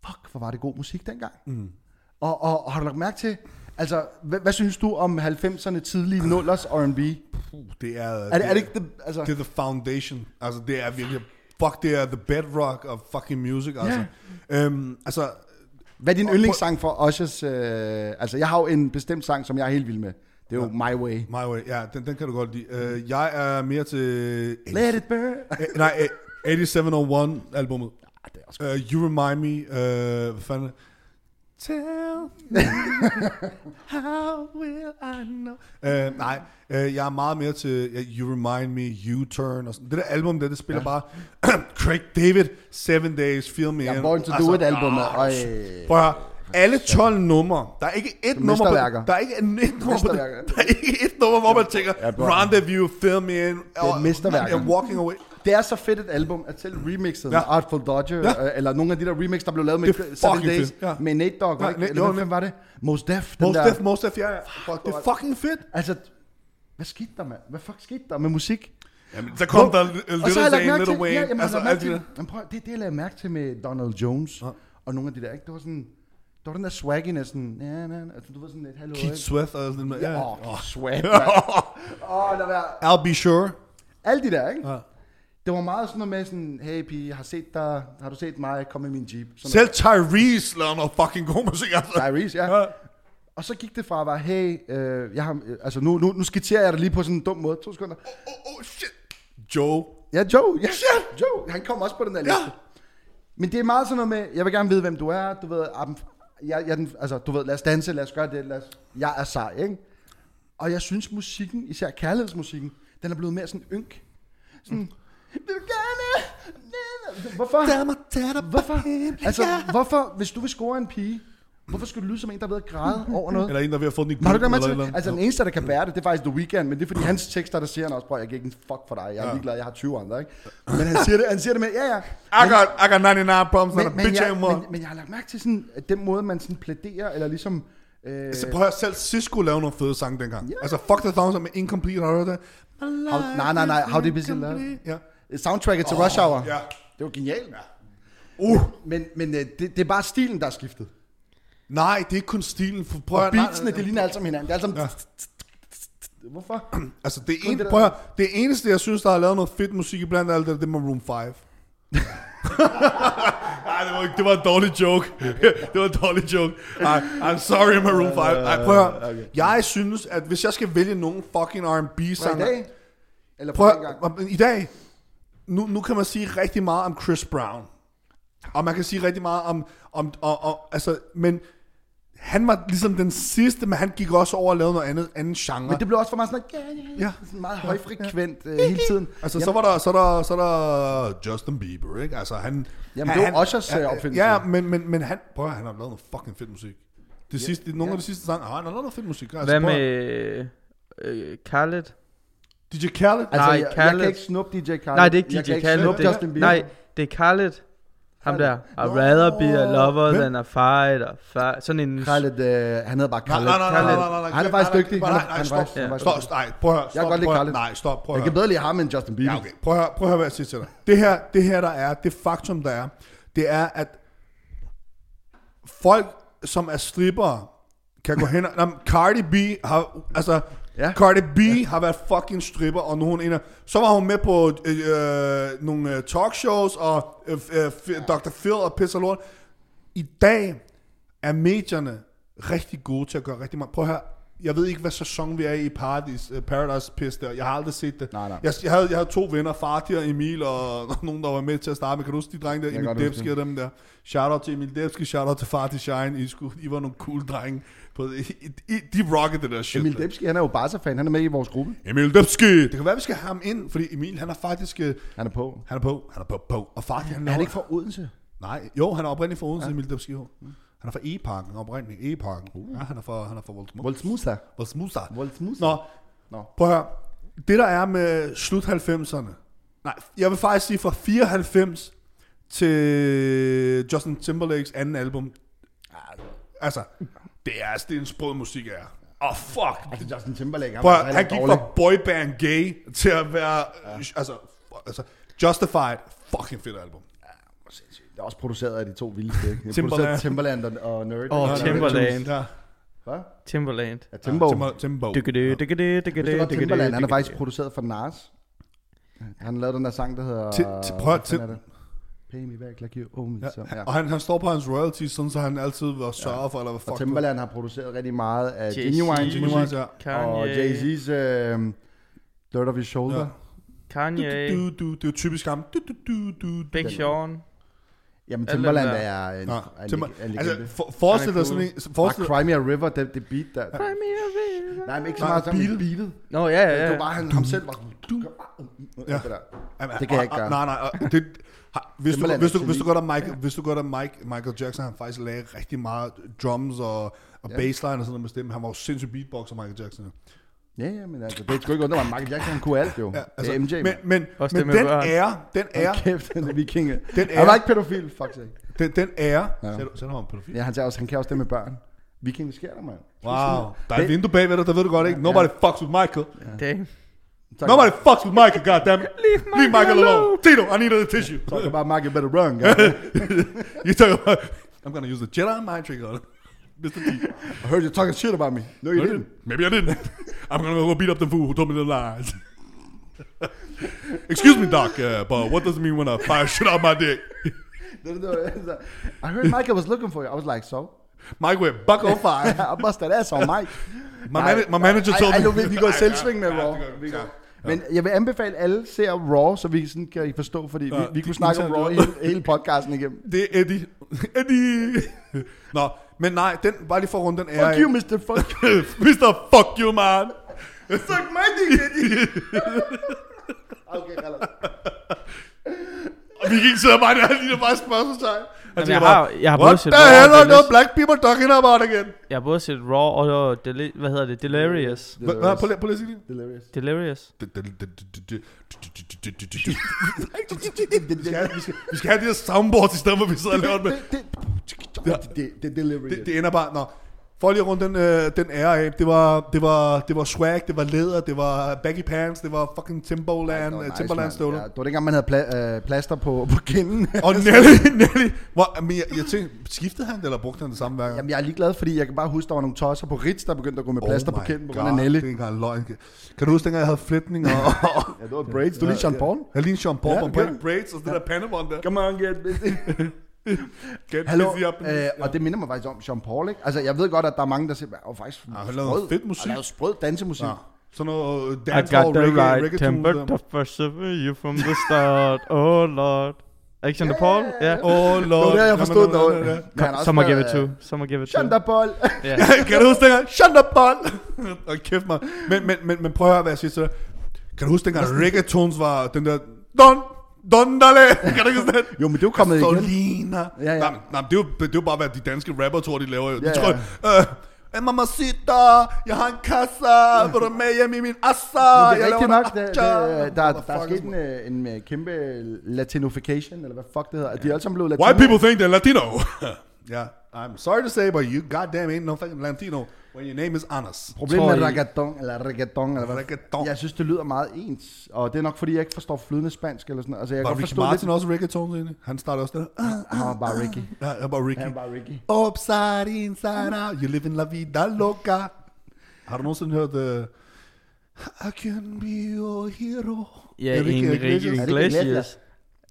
fuck, hvor var det god musik dengang. Mm. Og, og, og har du lagt mærke til, altså, hvad, hvad synes du om 90'erne tidlige nullers R&B?
Puh, Det er,
Er det, er det ikke det, altså,
det er the foundation. Altså, det er virkelig... Fuck, det er the bedrock of fucking music, altså. Yeah. Øhm, altså,
hvad er din
prøv-
yndlingssang for Ushers, øh, altså, jeg har jo en bestemt sang, som jeg er helt vild med. Det er jo My Way.
My Way, ja, den, den kan du godt lide. Øh, jeg er mere til...
Let it burn.
Eh, nej, eh, 8701-albummet. Uh, you Remind Me, uh, hvad fanden... Tell me, how will I know? Uh, nej, uh, jeg er meget mere til uh, You Remind Me, U-Turn og sådan. Det der album der, det spiller ja. bare Craig David, Seven Days, Feel Me
Jeg
In.
er born to do it albumet.
ah,
Øj.
Prøv at høre. alle 12 numre. Der er ikke et
er
nummer på,
mesterværker.
der er ikke et nummer på,
Mesterværker.
der er ikke et nummer, hvor man tænker,
Ja, bro.
rendezvous, film in, og-
mesterværker.
and walking away.
Det er så fedt et album, at selv remixet ja. med
Ja.
Artful Dodger,
Ja.
ja. eller nogle af de der remix, der blev lavet
Det er
med Seven
fucking
Days,
fedt,
ja.
ja.
med Nate Dogg,
Nej,
ja, ikke?
Nate-
eller
jo,
hvem fanden var det? Mos Def, den
Mos
der.
Def, Mos Def, ja, ja. Fuck, det er
hvor-
fucking fedt.
Altså, hvad skete der, mand? Hvad fuck skete der med musik?
Altså, Jamen, så kom der
Og så har
Little
jeg lagt
Zane,
mærke
Little
til, ja,
Wayne,
jamen,
altså
altså,
alt
mærke
det
til,
der.
jamen, prøv, det, det jeg lagde mærke til med Donald Jones, ja.
Ja.
og nogle af de der, ikke? Det var sådan, der var den der swagginess, sådan, ja, ja, altså, du ved sådan et halvt
Keith Sweat og sådan noget.
Ja,
Ja.
åh, oh, swag, mand. Åh, der var,
I'll be sure.
alle de der, ikke?
Ja.
Det var meget sådan noget med sådan, hey pige, jeg har set dig, har du set mig, kom i min jeep. Sådan
Selv Tyrese laver noget fucking god musik, altså.
noget. Tyrese, ja.
Ja.
Og så gik det fra at være, hey, øh, jeg har, øh, altså nu, nu, nu skitserer jeg det lige på sådan en dum måde. To sekunder.
Oh, oh, oh, shit. Joe.
Ja, Joe. Ja,
Shit.
Joe. Han kom også på den der
Ja.
liste. Men det er meget sådan noget med, jeg vil gerne vide, hvem du er. Du ved, ah, men, jeg, jeg, er den- altså, du ved lad os danse, lad os gøre det. Lad os, jeg er sej, ikke? Og jeg synes musikken, især kærlighedsmusikken, den er blevet mere sådan ynk. Sådan, Mm. vil du gerne? Hvorfor? Hvorfor? Altså, hvorfor, hvis du vil score en pige, hvorfor skulle du lyde som en, der er ved at græde over noget?
Eller en, der er ved at få den i
Har du ikke
klubben
lagt
eller et
mærke
eller
til?
andet.
Altså, den eneste, der kan bære det, det er faktisk The Weeknd, men det er fordi hans tekster, der siger han også, prøv, jeg giver ikke en fuck for dig, jeg er
Ja.
ligeglad, jeg har 20 andre, ikke? Men han siger det, han siger det med, ja, ja.
I got, I got 99 problems and a
Men, men,
bitch
jeg,
ain't one.
men, men jeg har lagt mærke til sådan, at den måde, man sådan plæderer, eller ligesom... Øh,
Så Altså, prøv at høre, selv Cisco lavede nogle fede sange dengang. Altså, Fuck the Thousand med Incomplete, har du hørt det?
how, nej, nej, nej, How Deep Is Your Love?
Ja.
Soundtracket til Rush Hour.
ja.
Det var genialt. Ja.
Uh,
Men, men øh, det, det er bare stilen, der er skiftet.
nej, det er ikke kun stilen. For prøv at høre, nej,
Beatsene, det ligner alt sammen hinanden. Det er alt sammen... Hvorfor?
Altså, det,
det
en,
der-
prøv at høre, det eneste, jeg synes, der har lavet noget fedt musik i blandt alt det, det var Room 5. Nej, det var, ikke- det var en dårlig joke. det var en dårlig joke. Ej, I'm sorry, Maroon 5. Ej, prøv at høre. Jeg synes, at hvis jeg skal vælge nogen fucking
Fra i
R&B-sanger...
dag? Eller
Prøv
fra dengang?
at, høre, i dag, nu, nu kan man sige rigtig meget om Chris Brown. Og man kan sige rigtig meget om, om, om, om altså, men han var ligesom den sidste, men han gik også over og lavede noget andet, anden genre.
Men det blev også for meget sådan, ja, ja, ja.
Ja.
Sådan meget højfrekvent øh, hele tiden.
Altså, så var der, så der, så der Justin Bieber, ikke? Altså, han...
Jamen,
han,
det var
han-
Ushers, øh,
ja,
opfindelse.
Ja, men, men, men han... Prøv at høre, han har lavet noget fucking fedt musik. Det sidste, nogle af de sidste sange, ah, han har lavet noget fedt musik. Altså,
Hvad
prøv at-
med øh, Khaled?
DJ Khaled.
altså,
Nej,
jeg, jeg
Khaled.
kan ikke snuppe DJ Khaled.
Nej, det er ikke
Jeg kan
DJ Khaled.
snuppe
Det er,
Justin Bieber.
nej, det er Khaled. Ham der. I'd rather be a lover
Hvem?
than a fighter. Fi- Sådan en...
Khaled, øh, han hedder bare
Nej,
Khaled.
nej, nej, nej, nej, nej, nej,
Han er faktisk
nej, nej,
dygtig.
Nej,
Han er-
nej, nej,
han er
stop.
faktisk- han er
Ja.
faktisk
Stop,
dygtig.
nej, prøv at høre.
kan
stop,
godt lide
prøv at-
Khaled.
Nej, stop, prøv at
Jeg kan
høre.
bedre lide ham end Justin Bieber.
Ja, okay. Prøv at, høre, prøv at høre, hvad jeg siger til dig. Det her, det her, der er, det faktum, der er, det er, at folk, som er strippere, kan gå hen og... Jamen, Cardi B har... Altså,
Ja.
ja. Cardi B ja. har været fucking stripper, og nu er hun inde... Så var hun med på øh, øh, nogle øh, talkshows, og øh, øh, f- Dr. Phil og pisse og lort. I dag er medierne rigtig gode til at gøre rigtig meget. Prøv at høre, jeg ved ikke, hvad sæson vi er i i Paradise, øh, Paradise Piss der. Jeg har aldrig set det.
Nej, nej.
Jeg, jeg, havde, jeg havde to venner, Fatih og Emil, og nogen, der var med til at starte med. Kan du huske de drenge der?
kan godt
Emil
huske
Debski og dem der. Shout-out til Emil Debski, shout-out til Fatih Shine. I, skulle, I var nogle cool drenge. På, I, I, de rockede det der shit.
Emil
der.
Debski, han er jo Barca-fan. Han er med i vores gruppe.
Emil Debski! Det kan være, vi skal have ham ind, fordi Emil, han er faktisk... øh,
Han er på.
Han er på, han er på, på. Og Fatih, han
Er
laver-
han ikke fra Odense?
Nej, jo, han er oprindeligt fra Odense, ja. Emil Debski. jo. Han er fra E-Parken, oprindeligt E-Parken. Uh. Ja, han er fra, han er fra Voldemort.
Voldsmusa.
Voldsmusa.
Voldsmusa.
Nå,
Nå.
prøv at høre. Det der er med slut 90'erne, nej, jeg vil faktisk sige fra 94 til Justin Timberlakes anden album. Altså, det er, altså, det er en sprød musik er. Åh, oh, fuck.
Altså Justin Timberlake, han,
Prøv,
var
at- han
rigtig
gik
dårlig.
fra boyband gay til at være, ja. altså, fu- altså, Justified, fucking fedt album.
Det er også produceret af de to vildeste, ikke? Det er
Timberland.
produceret af Timberland og, og Nerd.
Åh,
Nå, nej,
Timberland.
Ja.
Hvad?
Timberland.
Ja, Timbo.
Timber- Timbo.
Hvis
Dykkede, dykkede, dykkede,
det var
dykkede,
Timberland, han er
dykkede.
faktisk produceret for Nas. Han lavede den der sang, der hedder...
Til- til- prøv at-
Hvad fanden er det? Pay me back like you owe me. Ja. Som, ja.
Og han, han står på hans royalties, sådan så han altid var sørger for, eller hvad fuck.
Og Timbaland har produceret rigtig meget af
Jay-Z.
Genuine's
det-
Timberlake-
musik,
Genuine, ja.
Kanye,
og Jay-Z's øh, Dirt of His Shoulder.
Ja.
Ja.
Du,
Kanye,
du, du, du, det er jo typisk ham. Du, du, du, du.
Big Sean.
Jamen,
Alt
Timbaland
den der.
er en,
Ja,
er en,
Timber,
leg- er en legende.
altså,
Altså,
for, forestil
Han er
dig
cool.
sådan en... så
Bare
Forestil dig...
Cry Me A River, det, det beat der.
Cry me a river.
Nej, men ikke så
Nej,
meget som
beatet.
beatet. beatet.
Nå, ja, ja,
Det
ja.
var bare, han ham selv var... Du,
Ja.
ja. det der.
Jamen,
Det kan jeg ikke gøre.
Nej, nej. og Det, har- hvis, du,
Timberland
hvis,
er
du, hvis, du
geni.
godt er Mike, hvis du godt er Mike, Michael Jackson, han faktisk lagde rigtig meget drums og, og bassline og sådan noget med stemmen. Han var jo sindssygt beatboxer, Michael Jackson. jo.
Ja, ja, men altså, det er sgu ikke under mig. Michael Jackson kunne alt jo. Ja, altså, MJ.
men, men,
Også det
men
med
den
børn.
ære, den ære,
Hold kæft, den er vikinge.
Den
Han var
er-
ikke pædofil, faktisk ikke.
den, den ære. Ja. Sæt, sæt ham på pædofil.
Ja, han, tager også, han kan også det med børn. Vikinge sker der, mand.
Wow. Der er et
Det-
vindue bagved dig, der ved du godt, ikke? Nobody fucks with Michael.
Damn.
Tak.
Nobody fucks with Michael, goddammit.
Leave Michael
Leave Michael alone.
alone.
Tito, I need a tissue.
Talk about Mark, you better run, guys.
you talk about... I'm gonna use the Jedi mind trick on Mr. T.
I heard you talking shit about me. No, you
No, I
didn't.
didn't. Maybe I didn't. I'm gonna go beat up the fool who told me the lies. Excuse me, Doc, uh, but what does it mean when I fire shit out my dick?
No, no, it's like, I heard Michael was looking for you. I was like, so?
Mike went buck on fire.
I bust that ass on Mike.
My, man- my manager told
ej, ej, nu
me.
vil vi gå i
Ej,
selvsving med
ja, ja,
Raw.
det gør vi.
Vi går-
Ja.
Men jeg vil anbefale alle ser Raw, så vi sådan kan I forstå, fordi vi,
Ja,
vi
de
kunne snakke om
interne-
Raw hele, hele podcasten igennem.
Det er Eddie. Eddie. Nå, men nej, den, bare lige for rundt, den er...
Fuck you, Mr. Fuck.
Mr. Fuck you, man.
Suck my dick, Eddie. okay, Carlos.
Og vi gik sidder bare der, og lige der bare spørgsmålstegn. Han
jeg
siger
har-
bare,
jeg har
What
både set
the
Raw og
hell are
Dennis."
the black people talking about again?
Jeg har både set Raw og Deli- hvad hedder det? Delirious.
Hvad, hvad, prøv lige- prøv lige at sige det.
Delirious.
Delirious.
Vi skal, have- vi, skal, vi skal have de her soundboards i stedet for, vi sidder og laver det med.
Det, det, det, det, det, Delirious.
Det, det ender bare, nå. For lige rundt den, øh, den ære af, det var, det, var, det var swag, det var læder, det var baggy pants, det var fucking Timberland,
Nå,
nice,
nice,
Timberland
mand.
øh, støvler.
Ja, det var dengang, man havde pla- øh, plaster på, på kinden.
Og Nelly, Nelly, hvor, men jeg, jeg tænkte, skiftede han det, eller brugte han det samme hver gang?
Jamen, jeg er ligeglad, fordi jeg kan bare huske, der var nogle tosser på Ritz, der begyndte at gå med plaster
Oh
på
my
kinden på
God,
grund af Nelly.
Det er ikke engang løgn. Kan du huske, dengang jeg havde flætninger? og,
Ja, det var braids. Du er lige Sean Paul.
jeg lignede Sean Paul
Ja,
på
det gør
bra- braids, og det der pandebånd der.
Come on, get busy.
Get
Hallo,
busy up in this.
øh, og det minder mig faktisk om Sean Paul, ikke? Altså, jeg ved godt, at der er mange, der siger, at faktisk
Ja, han lavede fedt musik.
Han lavede sprød dansemusik.
Ja. Sådan noget øh,
I
dancehall,
got the
reggae,
right
reggae
temper
tunes
to
der.
persevere you from the start. Oh lord. Er ikke sådan, Paul? Ja.
Åh, oh,
Det
lord.
var der, jeg forstod det.
Jamen, jamen,
Men han har også øh,
Summer give
været,
it to. Summer give it to.
Sean da Paul.
Ja.
jamen, jamen. kan du huske dengang? Shut up, Paul! og kæft mig. Men, men, men, men prøv at høre, hvad jeg siger til dig. Kan du huske dengang reggaetons var den der... Don! Dondale! Kan du ikke huske den?
Jo, men det er jo kommet igen.
Solina.
Ja, ja.
Nej, men- nej, men det, er jo, det er jo bare, hvad de danske rapper tror, de laver. Ja,
Ja,
de tror, øh, "Eh, mamacita, jeg har en kassa, vil du med hjem i min assa?
Men det er
jeg
rigtigt
laver
nok,
en
der,
acha."
der, der, der er
Motherfuckers,
sket en,
man.
øh, en øh, kæmpe latinification, eller hvad fuck det hedder. De er alle sammen blevet latino.
White people think they're Latino. yeah, I'm sorry to say, but you goddamn ain't no fucking Latino when your name is Anas.
Problemet
Tror
med
I-
reggaeton, eller reggaeton, eller hvad
Reggaeton.
Jeg synes, det lyder meget ens, og det er nok, fordi jeg ikke forstår flydende spansk eller sådan noget. Altså, jeg
Var
kan godt
Ricky
forstå
Martin også reggaeton egentlig? Han startede også der. Ah,
lidt. Han var bare Ricky. Altså,
ah, han var Ricky.
Han var bare Ricky.
Upside inside out, you live in la vida loca. Har du nogensinde hørt uh, I can be your hero?
Ja,
Enrique
Enrique
Iglesias.
Iglesias?
Iglesias.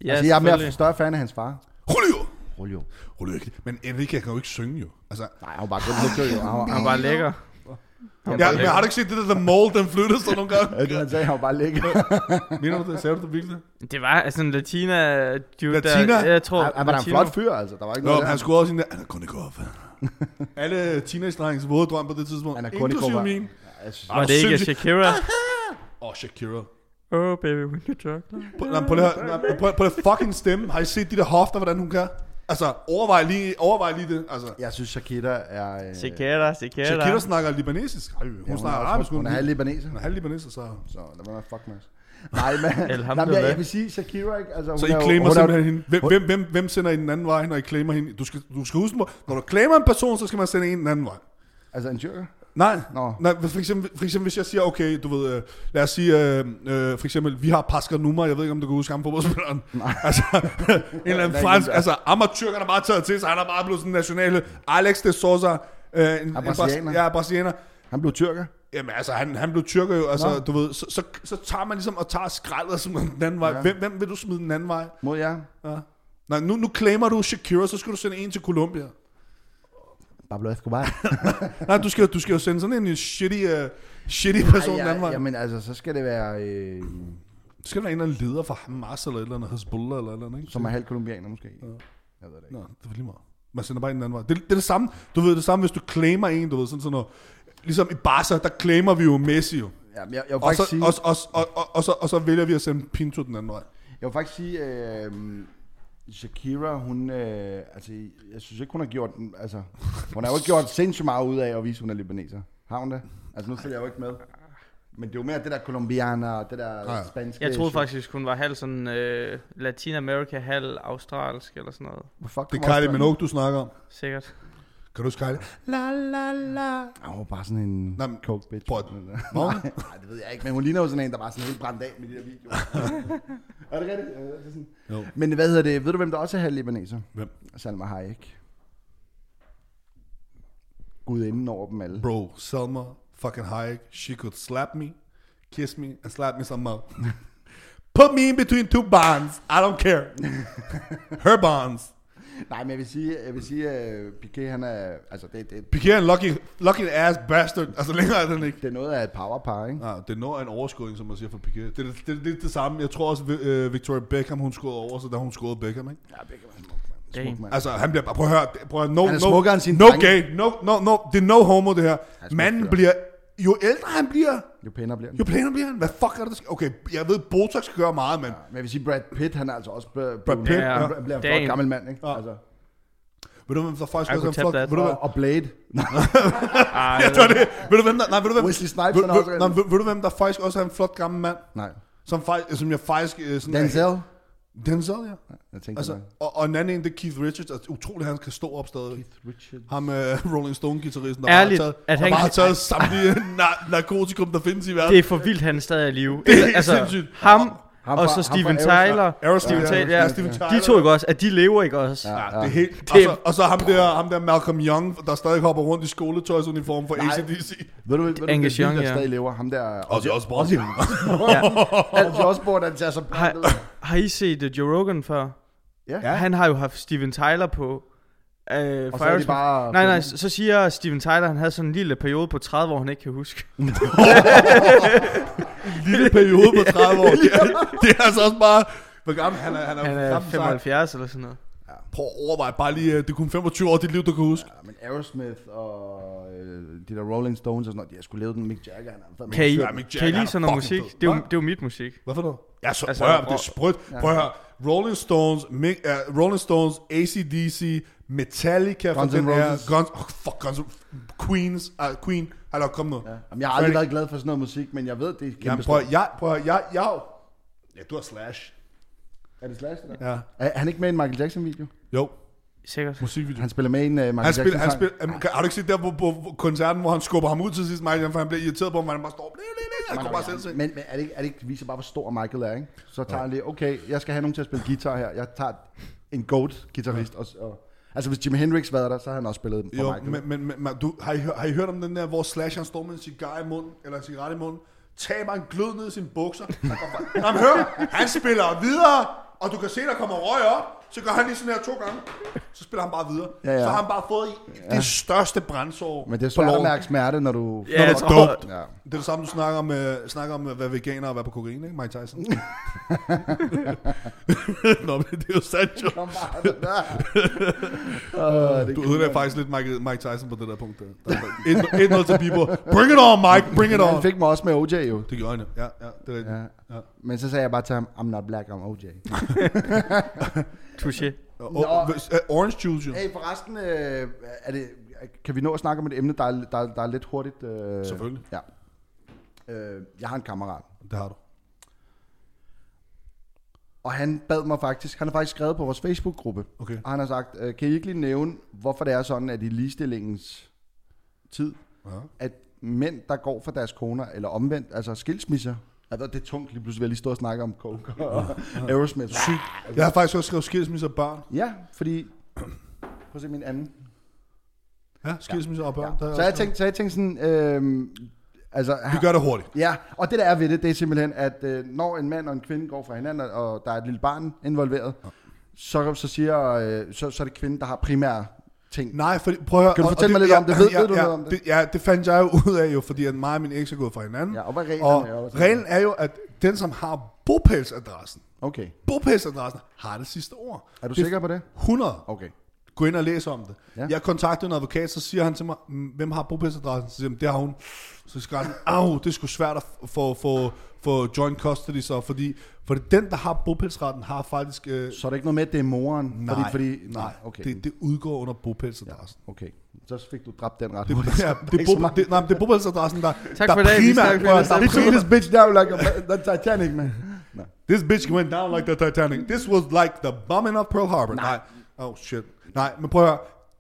Ja,
altså, jeg er mere
selvfølgelig.
større fan af hans far.
Julio!
Julio.
Julio ikke. Men Enrique kan jo ikke synge jo. Altså,
Nej, han var bare kun lidt død. jo. Han var,
Han
han
er
var,
bare lækker.
ja,
Han er bare
men
lækker.
har du ikke set det der The Mole, den flytter sig nogle gange?
Ja, det han sagde, han var bare lækker.
Mener du det? Sagde du det virkelig?
Det var altså en latina dude
Latina?
der. Jeg tror,
Han, han var da en
latino.
flot fyr, altså. Der var ikke
Nå,
noget
men
der.
han skulle også ind der, han er kun ikke op. Alle teenage-drengens våde drøm på det tidspunkt,
Han er kun i
inklusive
Cuba.
min.
Ja, jeg synes-
Ej,
Var det ikke
sindssygt.
Shakira?
Åh, oh, Shakira.
Oh baby, when you talk like
Prøv, nej, prøv, lige at høre- nej, prøv, prøv, prøv, prøv fucking stemme. Har I set de der hofter, hvordan hun kan? Altså, overvej lige, overvej lige det. Altså,
Jeg synes, Shakira er... øh,
Shakira, Shakira.
Shakira snakker libanesisk. Ej, hun
ja,
snakker
også-
arabisk.
Hun er halv libaneser.
Hun er halv libanesisk, så...
Så lad mig være fuck med os. Nej, men, nej, men jeg,
Alhamdulillah.
jeg vil sige, Shakira, ikke? Altså,
Så
hun
I
er jo-
claimer
hun er jo-
simpelthen hende. Hvem, hvem, hvem, hvem sender I den anden vej, når I claimer hende? Du skal, du skal huske, hvor- når du claimer en person, så skal man sende en den anden vej.
Altså, en dyrker?
Nej,
Nå.
nej for, eksempel, for eksempel hvis jeg siger, okay, du ved, øh, lad os sige, øh, øh, for eksempel, vi har Pascal Nummer, jeg ved ikke, om du kan huske ham på fodboldspilleren. Altså, en eller
der
anden
er
fransk,
ingen, der-
altså amatør, han har bare taget til sig, han er bare blevet sådan en nationale, Alex de Sosa, øh, en, en,
brasilianer.
bras- ja, brasilianer.
Han blev tyrker.
Jamen altså, han, han blev tyrker jo, altså,
Nå.
du ved, så, så, så tager man ligesom og tager skraldet som den anden vej.
Ja.
Hvem, hvem vil du smide den anden vej?
Mod jer?
Ja. Nej, nu, nu claimer du Shakira, så skal du sende en til Colombia.
Pablo Escobar.
Nej, du skal, du skal jo sende sådan en shitty, uh, shitty person
Ej,
den anden vej.
Jamen altså, så skal det være, øh,
Du skal der være en eller anden leder for Hamas eller et eller andet, Hezbollah eller et eller andet, ikke?
som er halv kolumbianer måske.
Ja.
Jeg ved det ikke.
Nå, det var lige meget. Man sender bare en anden vej. Det, det er det samme, du ved det samme, hvis du claimer en, du ved sådan sådan noget. Ligesom i Barca, der claimer vi jo Messi jo.
Jamen, jeg, jeg vil
Og så,
faktisk sige,
og, og, og, og, og, så, og så vælger vi at sende Pinto den anden vej.
jeg vil faktisk sige øh, Shakira, hun, øh, altså, jeg synes ikke, hun har gjort, altså, hun har jo ikke gjort sindssygt meget ud af at vise, hun er libaneser. Har hun det? Altså, nu følger jeg jo ikke med. Men det er jo mere det der colombianer og det der
Ja.
ja. spanske...
Jeg troede faktisk, hun var halv sådan øh, Latinamerika, halv australsk eller sådan noget.
Hvor fuck
Det er
kommer
Kylie
også-
Minogue, du snakker om.
Sikkert.
Kan du huske Kylie? La la la.
Ah, Hun var bare sådan en
Nej, men-
coke bitch.
prøv at- Nå.
Nej, nej, det ved jeg ikke, men hun ligner jo sådan en, der bare er sådan helt brændt af med de der videoer. er det rigtigt? Ja, det er sådan.
Jo.
Men hvad hedder det? Ved du, hvem der også er halv libaneser?
Hvem?
Salma Hayek. Gud inden over dem alle.
Bro, Selma fucking Hayek, she could slap me, kiss me, and slap me some more. Put me in between two bonds. I don't care. Her bonds.
Nej, men jeg vil sige, jeg vil sige at Piqué, han er... Altså, det, det,
Piqué er en lucky, lucky ass bastard. Altså længere er den ikke.
det er noget af et powerpar, ikke?
Nej, Ah, det når en overskudning, som man siger for Piqué. Det er det, det, det, er det samme. Jeg tror også, Vi- øh, Victoria Beckham, hun skåede over, så da hun skåede Beckham, ikke?
Ja, Beckham er smuk, mand. Smuk,
Damn.
mand.
Altså, han bliver bare, prøv at høre, det- prøv at høre, no,
Han er
no,
smukkere end sin
no
drenge.
gay, no, no, no, det er no homo, det her.
smuk
Manden
fyr.
bliver, jo ældre han bliver,
Jo pænere bliver han.
Jo pænere bliver han. Hvad fuck er det, der sker? Okay, jeg ved, Botox kan gøre meget, mand.
Ja, Men jeg vil sige, Brad Pitt, han er altså også blevet,
Brad Pitt,
han
ja.
bliver- bliver en
Damn.
flot gammel mand, ikke?
Ja.
Altså,
Ved du, hvem der faktisk
I
også er en
could tap
flot...
that.
Ved du, hvem...
Og, og Blade.
Ej,
Jeg tror det. Ved du, hvem der... Nej, ved du, hvem...
Wesley Snipes,
ved,
han er
ved,
også-
nej, ved, ved, du, hvem der faktisk også er en flot gammel mand?
Nej.
Som, faktisk, som jeg faktisk... øh, Sådan
Denzel.
Denzel, ja.
Jeg tænkte,
Altså,
altså,
og, og en anden en, det er Keith Richards. Altså, utroligt, han kan stå op stadig.
Richard.
Ham med øh, Rolling Stone-gitarristen, der
Ærligt,
bare har taget,
at
der
han
bare har
kan-
taget samtlige na- narkotikum, der findes i verden.
det er for vildt, han er stadig i live.
Det er helt
altså,
sindssygt.
ham,
Ham
ham og
fra-
så
ham
Steven
fra Aerosmith.
Tyler. Steven
Aerosmith,
Tyler, ja.
Steven Tyler.
De to ikke også, at de lever ikke også.
Ja.
Ja, det er helt... altså,
Det-
Og så, og så ham der, ham der Malcolm Young, der stadig hopper rundt i skoletøjsuniform for ACDC.
Ved du, ved du,
Angus
Angus Young,
Young,
der
ja.
stadig lever? Ham der...
Og så også Bronson.
Ja.
Ozzy Osbourne, han tager sig
Har,
blandt ud.
har I set uh, Joe Rogan før?
Ja.
Ja. Han har jo haft Steven Tyler på. Øh, og
Og så er de bare...
Nej, nej, så så siger Steven Tyler, han havde sådan en lille periode på 30, hvor han ikke kan huske.
lille periode på 30 år. Det er, det er altså også bare... Hvor gammel han er? Han er,
Han er 75 eller sådan noget.
Prøv at overveje bare lige, øh, det er kun 25 år af dit liv, du kan huske.
Ja, men Aerosmith og øh, de der Rolling Stones og sådan noget, de har skulle leve den Mick Jagger. Han er fandme
Kan I,
sød.
Ja, Mick
kan I
Jagger er
lide sådan noget
fucking
musik?
fed.
Det er, jo,
Hva?
det er jo mit musik.
Hvad for noget? Ja, så
Altså,
prøv at høre, det er
prøv-
sprødt. Prøv at høre. Rolling Stones, Mick, uh, Rolling Stones, ACDC, Metallica,
Guns
for den
N'
her-
Roses.
Guns, oh, fuck, Guns, Queens, uh, Queen, hallo, kom nu. Ja.
Jamen, jeg har aldrig været glad for sådan noget musik, men jeg ved, det er kæmpe
Jamen,
Jamen,
prøv, at- jeg, prøv, at- jeg, jeg, ja, du har Slash.
Er det Slash, det der?
Ja.
Er han ikke med i en Michael Jackson-video?
Jo,
Sikkert.
musikvideo.
Han spiller med i en uh, Michael
Han spiller, han
Jackson-sang.
spiller, jamen, Altså, kan- har du ikke set der på, på, på koncerten, hvor han skubber ham ud til sidst, Michael, for han bliver irriteret på ham, og han bare står, "Blæ, blæ, blæ," han
Nej,
kunne
nej,
bare selv se.
men, men er det ikke, er det ikke det viser bare, hvor stor Michael er, ikke? Så tager han lige, okay, jeg skal have nogen til at spille guitar her. Jeg tager en goat-guitarist. Og, og, altså, hvis Jimi Hendrix var der, så har han også spillet for
Jo,
Michael.
men, men, men man- du, har, I, hø- har I hørt om den der, hvor Slash han står med en cigar i munden, eller en cigaret i munden, taber en glød ned i sine bukser, han går bare- Nå, men hør, han spiller videre, og du kan se, der kommer røg op, så gør han lige sådan her to gange, så spiller han bare videre.
Ja, ja.
Så har han bare fået ja. det største brændsår
Men det er
på
svært at
låret.
mærke smerte, når du...
Ja, jeg
Nå,
tror,
dumt.
Ja.
Det er det samme, du snakker om, øh, snakker om at være veganer og være på kokain, ikke? Mike Tyson. Nå, men det er jo sandt jo. Du ødelagde faktisk lidt Mike, Mike Tyson på det der punkt der. Der er 1-0 til Bieber. Bring it on, Mike. Bring it on.
Han fik mig også med OJ jo.
Det gjorde han jo. Ja, ja, det er rigtigt.
Ja.
Ja.
Men så sagde jeg bare til ham, I'm not black, I'm OJ.
Touché.
Og, og, hvis- øh, orange juice jo.
hey, forresten, øh, er det, kan vi nå at snakke om et emne, der er, der, der er lidt hurtigt? Øh,
Selvfølgelig.
Ja. Øh, jeg har en kammerat,
Det har du.
og han bad mig faktisk, han har faktisk skrevet på vores Facebook-gruppe,
Okay.
og han har sagt, øh, kan I ikke lige nævne, hvorfor det er sådan, at i ligestillingens tid,
Ja.
at mænd, der går for deres koner, eller omvendt, altså skilsmisser, altså, det er tungt lige pludselig, at jeg lige stod og snakke om coke og Aerosmith. Sygt.
Jeg har faktisk også skrevet skilsmisse og børn.
Ja, fordi... Prøv at se min anden.
Ja, skilsmisse og børn.
Ja.
Der er
Så, jeg
også-
tænkte, så jeg tænkte sådan... Øhm, altså,
Vi gør det hurtigt.
Ja, og det der er ved det, det er simpelthen, at øh, når en mand og en kvinde går fra hinanden, og der er et lille barn involveret, så, så, siger, øh, så, så er det kvinden, der har primære ting.
Nej, fordi, prøv at høre.
Kan du
og- og
fortælle mig lidt
ja,
om det? Ved-
ja,
ved du
ja,
noget om det?
Ja, det fandt jeg jo ud af jo, fordi at mig og min eks er gået fra hinanden.
Ja, og hvad reglen
og
er, og sådan
reglen er jo, at den, som har bopælsadressen,
Okay.
bopælsadressen har det sidste ord.
Er du
det
sikker på det?
100.
Okay.
Gå ind og læs om det.
Ja.
Ja. Jeg kontaktede en advokat, så siger han til mig, "Mm, hvem har bopælsadressen? Så siger han, det har hun. Så skriver han, au, det er sgu svært at f- få, få, få joint custody så, fordi, fordi den, der har bopælsretten, har faktisk... Øh,
Så er det ikke noget med, at det er moren?
nej,
fordi, fordi,
nej,
okay.
okay. det, det udgår under bopælsadressen.
Okay, så fik du dræbt den ret
Det,
hurtigt.
ja, det, er
Ikke så
bo,
meget.
det, nej, men det er bopælsadressen, der,
Tak
der
for i dag. Vi
primært
snakker
prøver, der
videre.
This
primært,
this bitch down like a, the Titanic, man. Nå.
This bitch went down like the Titanic. This was like the bombing of Pearl Harbor. Nej. Oh shit. Nej, men prøv at høre.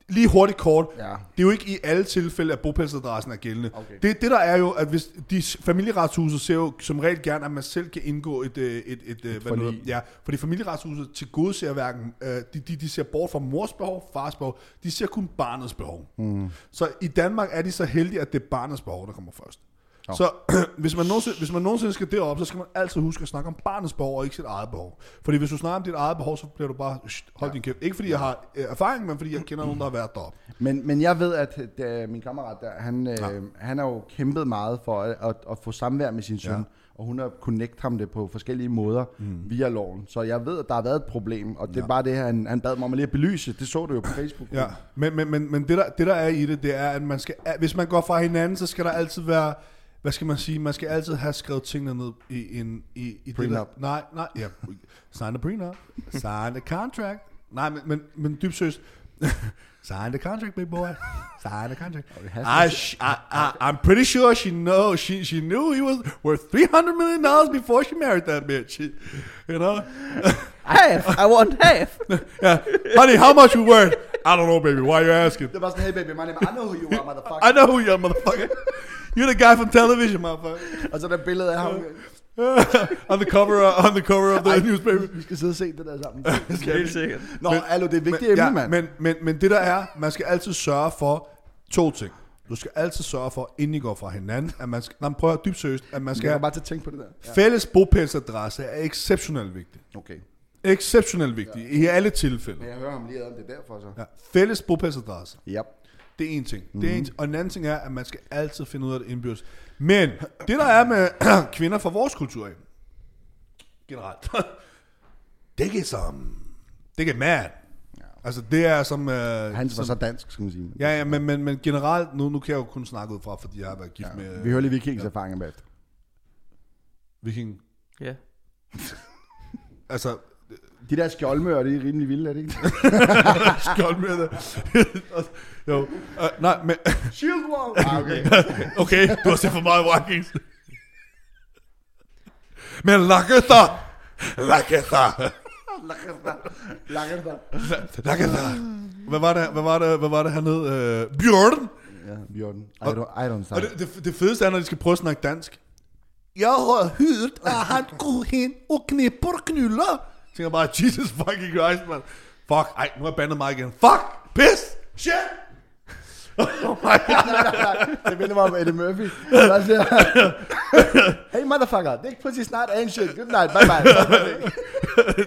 Lige hurtigt kort.
Ja.
Det er jo ikke i alle tilfælde, at bopælsadressen er gældende.
Okay.
Det, det der er jo, at hvis de s- familieretshuse ser jo som regel gerne, at man selv kan indgå et... øh, et, et, et hvad
forlig.
noget, ja, fordi familieretshuset til gode ser hverken... Øh, de, de, de ser bort fra mors behov, fars behov. De ser kun barnets behov. Mm. Så i Danmark er de så heldige, at det er barnets behov, der kommer først.
Nå.
Så hvis, man nogensinde, hvis man nogensinde skal derop, så skal man altid huske at snakke om barnets behov og ikke sit eget behov. Fordi hvis du snakker om dit eget behov, så bliver du bare, "Sht, hold ja. din kæft. Ikke fordi jeg har øh, erfaring, men fordi jeg kender nogen, der har været deroppe.
Men, men jeg ved, at da, min kammerat, der, han, øh, han har jo kæmpet meget for at, at, at få samvær med sin søn, ja.
Ja.
og hun har connect ham det på forskellige måder mm. via loven. Så jeg ved, at der har været et problem, og det er bare det, han, han bad mig om at lige at belyse. Det så du jo på Facebook.
Ja, men, men, men, men det, der, det der er i det, det er, at man skal, at hvis man går fra hinanden, så skal der altid være, hvad skal man sige, man skal altid have skrevet tingene ned i en... I, i det der,
Prenup.
nej, nej, ja. Sign the prenup. Sign the contract. Nej, men, men, men dybt seriøst. Sign the contract, big boy. Sign the contract. I, sh- I, I, I'm pretty sure she know she she knew he was worth 300 million dollars before she married that bitch. She, you know?
Half, I want half.
Yeah. Honey, how much you worth? I don't know, baby. Why are you asking?
Det var sådan, hey baby, my name, I know who you are, motherfucker.
I know who you are, motherfucker. You're the guy from television, motherfucker.
Og så der billede af ham.
on the cover, uh, on the cover of the newspaper.
Vi skal sidde og se det der sammen.
Helt sikkert.
Nå, men, allo, det er vigtigt emne,
ja,
mand.
Men, men, men det der er, man skal altid sørge for to ting. Du skal altid sørge for, inden I går fra hinanden, at man skal, nej, men prøv at høre, dybt seriøst, at man skal
jeg
have
kommer bare til at tænke på det der. Ja.
fælles bopælsadresse er exceptionelt vigtigt.
Okay.
Exceptionelt vigtigt i alle tilfælde.
Men jeg hører ham lige ad, om det er derfor så.
Ja. Fælles bopælsadresse.
Ja.
Det er en ting. Mm-hmm. Det er en,
Mhm.
og en anden ting er, at man skal altid finde ud af det indbyrdes. Men det der er med kvinder fra vores kultur af, generelt, det er som, det er mad. Ja. Altså det er som... Øh,
Han var
som
så dansk, skal man sige.
ja, ja, men, men, men generelt, nu, nu kan jeg jo kun snakke ud fra, fordi jeg har været gift ja. med
Vi
øh,
hører lige Vikings erfaringer bagefter.
viking.
Ja.
Altså,
De der skjoldmører, de er rimelig vilde, er det ikke?
skjold med det. jo, øh, nej, men...
Shield wall! Ah, okay.
okay, du har set for meget Vikings. Men Lagertha! Lagertha!
Lakker der.
Lagertha! Hvad var det, hvad var det, hvad var det han hed? Øh, Bjørn!
Ja, Bjørn. I don't, I don't
Og
sound.
det, det, det fedeste er, når de skal prøve at snakke dansk. Jeg har hørt, at han går hen og knipper knuller. Jeg tænker bare, Jesus fucking Christ, man. Fuck, ej, nu har jeg bandet mig igen. Fuck, piss, shit! Oh my god.
Det minder mig om Eddie Murphy. Der siger, hey motherfucker, dick pussy snart ain't shit. Good night, bye bye.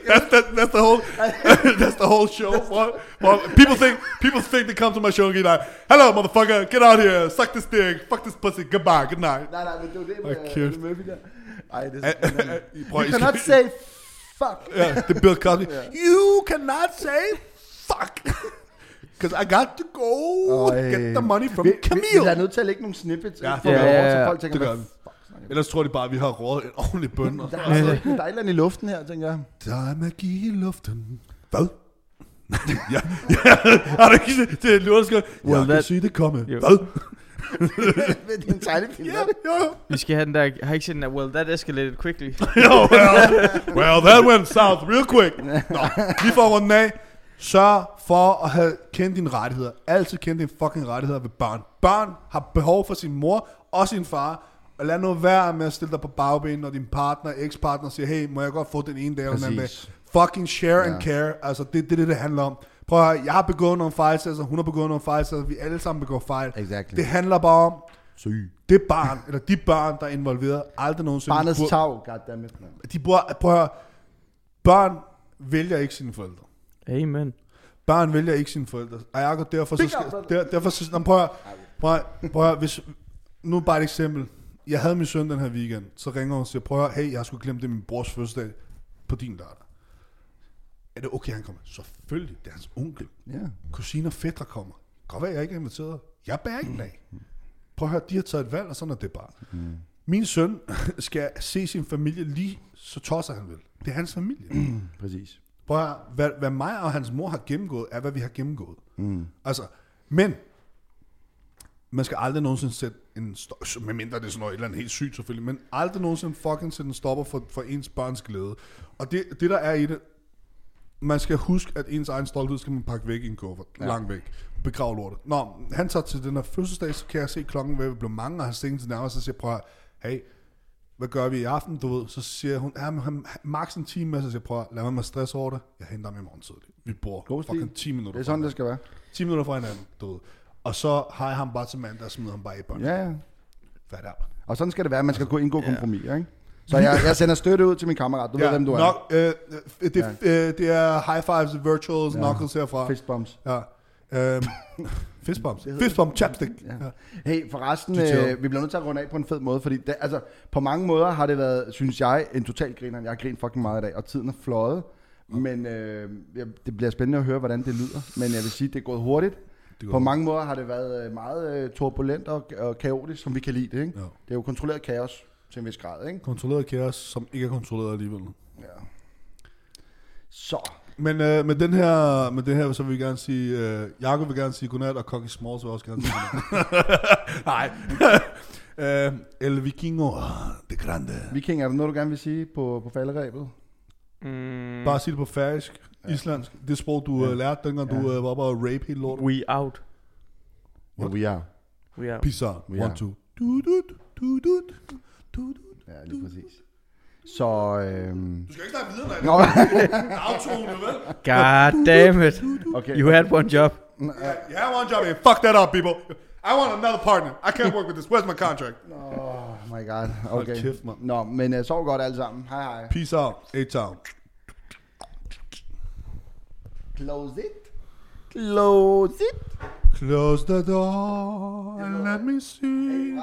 that's, that, that's the whole that's the whole show. Well, well, people think people think they come to my show and be like, "Hello, motherfucker, get out here, suck this dick, fuck this pussy, goodbye, good night." Eh,
nej, nej, men det var det med
Ej,
okay.
kæft.
Eddie Murphy der. Ej, det er sådan.
I prøver-
You
I skal-
cannot say fuck.
Yeah, the Bill Cosby. You cannot say fuck because I got to go Øh, get the money from
vi, Vi, vi er
Camille.
nødt til at lægge nogle snippets,
Ja,
ja, for
det
ja,
gør vi.
ja, så
Ja,
folk tænker,
det
hvad
gør vi.
fuck snakker
Ellers tror de bare, at vi har rådet en ordentlig bønder.
der, er, altså- der er et eller andet i luften her, tænker jeg.
Der er magi i luften. Hvad? ja, ja, har du ikke set det? Lurtskød.
Well,
Jeg kan
that-
sige det komme.
Jo.
Hvad?
det er en tegnefilm.
Ja, jo, jo.
Vi skal have den der, har I ikke set den der, well, that escalated quickly.
Jo, well, well, that went south real quick. Nå, vi får rundt af. Sørg for at have kendt dine rettigheder. Altid kendt dine fucking rettigheder ved børn. Børn har behov for sin mor og sin far. Og lad nu være med at stille dig på bagben, når din partner, ekspartner siger, hey, må jeg godt få den ene dag eller den anden dag.
Præcis.
Fucking share and care. Altså, det er det, det, det handler om. Prøv at høre, jeg har begået nogle fejl, altså hun har begået nogle fejl, så vi alle sammen begår fejl.
Exactly.
Det handler bare om,
Syg.
det barn, eller de børn, der er involveret, aldrig nogensinde
Barnets
burde-
tag, goddammit. mand.
de bor, prøv at høre, børn vælger ikke sine forældre.
Amen.
Barn vælger ikke sine forældre. Og Jacob, derfor så skal, der, derfor så, nå, prøv at, prøv at, prøv at, hvis, nu bare et eksempel. Jeg havde min søn den her weekend, så ringer hun og siger, prøv at, hey, jeg har sgu glemt det er min brors fødselsdag på din lørdag. Er det okay, han kommer? Selvfølgelig, det er hans onkel.
Ja.
Kusiner og fætter kommer. Godt være, jeg ikke er inviteret. Jeg bærer ikke den af. Prøv at høre, de har taget et valg, og sådan er det bare. Min søn skal se sin familie lige så tosset han vil. Det er hans familie.
Præcis.
Prøv at, høre, hvad, hvad mig og hans mor har gennemgået, er hvad vi har gennemgået. Mm. Altså, men man skal aldrig nogensinde sætte en stopper, medmindre det er sådan noget, et eller andet helt sygt selvfølgelig, men aldrig nogensinde fucking sætte en stopper for, for ens børns glæde. Og det, det der er i det, man skal huske, at ens egen stolthed skal man pakke væk i en kuffert. Ja. Langt væk. Begrav lortet. Nå, han tager til den her fødselsdag, så kan jeg se klokken ved at blive mange, og han stikker til nærmere, og så siger jeg, prøv at, høre, hey, hvad gør vi i aften, du ved? Så siger hun, ja, men han, max en time med, så siger jeg, prøv at, lad mig med stress over det. Jeg henter ham i morgen tidlig. Vi bor
God stil.
fucking 10 minutter.
Det er
fra
sådan,
hinanden.
det skal være.
10 minutter fra hinanden, du ved. Og så har jeg ham bare til mand, der smider ham bare i bånd.
Ja, ja.
Hvad der?
Og sådan skal det være. Man skal kunne indgå kompromiser, ikke? Så jeg, jeg sender støtte ud til min kammerat. Du ja, ved, hvem du er.
Nok, øh, det, øh, det er high fives, virtuals, ja.
Ja.
knuckles herfra.
Fistbumps.
Ja. Øhm, fistbumps. Fistbump, chapstick. Ja.
Ja. Hey, forresten,
Detail.
øh, vi bliver nødt til at runde af på en fed måde, fordi det, altså, på mange måder har det været, synes jeg, en total griner. Jeg har grint fucking meget i dag, og tiden er fløjet. Men øh, jeg- det bliver spændende at høre, hvordan det lyder. Men jeg vil sige, det er gået hurtigt.
går
På mange måder har det været øh, meget øh, turbulent og, og kaotisk, som vi kan lide det. Ikke?
Ja.
Det er jo kontrolleret kaos til en vis grad. Ikke?
Kontrolleret kaos, som ikke er kontrolleret alligevel.
Ja. Så,
Men øh, med, den her, med det her, så vil vi gerne sige, øh, Jakob vil gerne sige godnat, og Cocky Smalls vil også gerne sige godnat. Nej. øh, El Vikingo de Grande.
Viking, er der noget, du gerne vil sige på, på falderæbet?
Mm,
Bare sig det på færøsk, ja. islandsk. Det sprog, du ja. lærte, dengang ja. du øh, var oppe og rape hele lortet.
we out.
Ja, we are.
We out.
Pizza.
Ja.
One, two. Du, du, du, du, du, du.
Ja, lige præcis. Så, øhm...
Du skal ikke snakke videre, mand.
Nå,
Det er aftone, vel?
God damn it.
okay.
You had one job.
You have one job here. Fuck that up, people. I want another partner. I can't work with this. Where's my contract?
Oh my god, okay.
kæft, mand.
Nå, men uh, sov godt alle sammen. Hej hej.
Peace out. A-Town.
Close it. Close it.
Close the door and let me see.